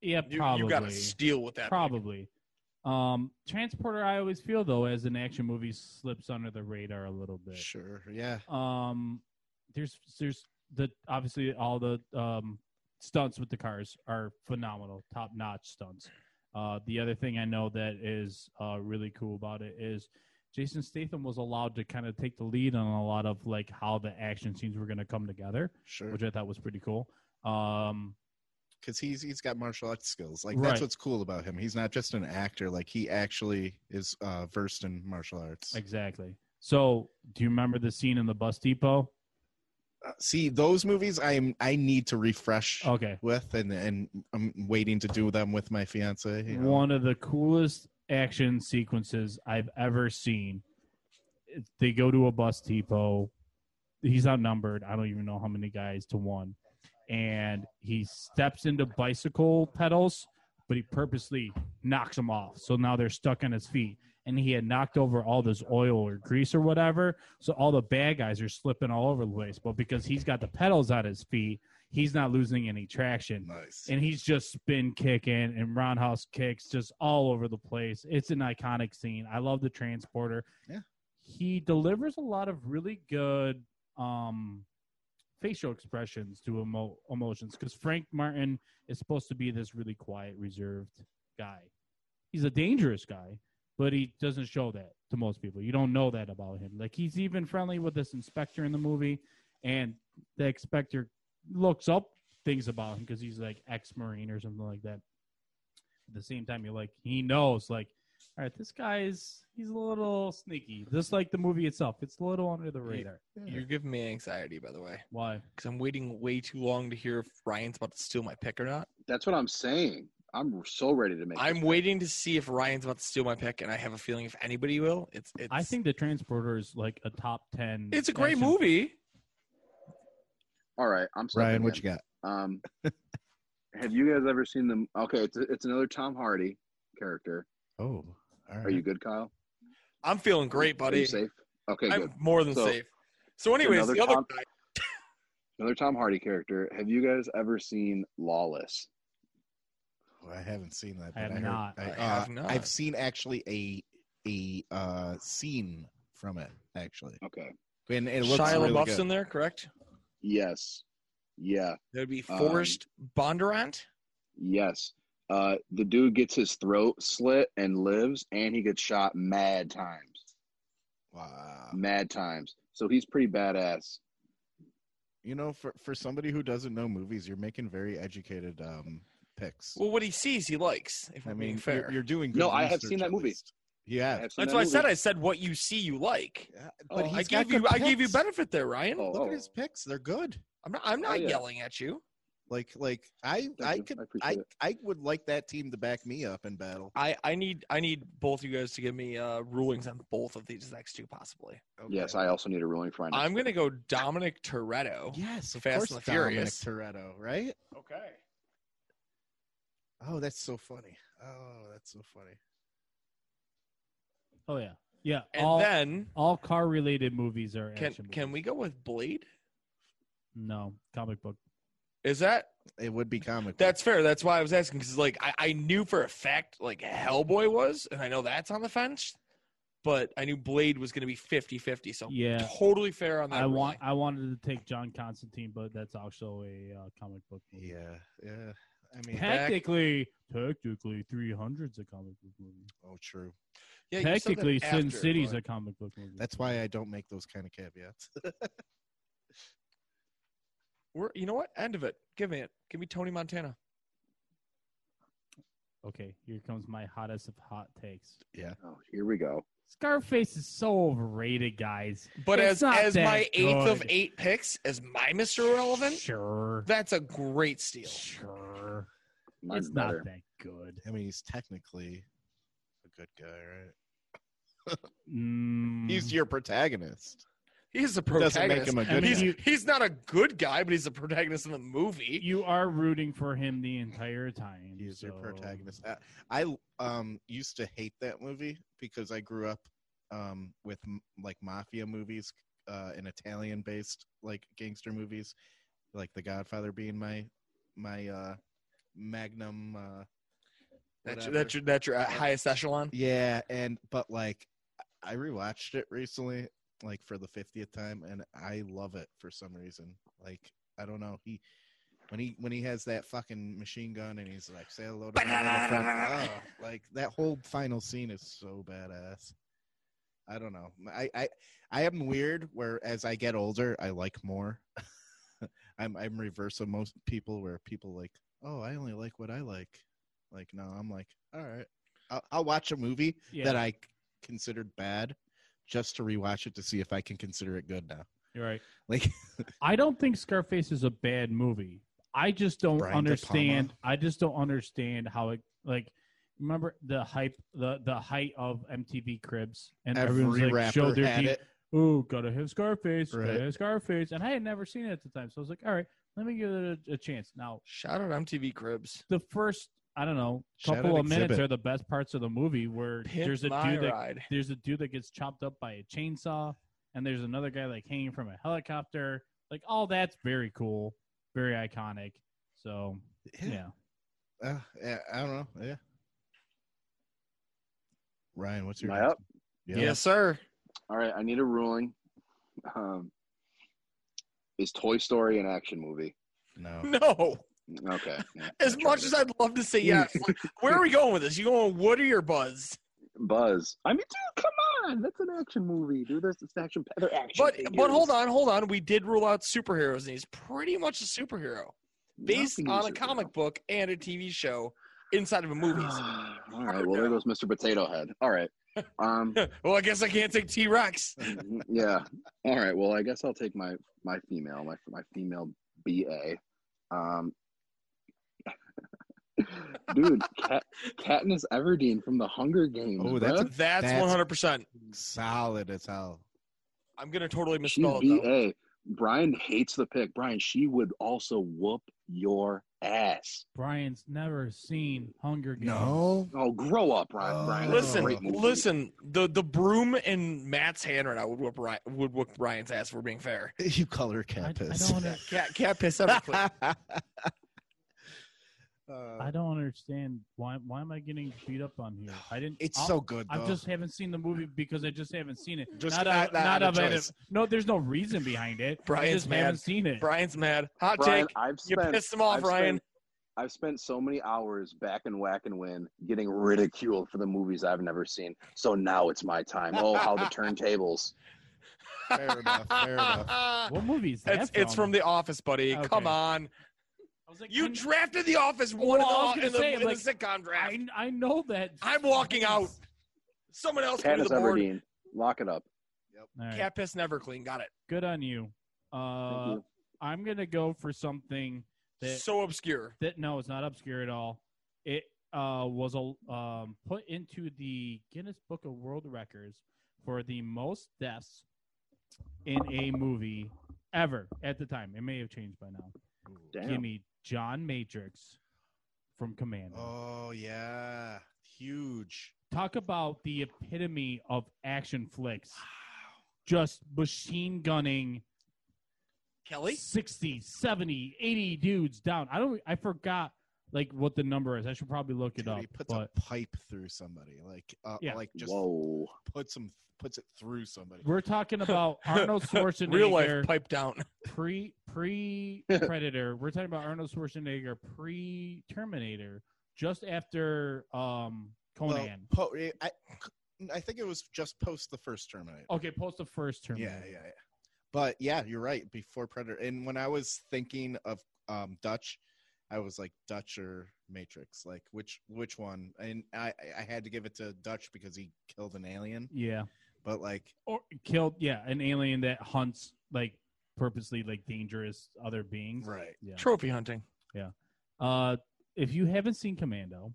Speaker 2: yeah,
Speaker 3: You,
Speaker 2: probably.
Speaker 3: you got to steal with that. pick.
Speaker 2: Probably. Um, Transporter, I always feel though, as an action movie, slips under the radar a little bit.
Speaker 5: Sure. Yeah.
Speaker 2: Um, there's there's the obviously all the um stunts with the cars are phenomenal, top notch stunts. Uh, the other thing I know that is uh, really cool about it is Jason Statham was allowed to kind of take the lead on a lot of like how the action scenes were going to come together,
Speaker 5: Sure.
Speaker 2: which I thought was pretty cool. Um,
Speaker 5: because he's he's got martial arts skills. Like
Speaker 2: Right.
Speaker 5: that's what's cool about him. He's not just an actor. Like he actually is uh, versed in martial arts.
Speaker 2: exactly. So, do you remember the scene in the bus depot?
Speaker 5: Uh, see those movies, I'm I need to refresh
Speaker 2: Okay.
Speaker 5: with, and and I'm waiting to do them with my fiance. you know.
Speaker 2: One of the coolest action sequences I've ever seen. It- They go to a bus depot. He's outnumbered. I don't even know how many guys to one. And he steps into bicycle pedals, but he purposely knocks them off. So now they're stuck on his feet. And he had knocked over all this oil or grease or whatever. So all the bad guys are slipping all over the place. But because he's got the pedals on his feet, he's not losing any traction
Speaker 5: nice.
Speaker 2: and he's just spin kicking and roundhouse kicks just all over the place. It's an iconic scene. I love the transporter.
Speaker 5: Yeah.
Speaker 2: He delivers a lot of really good um facial expressions to emo- emotions cuz Frank Martin is supposed to be this really quiet, reserved guy. he's a dangerous guy, but he doesn't show that to most people. You don't know that about him. Like he's even friendly with this inspector in the movie, and the inspector looks up things about him because he's like ex-marine or something like that. At the same time, you're like he knows like. All right, this guy is he's a little sneaky. Just like the movie itself. It's a little under the radar.
Speaker 3: You're giving me anxiety, by the way,
Speaker 2: Why?
Speaker 3: because I'm waiting way too long to hear if Ryan's about to steal my pick or not.
Speaker 4: That's what I'm saying. I'm so ready to make.
Speaker 3: I'm
Speaker 4: this
Speaker 3: waiting to see if Ryan's about to steal my pick, and I have a feeling if anybody will, it's. it's
Speaker 2: I think the transporter is like a top ten.
Speaker 3: it's a great
Speaker 2: action-
Speaker 3: movie.
Speaker 4: pick. All right, I'm stepping
Speaker 5: Ryan,
Speaker 4: in.
Speaker 5: what you got? *laughs*
Speaker 4: Um, have you guys ever seen them? Okay, it's it's another Tom Hardy character.
Speaker 5: Oh, all right.
Speaker 4: Are you good, Kyle?
Speaker 3: I'm feeling great,
Speaker 4: Are you
Speaker 3: buddy.
Speaker 4: safe? Okay, good.
Speaker 3: I'm more than
Speaker 4: So-
Speaker 3: safe. So, anyways,
Speaker 4: Another
Speaker 3: the other
Speaker 4: Tom-
Speaker 3: guy,
Speaker 4: Another Tom Hardy character. Have you guys ever seen Lawless?
Speaker 5: Well, I haven't seen that.
Speaker 2: I
Speaker 5: but
Speaker 2: have
Speaker 5: heard-
Speaker 2: not.
Speaker 5: I,
Speaker 3: I
Speaker 5: uh,
Speaker 3: have not.
Speaker 5: I've seen actually a a uh, scene from it actually,
Speaker 4: Okay.
Speaker 5: and it looks
Speaker 3: Shia
Speaker 5: really
Speaker 3: LaBeouf's
Speaker 5: good.
Speaker 3: in there, correct?
Speaker 4: Yes. Yeah.
Speaker 3: That would be
Speaker 4: Um,
Speaker 3: Forrest Bondurant.
Speaker 4: Yes. Uh, the dude gets his throat slit and lives, and he gets shot mad times.
Speaker 5: Wow.
Speaker 4: Mad times. So he's pretty badass.
Speaker 5: You know, for for somebody who doesn't know movies, you're making very educated um picks.
Speaker 3: Well, what he sees, he likes. If
Speaker 5: I
Speaker 3: I'm being
Speaker 5: mean,
Speaker 3: fair,
Speaker 5: you're, you're doing. Good
Speaker 4: No, I have
Speaker 5: research
Speaker 4: seen that
Speaker 5: at
Speaker 4: movie.
Speaker 5: least. You have.
Speaker 4: I have seen
Speaker 3: that's
Speaker 4: that
Speaker 3: why I said
Speaker 4: movie.
Speaker 3: I said what you see, you like.
Speaker 5: Yeah,
Speaker 4: Oh,
Speaker 5: But
Speaker 3: Oh, I
Speaker 5: he's got
Speaker 3: gave you,
Speaker 5: good
Speaker 3: I gave you
Speaker 5: picks.
Speaker 3: benefit there, Ryan.
Speaker 4: Oh.
Speaker 5: Look at his picks; they're good.
Speaker 3: I'm not, I'm
Speaker 4: Oh,
Speaker 3: not
Speaker 4: yeah.
Speaker 3: yelling at you.
Speaker 5: Like, like I, I
Speaker 4: you.
Speaker 5: could,
Speaker 4: I
Speaker 5: I,
Speaker 4: appreciate it.
Speaker 5: I would like that team to back me up in battle.
Speaker 3: I, I need, I need both you guys to give me uh, rulings on both of these next two, possibly.
Speaker 4: Yes,
Speaker 5: Okay.
Speaker 4: I also need a ruling for my next
Speaker 3: I'm
Speaker 4: pick.
Speaker 3: gonna go Dominic Toretto.
Speaker 5: Yes, of
Speaker 3: Oh, Fast
Speaker 5: course,
Speaker 3: and the
Speaker 5: Dominic
Speaker 3: Furious.
Speaker 5: Toretto, right?
Speaker 2: Okay.
Speaker 5: Oh, that's so funny. Oh, that's so funny.
Speaker 2: Oh yeah, yeah.
Speaker 3: And
Speaker 2: all
Speaker 3: then
Speaker 2: all car related movies are
Speaker 3: can
Speaker 2: action.
Speaker 3: can we
Speaker 2: movies.
Speaker 3: go with Blade?
Speaker 2: No comic book.
Speaker 3: Is that
Speaker 5: It would be comic.
Speaker 3: that's fair? That's why I was asking because like I, I knew for a fact like Hellboy was, and I know that's on the fence, but I knew Blade was gonna be 50-50, So
Speaker 2: Yeah.
Speaker 3: totally fair on that.
Speaker 2: I
Speaker 3: ruling.
Speaker 2: want. I wanted to take John Constantine, but that's also a uh, comic book. Movie.
Speaker 5: yeah, yeah. I mean,
Speaker 3: Heck-
Speaker 2: Technically, technically, 300's a comic book movie.
Speaker 5: oh, true.
Speaker 3: Yeah, you said that
Speaker 2: technically, Sin
Speaker 3: after,
Speaker 2: City's
Speaker 3: but-
Speaker 2: a comic book movie.
Speaker 5: That's why I don't make those kind of caveats.
Speaker 3: We're, you know what? End of it. Give me it. Give me Tony Montana.
Speaker 2: okay. Here comes my hottest of hot takes.
Speaker 4: Oh, here we go.
Speaker 2: Scarface is so overrated, guys.
Speaker 3: But
Speaker 2: It's
Speaker 3: as
Speaker 2: not
Speaker 3: as
Speaker 2: that
Speaker 3: my eighth of
Speaker 2: good.
Speaker 3: eight picks, as my Mr. Relevant,
Speaker 2: Sure.
Speaker 3: that's a great steal.
Speaker 2: Sure.
Speaker 4: Mine's
Speaker 2: it's not
Speaker 4: better.
Speaker 2: that good.
Speaker 5: I mean, he's technically a good guy, right?
Speaker 2: Mm.
Speaker 5: He's your protagonist.
Speaker 3: He's the protagonist.
Speaker 5: Doesn't make him a
Speaker 2: I
Speaker 5: good
Speaker 2: mean,
Speaker 3: he's,
Speaker 5: guy.
Speaker 2: you-
Speaker 3: he's not a good guy, but he's the protagonist of the movie.
Speaker 2: you are rooting for him the entire time.
Speaker 5: He's your
Speaker 2: so-
Speaker 5: protagonist. I, I um used to hate that movie because I grew up um with m- like mafia movies uh and Italian based like gangster movies like The Godfather being my my uh magnum uh
Speaker 3: That's your,
Speaker 5: whatever.
Speaker 3: that's your, that's your uh, highest echelon.
Speaker 5: yeah and but like I rewatched it recently like for the 50th time and I love it for some reason like I don't know he when he when he has that fucking machine gun and he's like say hello to my little friend. Oh, like that whole final scene is so badass i don't know i i i am weird where as i get older i like more *laughs* i'm i'm reverse of most people where people like oh i only like what i like like no i'm like all right i'll, I'll watch a movie
Speaker 2: Yeah,
Speaker 5: that i considered bad just to rewatch it to see if i can consider it good now
Speaker 2: you're right.
Speaker 5: like
Speaker 2: I don't think Scarface is a bad movie. I just don't
Speaker 5: Brian De
Speaker 2: understand. I just don't understand how it like. Remember the hype, the the height of MTV Cribs, *laughs* and everyone's
Speaker 5: every
Speaker 2: like showed
Speaker 5: rapper
Speaker 2: their
Speaker 5: had
Speaker 2: teeth,
Speaker 5: it
Speaker 2: "Ooh, gotta have Scarface,
Speaker 5: Right.
Speaker 2: gotta have Scarface," and I had never seen it at the time, so I was like, "All right, let me give it a, a chance." Now
Speaker 3: Shout out MTV Cribs.
Speaker 2: the first, I don't know,
Speaker 5: Shout
Speaker 2: couple
Speaker 5: out
Speaker 2: of minutes
Speaker 5: Exhibit.
Speaker 2: are the best parts of the movie where
Speaker 3: Pimp
Speaker 2: there's a
Speaker 3: my
Speaker 2: dude that
Speaker 3: ride.
Speaker 2: there's a dude that gets chopped up by a chainsaw, and there's another guy like hanging from a helicopter. Like all that's very cool, very iconic. So yeah,
Speaker 5: Uh, yeah, I don't know. Yeah. Ryan, what's your
Speaker 4: Am I
Speaker 5: next
Speaker 4: up?
Speaker 5: one?
Speaker 3: Yes, sir.
Speaker 4: All right, I need a ruling. Um, is Toy Story an action movie?
Speaker 2: *laughs*
Speaker 5: No. *laughs*
Speaker 3: No. *laughs*
Speaker 4: Okay. yeah,
Speaker 3: As
Speaker 4: that's
Speaker 3: much
Speaker 4: right.
Speaker 3: as I'd love to say yes, like, where are we going with this? You going Woody or
Speaker 2: *laughs*
Speaker 3: Buzz?
Speaker 4: Buzz. I mean, dude, come on. That's an action movie, dude. That's it's an action. They're action.
Speaker 3: But but
Speaker 4: figures.
Speaker 3: hold on, hold on. We did rule out superheroes, and he's pretty much a superhero based
Speaker 4: Nothing
Speaker 3: on
Speaker 4: is
Speaker 3: a comic
Speaker 4: real.
Speaker 3: book and a TV show inside of a movie.
Speaker 4: *sighs* All right. Well, there goes Mr. Potato Head. All right. Um.
Speaker 3: *laughs* well, I guess I can't take T Rex.
Speaker 4: *laughs* yeah. All right. Well, I guess I'll take my my female my my female BA. Um. *laughs* dude, Kat, Katniss Everdeen from the Hunger Games.
Speaker 5: Oh, that's a
Speaker 4: bruh.
Speaker 3: That's
Speaker 5: That's-
Speaker 3: one hundred percent.
Speaker 5: Solid as hell.
Speaker 3: I'm gonna totally
Speaker 4: She's
Speaker 3: misspell it though.
Speaker 4: BA. Brian hates the pick. Brian, she would also whoop your ass.
Speaker 2: Brian's never seen Hunger Games.
Speaker 5: No.
Speaker 4: Oh, grow up, Brian.
Speaker 5: Oh.
Speaker 4: Brian, that's a
Speaker 3: Listen,
Speaker 4: great movie.
Speaker 3: listen. The the broom in Matt's handwriting, I would whoop Ry- would whoop Ryan's ass. If we're being fair.
Speaker 5: *laughs* You color her
Speaker 2: I, I
Speaker 5: cat
Speaker 2: don't.
Speaker 5: piss. *laughs*
Speaker 2: Under,
Speaker 3: Cat cat piss ever.
Speaker 2: *laughs*
Speaker 3: please.
Speaker 5: Uh,
Speaker 2: I don't understand why. Why am I getting beat up on here? I didn't.
Speaker 5: it's
Speaker 2: I'll-
Speaker 5: so good.
Speaker 2: I
Speaker 5: though.
Speaker 2: just haven't seen the movie because I just haven't seen it.
Speaker 5: Just
Speaker 2: not,
Speaker 5: not-
Speaker 2: out,
Speaker 5: not
Speaker 2: not
Speaker 5: out
Speaker 2: of
Speaker 5: of
Speaker 2: it.
Speaker 5: choice.
Speaker 2: No, there's no reason behind it. I
Speaker 3: Brian's
Speaker 2: just
Speaker 3: mad.
Speaker 2: haven't seen it.
Speaker 3: Brian's mad. Hot
Speaker 4: Brian,
Speaker 3: take.
Speaker 4: I've
Speaker 3: You
Speaker 4: spent
Speaker 3: pissed him off,
Speaker 4: I've
Speaker 3: Ryan.
Speaker 4: spent- I've spent so many hours back and whack and win getting ridiculed for the movies I've never seen. So now it's my time. Oh, how *laughs* the turntables.
Speaker 5: Fair enough,
Speaker 3: *laughs*
Speaker 5: fair
Speaker 2: What movie is that?
Speaker 3: It's, it's from The Office, buddy.
Speaker 2: Okay.
Speaker 3: Come on.
Speaker 2: I was like,
Speaker 3: You
Speaker 2: I'm-
Speaker 3: drafted The Office one
Speaker 2: Well, I was
Speaker 3: in,
Speaker 2: gonna
Speaker 3: the, in, the,
Speaker 2: say,
Speaker 3: in the
Speaker 2: like,
Speaker 3: sitcom draft.
Speaker 2: I, I know that.
Speaker 3: I'm walking out. Someone else go to
Speaker 4: Katniss
Speaker 3: the board.
Speaker 4: Everdeen. Lock it up.
Speaker 2: All right,
Speaker 3: Cat piss never clean. Got it.
Speaker 2: Good on you.
Speaker 4: Thank
Speaker 2: Uh,
Speaker 4: you.
Speaker 2: I'm gonna go for something that
Speaker 3: so obscure.
Speaker 2: that no, it's not obscure at all. It uh, was a, um, put into the Guinness Book of World Records for the most deaths in a movie ever at the time. It may have changed by now.
Speaker 4: Damn.
Speaker 2: Give me John Matrix from Commando.
Speaker 5: Oh yeah, huge.
Speaker 2: Talk about the epitome of action flicks. Just machine gunning
Speaker 3: Kelly?
Speaker 2: 60, 70, 80 dudes down. I don't I forgot like what the number is. I should probably look it
Speaker 5: Dude,
Speaker 2: up.
Speaker 5: he puts
Speaker 2: But
Speaker 5: a pipe through somebody, like uh,
Speaker 2: Yeah.
Speaker 5: like just
Speaker 4: Whoa.
Speaker 5: puts him puts it through somebody.
Speaker 2: we're talking
Speaker 3: *laughs*
Speaker 2: about Arnold Schwarzenegger
Speaker 3: Real life pipe
Speaker 5: *laughs*
Speaker 3: down.
Speaker 2: pre pre Predator. We're talking about Arnold Schwarzenegger pre Terminator just after um
Speaker 5: Well,
Speaker 2: Conan.
Speaker 5: po- eh, I, I think it was just post the first Terminator.
Speaker 2: okay, post the first Terminator.
Speaker 5: Yeah, yeah, yeah. But yeah, you're right. Before Predator, and when I was thinking of um, Dutch, I was like Dutch or Matrix, like which which one? And I I had to give it to Dutch because he killed an alien.
Speaker 2: Yeah.
Speaker 5: But like,
Speaker 2: Or killed yeah, an alien that hunts like purposely like dangerous other beings.
Speaker 5: right?
Speaker 2: Yeah.
Speaker 3: Trophy hunting.
Speaker 2: Uh, if you haven't seen Commando,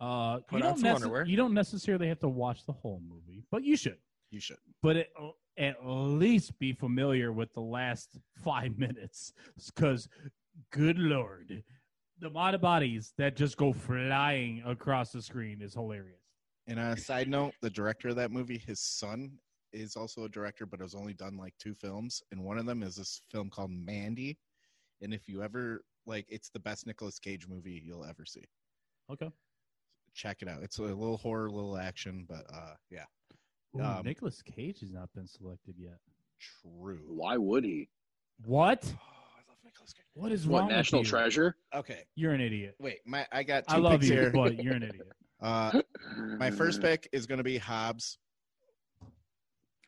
Speaker 2: uh, you
Speaker 3: Put on
Speaker 2: don't,
Speaker 3: some
Speaker 2: nece-
Speaker 3: underwear.
Speaker 2: you don't necessarily have to watch the whole movie, but you should.
Speaker 5: You should.
Speaker 2: But it, at least be familiar with the last *laughs* five minutes, because good lord, the amount of bodies that just go flying across the screen is hilarious.
Speaker 5: And on a side note, the director of that movie, his son is also a director, but has only done like two films, and one of them is this film called Mandy. And if you ever like, it's the best Nicolas Cage movie you'll ever see.
Speaker 2: Okay,
Speaker 5: Check it out. It's a little horror, little action, but uh, yeah,
Speaker 2: Ooh,
Speaker 5: Um,
Speaker 2: Nicholas Cage has not been selected yet.
Speaker 5: true.
Speaker 4: Why would he?
Speaker 2: What?
Speaker 5: Oh, *sighs* I love Nicolas Cage.
Speaker 2: What is
Speaker 4: What
Speaker 2: wrong?
Speaker 4: national
Speaker 2: with you?
Speaker 4: treasure?
Speaker 5: Okay,
Speaker 2: You're an idiot.
Speaker 5: wait. My I got two
Speaker 2: I love
Speaker 5: picks
Speaker 2: you,
Speaker 5: here.
Speaker 2: but you're an
Speaker 5: *laughs*
Speaker 2: idiot.
Speaker 5: Uh, my first pick is going to be Hobbs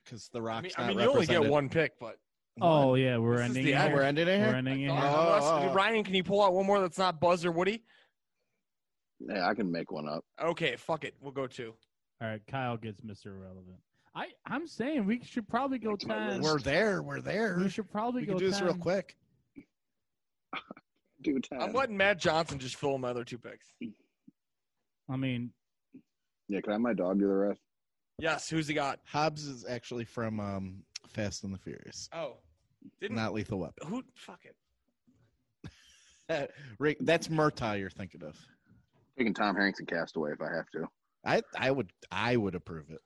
Speaker 5: because The
Speaker 3: I
Speaker 5: Rock's
Speaker 3: mean,
Speaker 5: not
Speaker 3: I mean, you only get
Speaker 5: represented.
Speaker 3: one pick, but
Speaker 2: Oh yeah, we're
Speaker 3: This is
Speaker 2: ending.
Speaker 3: the
Speaker 2: it
Speaker 3: end.
Speaker 2: here.
Speaker 5: we're ending it
Speaker 2: We're
Speaker 5: here.
Speaker 2: ending
Speaker 3: I
Speaker 2: it
Speaker 3: thought-
Speaker 2: here.
Speaker 3: unless-
Speaker 5: Oh.
Speaker 3: Ryan, can you pull out one more that's not Buzz or Woody?
Speaker 4: *sighs* Yeah, I can make one up.
Speaker 3: Okay, fuck it. We'll go two.
Speaker 2: All right, Kyle gets Mr. Irrelevant. I I'm saying we should probably go
Speaker 4: That's my
Speaker 2: ten.
Speaker 5: We're there. We're there.
Speaker 2: We should probably
Speaker 5: we
Speaker 2: go
Speaker 5: can do this real
Speaker 2: 10.
Speaker 5: quick.
Speaker 4: Do
Speaker 3: I'm
Speaker 4: 10.
Speaker 3: letting Matt Johnson just fill my other two picks.
Speaker 2: I mean,
Speaker 4: Yeah, can I have my dog do the rest?
Speaker 3: Yes, who's he got?
Speaker 5: Hobbs is actually from um, Fast and the Furious,
Speaker 3: Oh. Didn't
Speaker 5: not Lethal Weapon.
Speaker 3: who fuck it.
Speaker 5: Rick, that's Murtaugh you're thinking of.
Speaker 4: Taking Tom Hanks and Castaway if I have to.
Speaker 5: I I would I would approve it.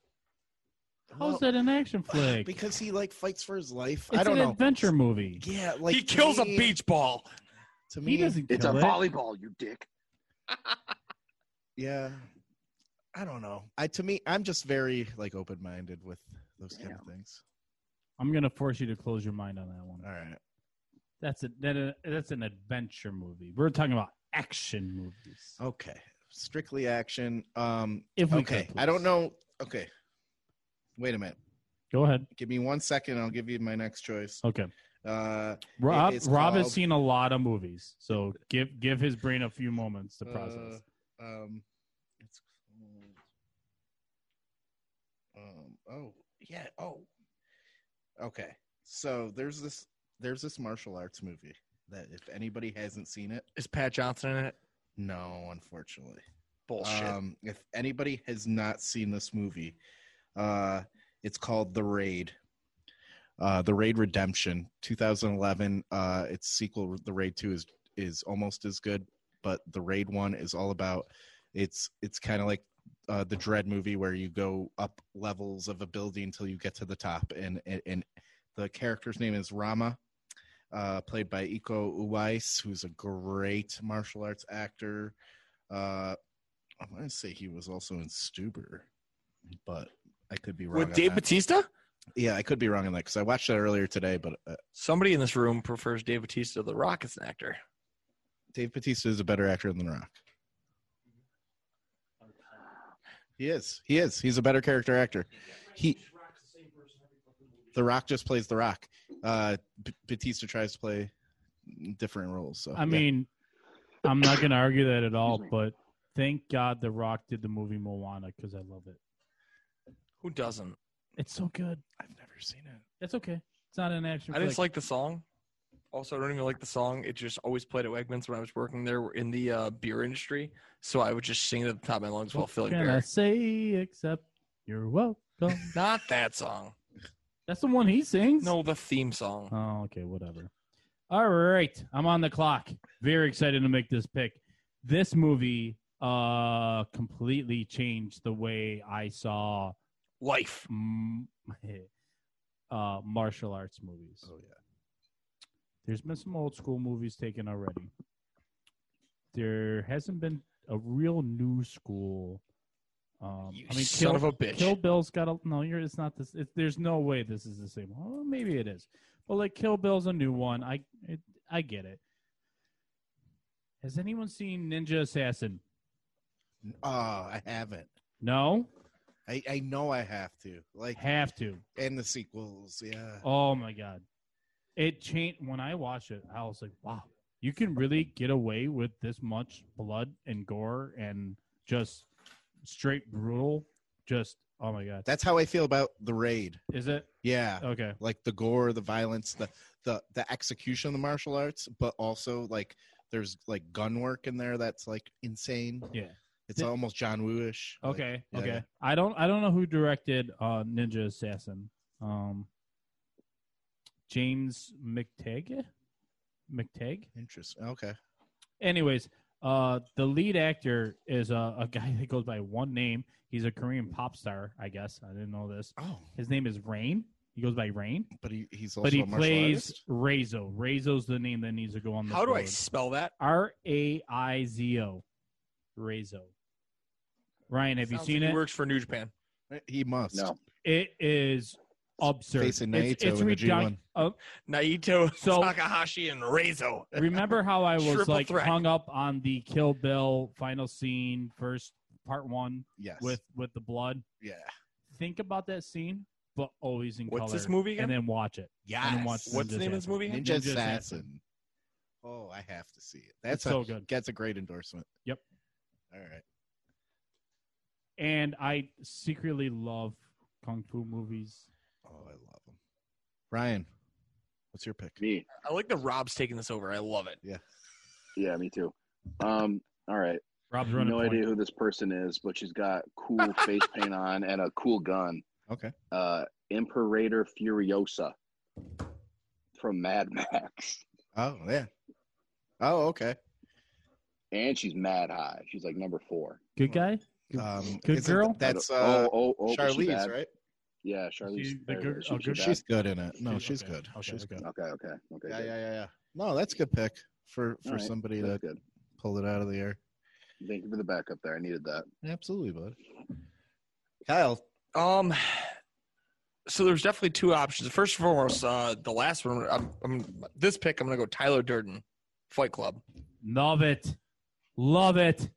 Speaker 2: how's that an action flick?
Speaker 5: Because he like fights for his life.
Speaker 2: it's
Speaker 5: I don't
Speaker 2: an
Speaker 5: know.
Speaker 2: adventure movie.
Speaker 5: Yeah, like
Speaker 3: he kills
Speaker 5: me-
Speaker 3: a beach ball.
Speaker 5: To me,
Speaker 2: He doesn't kill
Speaker 4: It's a
Speaker 2: it.
Speaker 4: volleyball, you dick.
Speaker 5: Yeah, I don't know. I to me, I'm just very like open minded with those kind of things.
Speaker 2: I'm gonna force you to close your mind on that one.
Speaker 5: All right,
Speaker 2: That's a that, uh, that's an adventure movie. We're talking about action movies.
Speaker 5: Okay. Strictly action. Um
Speaker 2: If we
Speaker 5: okay.
Speaker 2: could,
Speaker 5: I don't
Speaker 2: please.
Speaker 5: know. Okay. Wait a minute.
Speaker 2: Go ahead.
Speaker 5: Give me one second. I'll give you my next choice.
Speaker 2: Okay.
Speaker 5: Uh
Speaker 2: Rob
Speaker 5: it's
Speaker 2: Rob
Speaker 5: called-
Speaker 2: has seen a lot of movies, so give give his brain a few moments to
Speaker 5: Uh,
Speaker 2: process.
Speaker 5: um it's called- um oh yeah oh okay so there's this there's this martial arts movie that if anybody hasn't seen it
Speaker 3: Is Pat Johnson in it?
Speaker 5: no unfortunately
Speaker 3: Bullshit.
Speaker 5: um if anybody has not seen this movie uh it's called the raid uh the raid redemption 2011 uh its sequel the raid 2 is is almost as good but the raid 1 is all about it's it's kind of like uh, the dread movie where you go up levels of a building until you get to the top and and, and the character's name is rama uh, played by Iko Uwais, who's a great martial arts actor. Uh, I'm going to say he was also in Stuber, but I could be wrong.
Speaker 3: With
Speaker 5: on
Speaker 3: Dave
Speaker 5: that.
Speaker 3: Batista?
Speaker 5: Yeah, I could be wrong on that because I watched that earlier today. But uh,
Speaker 3: Somebody in this room prefers Dave Batista to The Rock as an actor.
Speaker 5: Dave Batista is a better actor than The Rock. He is. He is. He's a better character actor. He. The Rock just plays The Rock. Uh, B- Batista tries to play different roles. So
Speaker 2: I
Speaker 5: yeah.
Speaker 2: mean, I'm not going to argue that at all,
Speaker 4: Excuse me.
Speaker 2: but thank God The Rock did the movie Moana because I love it.
Speaker 3: Who doesn't?
Speaker 2: It's so good.
Speaker 5: I've never seen it.
Speaker 2: It's okay. It's not an action.
Speaker 3: I just
Speaker 2: flick.
Speaker 3: like the song. Also, I don't even like the song. It just always played at Wegmans when I was working there in the uh, beer industry. So I would just sing it at the top of my lungs while
Speaker 2: What
Speaker 3: filling
Speaker 2: can I
Speaker 3: beer.
Speaker 2: say except you're welcome.
Speaker 3: Not that song.
Speaker 2: That's the one he sings.
Speaker 3: No, the theme song.
Speaker 2: Oh, okay, whatever. All right, I'm on the clock. Very excited to make this pick. This movie uh completely changed the way I saw
Speaker 3: Life.
Speaker 2: mm, *laughs* uh martial arts movies.
Speaker 5: Oh yeah.
Speaker 2: There's been some old school movies taken already. There hasn't been a real new school. Um,
Speaker 3: You
Speaker 2: I mean,
Speaker 3: son
Speaker 2: Kill,
Speaker 3: of a bitch.
Speaker 2: Kill Bill's got a no. You're, it's not this. It, there's no way this is the same. Well, maybe it is. But like Kill Bill's a new one. I it, I get it. Has anyone seen Ninja Assassin?
Speaker 5: Oh, I haven't.
Speaker 2: No,
Speaker 5: I, I know I have to. Like
Speaker 2: have to.
Speaker 5: and the sequels, yeah.
Speaker 2: Oh my god, it changed when I watched it. I was like, wow, you can really get away with this much blood and gore and just straight brutal. Just oh my god,
Speaker 5: That's how I feel about the raid.
Speaker 2: is it
Speaker 5: Yeah.
Speaker 2: okay?
Speaker 5: Like the gore, the violence, the the the execution of the martial arts, but also like there's like gun work in there that's like insane.
Speaker 2: Yeah.
Speaker 5: It's
Speaker 2: Thi-
Speaker 5: almost John Woo-ish. Like,
Speaker 2: Okay,
Speaker 5: yeah,
Speaker 2: okay.
Speaker 5: yeah.
Speaker 2: I don't I don't know who directed uh, Ninja Assassin. Um, James McTagg, McTagg.
Speaker 5: Interesting. Okay.
Speaker 2: Anyways, uh, the lead actor is a, a guy *laughs* that goes by one name. He's a Korean pop star, I guess. I didn't know this.
Speaker 5: Oh,
Speaker 2: His name is Rain. He goes by Rain,
Speaker 5: but he, he's also
Speaker 2: but he
Speaker 5: a martial
Speaker 2: plays
Speaker 5: artist.
Speaker 2: Razo. Razo's the name that needs to go on the
Speaker 3: How do I spell that?
Speaker 2: R A I Z O. Razo. Ryan, have
Speaker 3: Sounds
Speaker 2: you seen
Speaker 3: like
Speaker 2: it?
Speaker 3: He works for New Japan.
Speaker 5: Eh, He must.
Speaker 4: No.
Speaker 2: It is absurd.
Speaker 5: Facing
Speaker 2: it's
Speaker 5: Naito
Speaker 2: it's
Speaker 5: in the
Speaker 2: reduct-
Speaker 5: G1.
Speaker 2: uh, *laughs*
Speaker 3: Naito, *laughs*
Speaker 2: So-
Speaker 3: Takahashi, and Rezo.
Speaker 2: remember how I was
Speaker 3: Triple
Speaker 2: like
Speaker 3: threat.
Speaker 2: hung up on the Kill Bill final scene, first part one
Speaker 5: Yes.
Speaker 2: with with the blood.
Speaker 5: yeah.
Speaker 2: Think about that scene, but always in
Speaker 3: What's
Speaker 2: color,
Speaker 3: this movie again?
Speaker 2: and then watch it. And then
Speaker 5: Yes.
Speaker 2: watch
Speaker 3: What's the
Speaker 2: Ninja
Speaker 3: name of this
Speaker 2: Assassin.
Speaker 3: movie again?
Speaker 5: Ninja,
Speaker 2: Ninja
Speaker 5: Assassin.
Speaker 2: Assassin.
Speaker 5: Oh, I have to see it. That's
Speaker 2: It's
Speaker 5: a,
Speaker 2: so good.
Speaker 5: That's a great endorsement.
Speaker 2: Yep.
Speaker 5: All right.
Speaker 2: And I secretly love kung fu movies.
Speaker 5: Oh, I love them. Ryan, what's your pick?
Speaker 4: Me.
Speaker 3: I like the Rob's taking this over. I love it.
Speaker 4: Yeah, me too. Um, all right.
Speaker 2: Rob's running.
Speaker 4: No
Speaker 2: point.
Speaker 4: idea who this person is, but she's got cool face paint on and a cool gun.
Speaker 5: Okay.
Speaker 4: Uh, Imperator Furiosa from Mad Max.
Speaker 5: Oh yeah. Oh okay.
Speaker 4: And she's mad high. She's like number four.
Speaker 2: Good guy. Good-
Speaker 5: Um,
Speaker 2: good
Speaker 5: isn't-
Speaker 2: girl?
Speaker 5: That's
Speaker 4: I
Speaker 5: uh,
Speaker 4: don't- oh, oh, oh, is she
Speaker 5: Charlize,
Speaker 4: bad?
Speaker 5: right?
Speaker 4: Yeah, Charlize.
Speaker 2: She- the
Speaker 4: Theron.
Speaker 2: good-
Speaker 4: Is
Speaker 2: oh,
Speaker 4: she
Speaker 2: good-
Speaker 4: bad?
Speaker 5: She's good in it. No,
Speaker 2: She's-
Speaker 5: she's
Speaker 2: okay.
Speaker 5: good.
Speaker 2: Okay,
Speaker 5: she's
Speaker 2: okay.
Speaker 5: good.
Speaker 4: Okay, okay, okay.
Speaker 5: Yeah,
Speaker 4: good.
Speaker 5: yeah, yeah, yeah. No, that's a good pick for for
Speaker 4: All right.
Speaker 5: somebody
Speaker 4: That's
Speaker 5: that
Speaker 4: good.
Speaker 5: pulled it out of the air.
Speaker 4: Thank you for the backup there. I needed that.
Speaker 5: Absolutely, bud. Kyle,
Speaker 3: Um, so there's definitely two options. First and foremost, uh, the last one. I'm, I'm this pick. I'm gonna go Tyler Durden, Fight Club.
Speaker 2: Love it. Love it.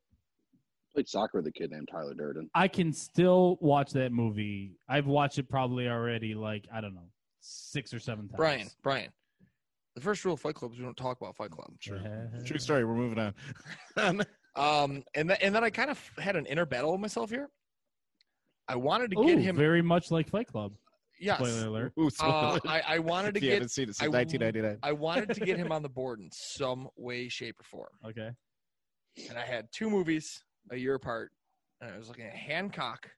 Speaker 4: Played soccer with a kid named Tyler Durden.
Speaker 2: I can still watch that movie. I've watched it probably already, like, I don't know, six or seven times.
Speaker 3: Brian, Brian. The first rule of Fight Club is we don't talk about Fight Club.
Speaker 5: True. True story. We're moving on. *laughs*
Speaker 3: Um, and th- and then I kind of had an inner battle with myself here. I wanted to
Speaker 2: Ooh,
Speaker 3: get him.
Speaker 2: very much like Fight Club.
Speaker 3: *laughs* yes.
Speaker 2: Spoiler alert.
Speaker 5: Ooh,
Speaker 3: Uh,
Speaker 2: *laughs*
Speaker 5: spoiler.
Speaker 3: I, I
Speaker 5: *laughs*
Speaker 3: wanted to
Speaker 5: If you
Speaker 3: get
Speaker 5: haven't seen it
Speaker 3: I
Speaker 5: since 1999.
Speaker 3: *laughs* I wanted to get him on the board in some way, shape, or form.
Speaker 2: Okay.
Speaker 3: And I had two movies a year apart, and I was looking at Hancock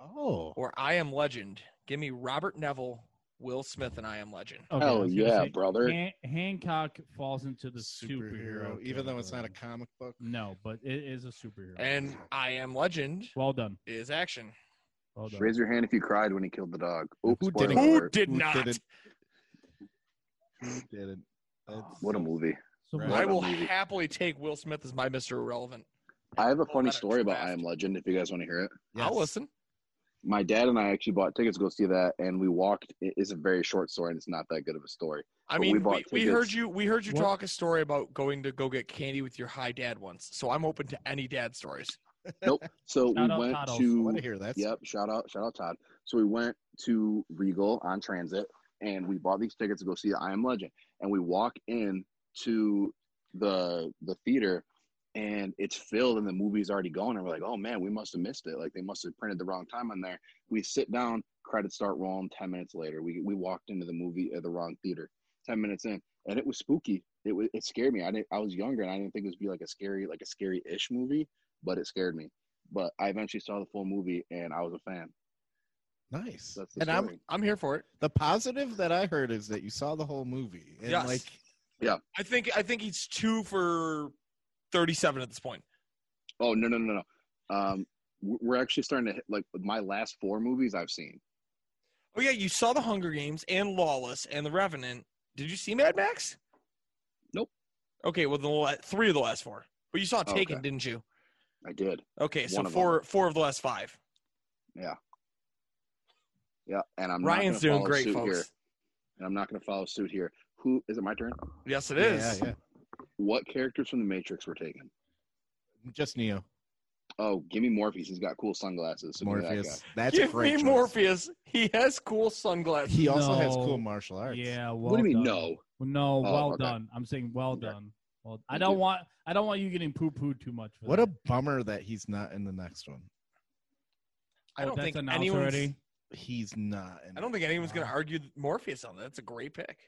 Speaker 5: Oh,
Speaker 3: or I Am Legend. Give me Robert Neville, Will Smith, and I Am Legend.
Speaker 2: okay I
Speaker 4: Hell
Speaker 2: was gonna
Speaker 4: yeah,
Speaker 2: say,
Speaker 4: brother.
Speaker 2: Han- Hancock falls into the
Speaker 5: superhero.
Speaker 2: superhero,
Speaker 5: Even though it's not a
Speaker 2: category.
Speaker 5: comic book.
Speaker 2: no, but it is a superhero.
Speaker 3: And I Am Legend
Speaker 2: well done,
Speaker 3: is action.
Speaker 2: well done.
Speaker 4: Raise your hand if you cried when he killed the dog. Oops,
Speaker 5: Who
Speaker 4: spoiler
Speaker 5: didn't?
Speaker 3: Who
Speaker 4: alert.
Speaker 3: did
Speaker 5: Who
Speaker 3: not?
Speaker 5: didn't? Who didn't? That's-
Speaker 4: What a movie.
Speaker 2: So
Speaker 5: Right.
Speaker 2: what-
Speaker 3: I will
Speaker 4: What a movie.
Speaker 3: happily take Will Smith as my Mr. Irrelevant.
Speaker 4: I have a
Speaker 3: Oh,
Speaker 4: funny
Speaker 3: that a
Speaker 4: story about
Speaker 3: draft.
Speaker 4: I Am Legend if you guys want to hear it.
Speaker 5: Yes.
Speaker 3: I'll listen.
Speaker 4: My dad and I actually bought tickets to go see that, and we walked. It is a very short story, and it's not that good of a story.
Speaker 3: I
Speaker 4: But we
Speaker 3: mean, we,
Speaker 4: bought
Speaker 3: we heard
Speaker 4: tickets.
Speaker 3: you. We heard you
Speaker 2: What-
Speaker 3: talk a story about going to go get candy with your high dad once. So I'm open to any dad stories.
Speaker 4: Nope. So
Speaker 2: Shout
Speaker 4: we
Speaker 2: out
Speaker 4: went
Speaker 2: Todd also.
Speaker 5: I
Speaker 4: to.
Speaker 5: want to hear that.
Speaker 4: Yep. Shout out, shout out, Todd. So we went to Regal on transit, and we bought these tickets to go see I Am Legend. And we walk in to the the theater, and it's filled, and the movie's already going. And we're like, oh man, we must have missed it. Like they must have printed the wrong time on there. We sit down, credits start rolling. Ten minutes later, we we walked into the movie at the wrong theater. Ten minutes in, and it was spooky. It was it scared me. I didn't. I was younger, and I didn't think it would be like a scary like a scary ish movie, but it scared me but I eventually saw the full movie and I was a fan.
Speaker 5: Nice.
Speaker 4: So that's the
Speaker 3: And I'm
Speaker 4: story.
Speaker 3: I'm here for it.
Speaker 5: The positive that I heard is that you saw the whole movie. And
Speaker 3: Yes.
Speaker 5: like
Speaker 3: I think I think he's two for thirty-seven at this point.
Speaker 4: oh no no no no, um, w- we're actually starting to hit like my last four movies I've seen.
Speaker 3: Oh yeah, you saw the Hunger Games and Lawless and The Revenant. Did you see Mad Max?
Speaker 4: Nope.
Speaker 3: Okay, well the la- three of the last four, but you saw
Speaker 4: Okay.
Speaker 3: Taken, didn't you?
Speaker 4: I did.
Speaker 3: Okay, so
Speaker 4: One of
Speaker 3: four four of the last five.
Speaker 4: Yeah, and I'm not
Speaker 3: Ryan's
Speaker 4: gonna
Speaker 3: doing
Speaker 4: follow
Speaker 3: great,
Speaker 4: suit
Speaker 3: folks.
Speaker 4: here. And I'm not going to follow suit here. Who is it? My turn.
Speaker 3: Yes, it
Speaker 5: yeah,
Speaker 3: is.
Speaker 5: yeah,
Speaker 4: What characters from the Matrix were taken?
Speaker 5: yeah. Just Neo.
Speaker 4: Oh, give me Morpheus. He's got cool sunglasses. So give me that
Speaker 5: Morpheus.
Speaker 4: guy.
Speaker 5: That's a
Speaker 3: Give
Speaker 5: great
Speaker 3: me
Speaker 5: choice.
Speaker 3: Morpheus. He has cool sunglasses.
Speaker 5: He also has
Speaker 2: No.
Speaker 5: cool martial arts.
Speaker 2: yeah, well
Speaker 4: what do you mean?
Speaker 2: done.
Speaker 4: No.
Speaker 2: No,
Speaker 4: Oh,
Speaker 2: well
Speaker 4: okay.
Speaker 2: done. I'm saying well
Speaker 4: Okay.
Speaker 2: done. Well, I
Speaker 4: Thank
Speaker 2: don't
Speaker 4: you.
Speaker 2: want I don't want you getting poo pooed too much. For
Speaker 5: What a
Speaker 2: that.
Speaker 5: bummer that he's not in the next one.
Speaker 3: I
Speaker 2: Oh,
Speaker 3: don't
Speaker 2: that's
Speaker 3: think
Speaker 2: announced
Speaker 3: anyone's.
Speaker 2: already.
Speaker 5: He's not. In
Speaker 3: I don't think anyone's going to argue Morpheus on that. That's a great pick.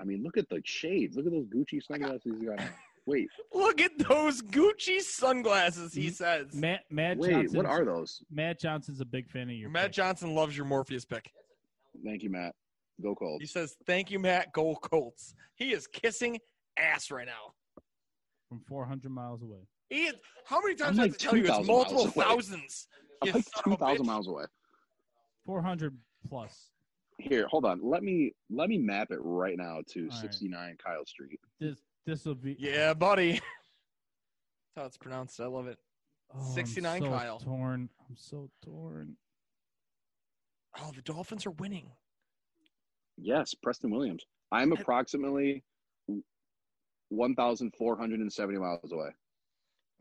Speaker 4: I mean, look at the shades. Look at those Gucci sunglasses
Speaker 2: *laughs*
Speaker 4: he's got. on. Wait,
Speaker 3: Look at those Gucci sunglasses. He
Speaker 2: M-
Speaker 3: says.
Speaker 2: Matt Matt
Speaker 4: wait.
Speaker 2: Johnson's,
Speaker 4: What are those?
Speaker 2: Matt Johnson's a big fan of your
Speaker 3: Matt
Speaker 2: pick.
Speaker 3: Johnson loves your Morpheus pick.
Speaker 4: Thank you, Matt. Go cold.
Speaker 3: He says, "Thank you, Matt. Go Colts." He is kissing ass right now.
Speaker 2: from 400 miles away.
Speaker 3: He is, how many times
Speaker 4: I'm
Speaker 3: do I have
Speaker 4: like
Speaker 3: to tell you? It's
Speaker 4: 2,000 miles
Speaker 3: multiple
Speaker 4: away.
Speaker 3: thousands.
Speaker 4: I'm
Speaker 3: you
Speaker 4: like
Speaker 3: son of
Speaker 4: two
Speaker 3: a bitch.
Speaker 4: thousand miles away.
Speaker 2: 400 plus.
Speaker 4: here hold on let me let me map it right now to
Speaker 2: All right.
Speaker 4: 69 kyle street
Speaker 2: This this will be
Speaker 3: Yeah, buddy. *laughs* That's how it's pronounced. I love it.
Speaker 2: Oh,
Speaker 3: 69
Speaker 2: I'm so
Speaker 3: Kyle.
Speaker 2: Torn. I'm so torn.
Speaker 3: Oh, the Dolphins are winning.
Speaker 4: yes preston williams i'm approximately 1470 miles away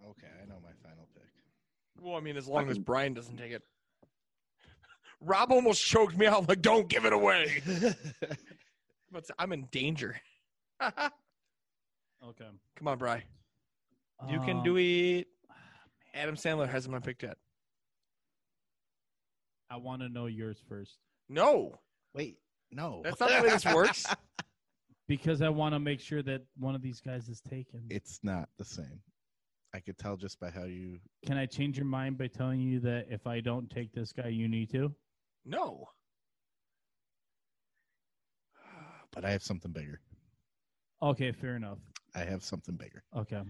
Speaker 5: Okay, I know my final pick.
Speaker 3: Well, I mean, as long as
Speaker 4: can-
Speaker 3: Brian doesn't take it. *laughs* Rob almost choked me out. Like, don't give it away. *laughs* But I'm in danger. *laughs* Come
Speaker 2: Okay.
Speaker 3: on, Brian. You can
Speaker 2: Um,
Speaker 3: do it. Adam Sandler hasn't been picked yet.
Speaker 2: I want to know yours first
Speaker 3: No,
Speaker 5: Wait, no.
Speaker 3: That's not the way this *laughs* works.
Speaker 2: because I want to make sure that one of these guys is taken.
Speaker 5: *laughs* It's not the same. I could tell just by how you.
Speaker 2: Can I change your mind by telling you that if I don't take this guy, you need to?
Speaker 3: no.
Speaker 5: But I have something bigger.
Speaker 2: Okay, fair enough.
Speaker 5: I have something bigger.
Speaker 2: Okay.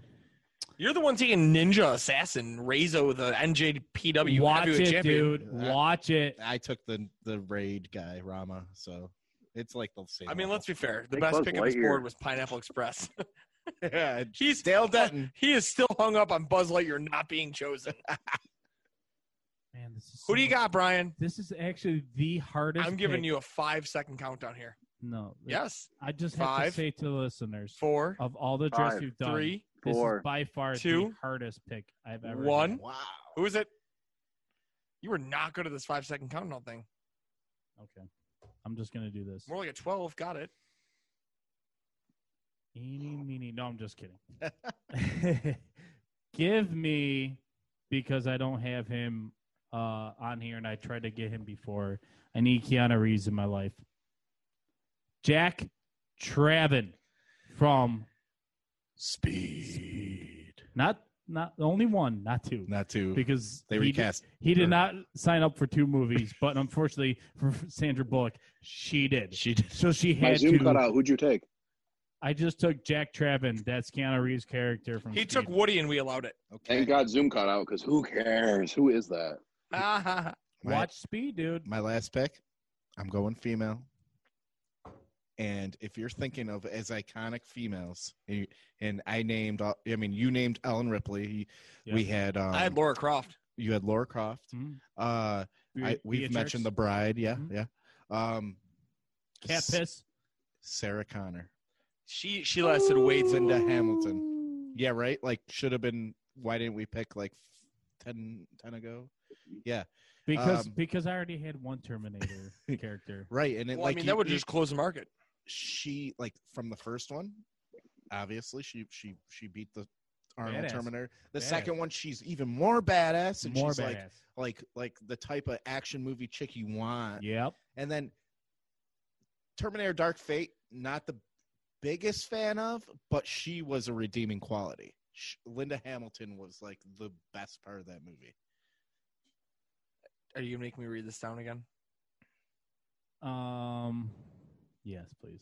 Speaker 3: You're the one taking Ninja Assassin, Razo, the NJPW
Speaker 2: Watch
Speaker 3: heavyweight
Speaker 2: it,
Speaker 3: champion.
Speaker 2: dude. Watch it.
Speaker 5: I took the the raid guy Rama, so it's like the same.
Speaker 3: I mean, let's be fair. The
Speaker 4: Big
Speaker 3: best
Speaker 4: Buzz
Speaker 3: pick on this
Speaker 4: Lightyear.
Speaker 3: board was Pineapple Express. *laughs*
Speaker 5: yeah,
Speaker 3: He's
Speaker 5: *laughs* Dale Denton.
Speaker 3: he is still hung up on Buzz Lightyear not being chosen.
Speaker 2: Man, this is
Speaker 3: Who
Speaker 2: so
Speaker 3: do you
Speaker 2: much-
Speaker 3: got, Brian?
Speaker 2: This is actually the hardest.
Speaker 3: I'm giving
Speaker 2: pick-
Speaker 3: you a five second countdown here.
Speaker 2: no.
Speaker 3: Yes.
Speaker 2: I just have
Speaker 3: Five.
Speaker 2: to say to the listeners
Speaker 3: Four,
Speaker 2: of all the drafts
Speaker 4: Five.
Speaker 2: you've done,
Speaker 3: three.
Speaker 2: this
Speaker 4: Four.
Speaker 2: is by far the
Speaker 3: Two.
Speaker 2: hardest pick I've ever.
Speaker 3: One.
Speaker 2: had.
Speaker 5: Wow.
Speaker 3: Who is it? You were not good at this five second countdown thing.
Speaker 2: Okay, I'm just gonna do this.
Speaker 3: More like a 12. Got it.
Speaker 2: Eeny, meeny. No, I'm just kidding. *laughs* Give me because I don't have him uh, on here, and I tried to get him before. I need Keanu Reeves in my life. Jack Travin from
Speaker 5: Speed.
Speaker 2: not not only one, not two,
Speaker 5: Not two.
Speaker 2: because
Speaker 5: they
Speaker 2: he did-
Speaker 5: recast.
Speaker 2: He
Speaker 5: her.
Speaker 2: did not sign up for two movies, but unfortunately for Sandra Bullock, she did.
Speaker 5: She did.
Speaker 2: So she
Speaker 4: My
Speaker 2: had
Speaker 4: Zoom cut
Speaker 2: to.
Speaker 4: out. Who'd you take?
Speaker 2: I just took Jack Travin. That's Keanu Reeves' character from.
Speaker 3: He
Speaker 2: Speed.
Speaker 3: took Woody and we
Speaker 2: *laughs*
Speaker 3: allowed it.
Speaker 5: *laughs* Okay.
Speaker 4: Thank God Zoom cut out because who cares? Who is that?
Speaker 2: Um,
Speaker 3: Ah,
Speaker 5: My-
Speaker 2: Watch Speed, dude.
Speaker 5: my last pick, I'm going female. And if you're thinking of as iconic females, and- and I named, all- I mean, you named Ellen Ripley.
Speaker 2: Yeah.
Speaker 5: We had, um,
Speaker 3: I had Laura Croft.
Speaker 5: you had Laura Croft.
Speaker 2: Mhm.
Speaker 5: Uh, I, we've
Speaker 2: Beatrix,
Speaker 5: mentioned the bride. Yeah,
Speaker 2: Mhm.
Speaker 5: yeah. Um,
Speaker 2: cat
Speaker 5: S-
Speaker 2: piss.
Speaker 5: Sarah Connor.
Speaker 3: She she lasted way too
Speaker 5: Linda Hamilton. Yeah, right. Like, should have been. Why didn't we pick like 10, 10 ago?
Speaker 2: Because
Speaker 5: um,
Speaker 2: because I already had one
Speaker 5: *laughs*
Speaker 2: Terminator character.
Speaker 5: Right, and it
Speaker 3: Well, I
Speaker 5: like
Speaker 3: mean,
Speaker 5: you-
Speaker 3: that would
Speaker 5: you-
Speaker 3: just close the market.
Speaker 5: she like from the first one obviously she she she beat the arnold
Speaker 2: Badass.
Speaker 5: terminator the
Speaker 2: Badass.
Speaker 5: second one she's even more badass and
Speaker 2: More
Speaker 5: she's like
Speaker 2: badass.
Speaker 5: like like the type of action movie chick you want
Speaker 2: yep.
Speaker 5: and then terminator dark fate not the biggest fan of but she was a redeeming quality Sh linda hamilton was like the best part of that movie
Speaker 3: Are you gonna make me read this down again?
Speaker 2: Um. Yes, please.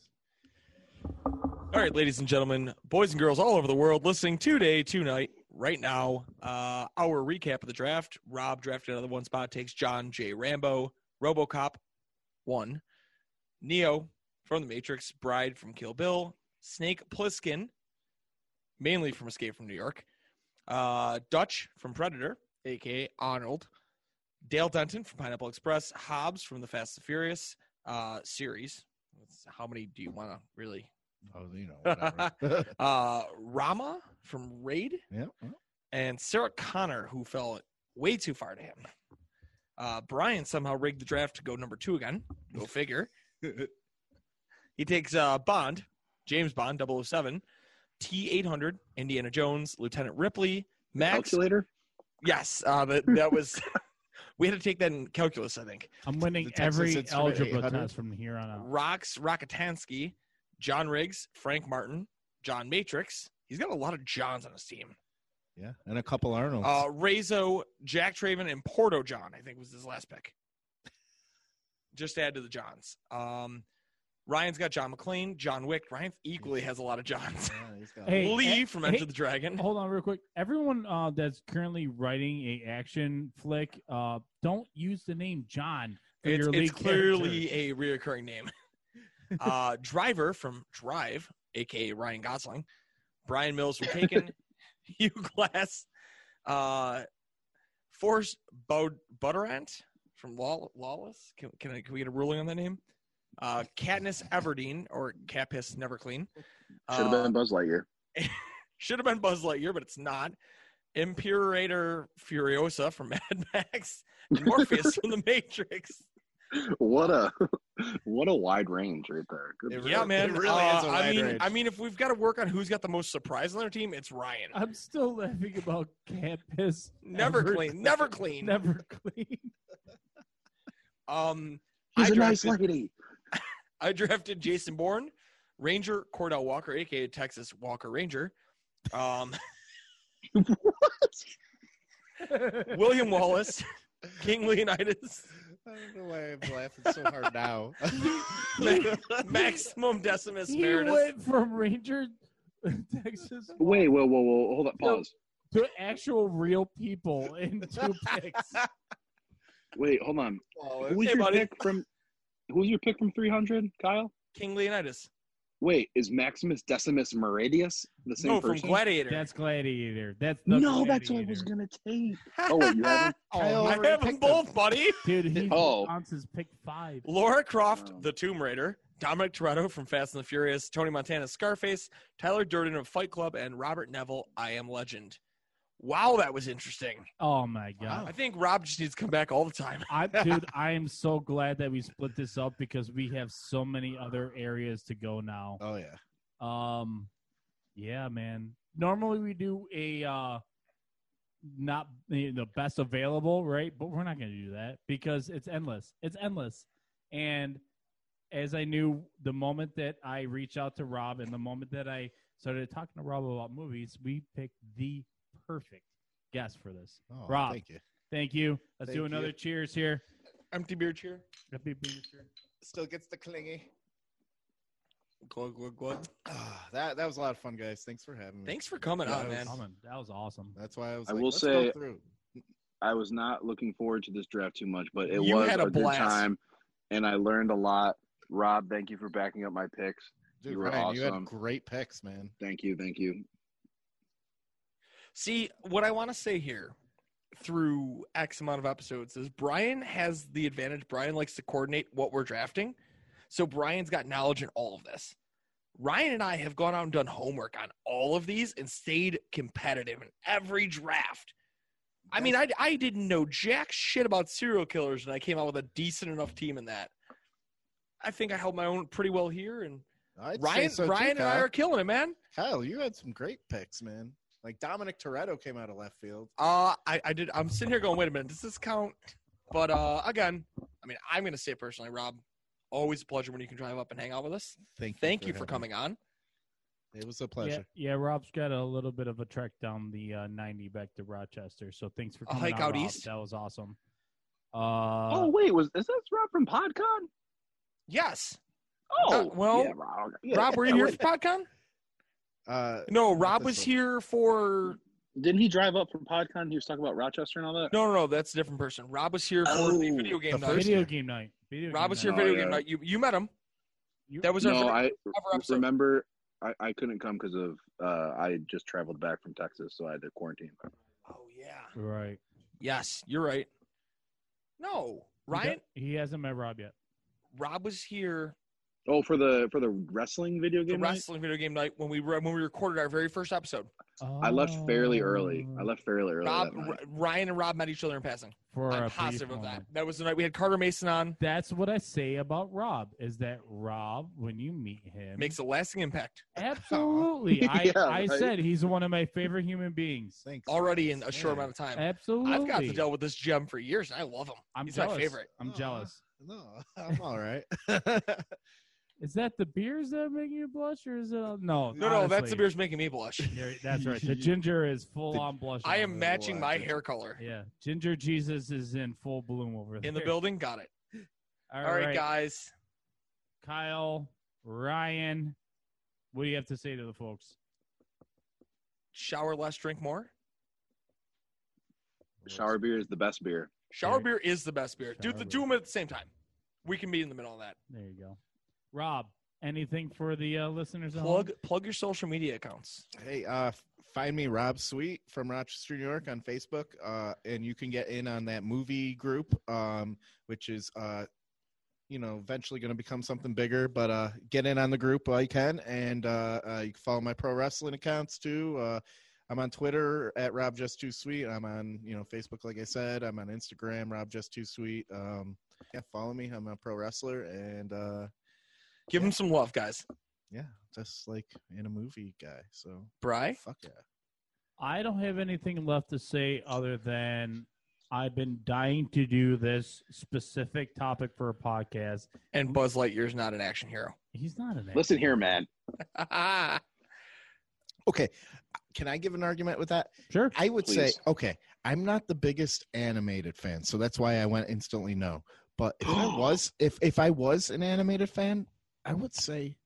Speaker 3: All right, ladies and gentlemen, boys and girls all over the world listening today, tonight, right now, uh, our recap of the draft. Rob drafted another one spot, takes John J. Rambo, Robocop 1, Neo from The Matrix, Bride from Kill Bill, Snake Plissken, mainly from Escape from New York, uh, Dutch from Predator, aka Arnold, Dale Denton from Pineapple Express, Hobbs from the Fast and Furious uh, series. That's- How many do you want to really
Speaker 5: oh you know
Speaker 2: *laughs*
Speaker 5: whatever *laughs*
Speaker 3: uh, Rama from Raid
Speaker 5: yeah well,
Speaker 3: and Sarah Connor, who fell way too far to him. Uh, Brian somehow rigged the draft to go number two again. Go figure. he takes uh, Bond, James Bond, 007, T 800, Indiana Jones, Lieutenant Ripley, Max.
Speaker 4: Calculator?
Speaker 3: Yes, uh, that, that was. *laughs* we had to take that in calculus, I think.
Speaker 2: I'm winning
Speaker 5: The Texas
Speaker 2: every
Speaker 5: Instrument
Speaker 2: algebra
Speaker 5: 800?
Speaker 2: test from here on out.
Speaker 3: Rox Rakitansky, John Riggs, Frank Martin, John Matrix. He's got a lot of Johns on his team.
Speaker 5: yeah and a couple arnolds
Speaker 3: Uh, Rezo, Jack Traven, and Porto John, I think was his last pick. Just add to the Johns. Um, Ryan's got John McClane, John Wick. Ryan equally has a lot of Johns.
Speaker 5: Yeah, he's got-
Speaker 2: Hey,
Speaker 3: *laughs* Lee
Speaker 2: eh,
Speaker 3: from
Speaker 2: eh,
Speaker 3: Enter the Dragon.
Speaker 2: Hold on, real quick. Everyone uh, that's currently writing a action flick, uh, don't use the name John for
Speaker 3: It's,
Speaker 2: your
Speaker 3: it's
Speaker 2: lead
Speaker 3: clearly
Speaker 2: character.
Speaker 3: a reoccurring name. Uh, Driver from Drive, aka Ryan Gosling, Brian Mills from Taken, Hugh Glass, uh, Forrest Bod- Butterant from Law- Lawless. Can, can, I, can we get a ruling on that name? Uh, Katniss Everdeen or Capis Neverclean.
Speaker 4: Should have
Speaker 2: Uh,
Speaker 4: been Buzz Lightyear.
Speaker 3: should have Uh, been Buzz Lightyear, but it's not. Imperator Furiosa from *laughs* Mad Max, and Morpheus from The Matrix.
Speaker 4: What a *laughs* what a wide range right there. Good
Speaker 5: It
Speaker 4: for
Speaker 5: really-
Speaker 3: yeah,
Speaker 4: them.
Speaker 3: man.
Speaker 5: it really
Speaker 3: Uh,
Speaker 5: is a
Speaker 3: I
Speaker 5: wide
Speaker 3: mean,
Speaker 5: range.
Speaker 3: I mean, if we've got to work on who's got the most surprise on their team, it's Ryan.
Speaker 2: I'm still laughing about campus.
Speaker 3: Never
Speaker 2: Ever- *laughs*
Speaker 3: clean, never clean.
Speaker 2: never clean.
Speaker 3: Um,
Speaker 4: He's
Speaker 3: I
Speaker 4: a nice
Speaker 3: drafted-
Speaker 4: lady.
Speaker 3: I drafted Jason Bourne, Ranger Cordell Walker, aka Texas Walker Ranger, um, William Wallace, King Leonidas,
Speaker 5: I don't know why I'm laughing so hard now.
Speaker 3: Ma- Maximum Decimus
Speaker 2: he
Speaker 3: Meridus.
Speaker 2: went from Ranger *laughs* Texas
Speaker 4: Wait, whoa, whoa, whoa. Hold up,
Speaker 2: No.
Speaker 4: pause.
Speaker 2: to actual real people in
Speaker 3: *laughs*
Speaker 2: two picks.
Speaker 4: Wait, hold on. Who was
Speaker 3: Hey,
Speaker 4: your
Speaker 3: buddy.
Speaker 4: pick from who was your pick from three hundred, Kyle?
Speaker 3: King Leonidas.
Speaker 4: Wait, is Maximus Decimus Meridius the same
Speaker 3: No, Oh, from
Speaker 4: person?
Speaker 3: Gladiator.
Speaker 2: That's Gladiator. That's the
Speaker 4: no, that's what I was
Speaker 2: Gladiator.
Speaker 4: gonna take. Oh, wait, you have
Speaker 3: oh,
Speaker 5: Kyle
Speaker 3: I
Speaker 5: already
Speaker 3: have them
Speaker 5: picked them.
Speaker 3: both, buddy.
Speaker 2: Dude, he
Speaker 4: Oh.
Speaker 2: announces pick five.
Speaker 3: Laura Croft,
Speaker 4: Wow.
Speaker 3: the Tomb Raider, Dominic Toretto from Fast and the Furious, Tony Montana, Scarface, Tyler Durden of Fight Club, and Robert Neville, I Am Legend. Wow, that was interesting.
Speaker 2: Oh my god.
Speaker 3: I think Rob just needs to come back all the time. *laughs*
Speaker 5: *laughs*
Speaker 2: I, dude, I am so glad that we split this up because we have so many other areas to go now.
Speaker 5: *laughs* Oh yeah.
Speaker 2: Um, yeah, man. Normally we do a uh, not the the best available, right? But we're not going to do that because it's endless. It's endless. And as I knew, the moment that I reached out to Rob and the moment that I started talking to Rob about movies, we picked the perfect guest for this.
Speaker 5: Oh,
Speaker 2: Rob.
Speaker 5: Thank you.
Speaker 2: Thank you. Let's do
Speaker 5: Thank
Speaker 2: another
Speaker 5: you.
Speaker 2: cheers here.
Speaker 3: Empty beer cheer.
Speaker 2: Happy being here.
Speaker 5: Still gets the clingy.
Speaker 3: Glug, glug, glug.
Speaker 5: Ah, that that was a lot of fun, guys. Thanks for having me.
Speaker 3: Thanks for coming
Speaker 5: Yeah,
Speaker 3: on,
Speaker 5: that
Speaker 3: man.
Speaker 5: was-
Speaker 2: Coming. That was awesome.
Speaker 5: That's why I was.
Speaker 4: I
Speaker 5: like,
Speaker 4: will
Speaker 5: Let's
Speaker 4: say-
Speaker 5: go through.
Speaker 4: I was not looking forward to this draft too much, but it
Speaker 3: You
Speaker 4: was
Speaker 3: had a
Speaker 4: a, good
Speaker 3: blast.
Speaker 4: time, and I learned a lot. Rob, thank you for backing up my picks.
Speaker 5: Dude,
Speaker 4: You were
Speaker 5: Ryan, you
Speaker 4: awesome.
Speaker 5: had great picks, man.
Speaker 4: Thank you, thank you.
Speaker 3: See, what I want to say here through X amount of episodes is Brian has the advantage. Brian likes to coordinate what we're drafting. So Brian's got knowledge in all of this. Ryan and I have gone out and done homework on all of these and stayed competitive in every draft. I mean, I, I didn't know jack shit about serial killers, and I came out with a decent enough team in that. I think I held my own pretty well here, and
Speaker 5: I'd say
Speaker 3: Ryan,
Speaker 5: so too,
Speaker 3: Ryan and I
Speaker 5: Kyle.
Speaker 3: are killing it, man.
Speaker 5: Kyle, you had some great picks, man. Like Dominic Toretto came out of left field.
Speaker 3: Uh, I, I did. I'm sitting here going, wait a minute, does this count? But uh, again, I mean, I'm going to say it personally, Rob, always a pleasure when you can drive up and hang out with us.
Speaker 5: Thank you.
Speaker 3: Thank you for
Speaker 5: having me.
Speaker 3: coming on.
Speaker 5: It was a pleasure.
Speaker 2: Yeah, yeah, Rob's got a little bit of a trek down the uh, 90 back to Rochester. So thanks for
Speaker 3: A
Speaker 2: coming
Speaker 3: hike
Speaker 2: on,
Speaker 3: out
Speaker 2: Rob.
Speaker 3: east?
Speaker 2: That was awesome. Uh,
Speaker 4: oh wait, was is that Rob from PodCon?
Speaker 3: Yes,
Speaker 4: Oh,
Speaker 3: Uh, well,
Speaker 4: yeah, Rob, yeah.
Speaker 3: Rob, were you here for PodCon?
Speaker 5: Uh,
Speaker 3: No,
Speaker 5: Not
Speaker 3: Rob
Speaker 5: this
Speaker 3: was
Speaker 5: one.
Speaker 3: here for.
Speaker 4: Didn't he drive up from PodCon? He was talking about Rochester and all that.
Speaker 3: No, no, no, that's a different person. Rob was here for the
Speaker 4: Oh,
Speaker 3: video game
Speaker 5: the
Speaker 3: night.
Speaker 5: first-
Speaker 2: video game night. Video
Speaker 3: Rob
Speaker 2: game
Speaker 3: was
Speaker 2: night.
Speaker 3: here
Speaker 4: No,
Speaker 3: video
Speaker 4: yeah.
Speaker 3: game night. You you met him.
Speaker 2: Oh, You-
Speaker 3: That was our
Speaker 4: no,
Speaker 3: first
Speaker 4: I
Speaker 3: ever episode.
Speaker 4: remember. I, I couldn't come because of uh, I just traveled back from Texas, so I had to quarantine.
Speaker 3: Oh yeah.
Speaker 2: *laughs* Right.
Speaker 3: Yes, you're right. No,
Speaker 2: He do-
Speaker 3: Ryan.
Speaker 2: He hasn't met Rob yet.
Speaker 3: Rob was here
Speaker 4: Oh, for the for the wrestling video
Speaker 3: the
Speaker 4: game. night?
Speaker 3: wrestling video game night when we re- when we recorded our very first episode.
Speaker 4: I left fairly early. I
Speaker 2: Oh.
Speaker 4: left fairly early.
Speaker 3: Rob,
Speaker 4: that night.
Speaker 3: R- Ryan and Rob met each other in passing.
Speaker 2: For a
Speaker 3: I'm
Speaker 2: brief
Speaker 3: positive of that.
Speaker 2: moment.
Speaker 3: That was the night we had Carter Mason on.
Speaker 2: That's what I say about Rob is that Rob, when you meet him,
Speaker 3: Makes a lasting impact
Speaker 4: *laughs*
Speaker 2: absolutely. I,
Speaker 4: Yeah,
Speaker 2: I
Speaker 4: right.
Speaker 2: said he's one of my favorite human beings.
Speaker 5: thanks.
Speaker 3: already in a short
Speaker 5: Yeah.
Speaker 3: amount of time.
Speaker 2: Absolutely.
Speaker 3: I've got to deal with this gem for years, and I love him.
Speaker 2: I'm
Speaker 3: He's my
Speaker 2: jealous.
Speaker 3: favorite.
Speaker 2: I'm
Speaker 5: Aw.
Speaker 2: jealous.
Speaker 5: No, *laughs* I'm all right. *laughs*
Speaker 2: Is that the beers that are making you blush, or is it no? No,
Speaker 3: No, no, that's the beer's making me blush.
Speaker 2: *laughs* There- That's right.
Speaker 3: *laughs*
Speaker 2: The ginger is full on blushing.
Speaker 3: I am
Speaker 5: Oh,
Speaker 3: matching my
Speaker 5: wow.
Speaker 3: hair color.
Speaker 2: Yeah, ginger Jesus is in full bloom over there.
Speaker 3: In the building, got it. All right, guys.
Speaker 2: Kyle, Ryan, what do you have to say to the folks?
Speaker 3: Shower less, drink more.
Speaker 4: Shower beer is the best beer.
Speaker 3: Shower
Speaker 2: Beer.
Speaker 3: beer is the best beer. Do
Speaker 2: Shower
Speaker 3: the do
Speaker 2: beer.
Speaker 3: them at the same time. We can be in the middle of that.
Speaker 2: There you go. Rob, anything for the uh, listeners? at
Speaker 3: Plug
Speaker 2: home?
Speaker 3: plug your social media accounts.
Speaker 5: hey, uh, f- find me Rob Sweet from Rochester, New York, on Facebook, uh, and you can get in on that movie group, um, which is, uh, you know, eventually going to become something bigger. But uh, get in on the group while you can, and uh, uh, you can follow my pro wrestling accounts too. Uh, I'm on Twitter at Rob Just Too Sweet. I'm on you know Facebook, like I said. I'm on Instagram, Rob Just Too Sweet. Um, yeah, follow me. I'm a pro wrestler, and uh,
Speaker 3: Give them some love, guys.
Speaker 5: yeah, just like in a movie guy. So
Speaker 3: Bry.
Speaker 5: fuck yeah.
Speaker 2: I don't have anything left to say other than I've been dying to do this specific topic for a podcast.
Speaker 3: And Buzz Lightyear's not an action hero. *laughs*
Speaker 2: He's not an.
Speaker 4: Listen
Speaker 2: actor.
Speaker 4: here, man.
Speaker 5: Okay, can I give an argument with that?
Speaker 2: Sure.
Speaker 5: I would say,
Speaker 4: Please.
Speaker 5: okay, I'm not the biggest animated fan, so that's why I went instantly no. But if I was, if if I was an animated fan, I would say,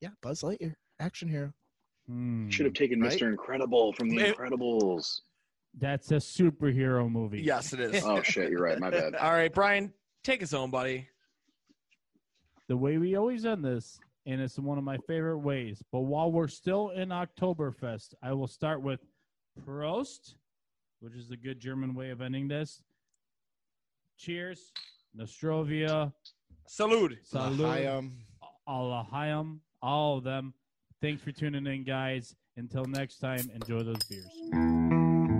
Speaker 5: yeah, Buzz Lightyear, action hero.
Speaker 2: Hmm.
Speaker 4: Should have taken
Speaker 5: Right?
Speaker 4: Mr. Incredible from The
Speaker 3: It- *laughs*
Speaker 4: Incredibles.
Speaker 2: That's a superhero movie.
Speaker 3: yes, it is.
Speaker 4: Oh shit, you're right.
Speaker 3: *laughs*
Speaker 4: My bad.
Speaker 3: All right, Brian, take us home, buddy.
Speaker 2: The way we always end this and it's one of my favorite ways. But while we're still in Oktoberfest, I will start with Prost, which is the good German way of ending this. Cheers, Nostrovia,
Speaker 3: Salud.
Speaker 5: Hi,
Speaker 2: Salud,
Speaker 5: um,
Speaker 2: Alahayim, all of them. Thanks for tuning in, guys. Until next time, enjoy those beers.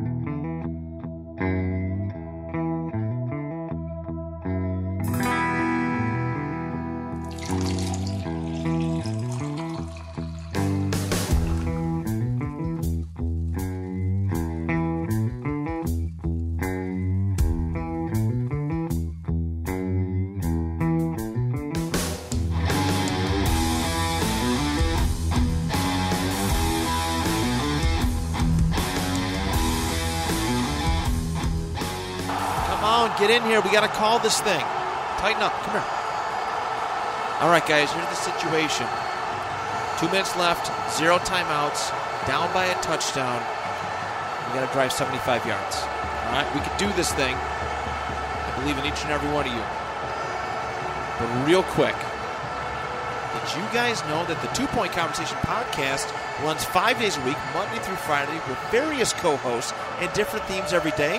Speaker 6: Come on, get in here. We got to call this thing. Tighten up. Come here. All right, guys, here's the situation. Two minutes left, zero timeouts, down by a touchdown. We got to drive 75 yards. All right, we can do this thing. I believe in each and every one of you. But real quick, did you guys know that the Two Point Conversation podcast runs five days a week, Monday through Friday, with various co hosts and different themes every day?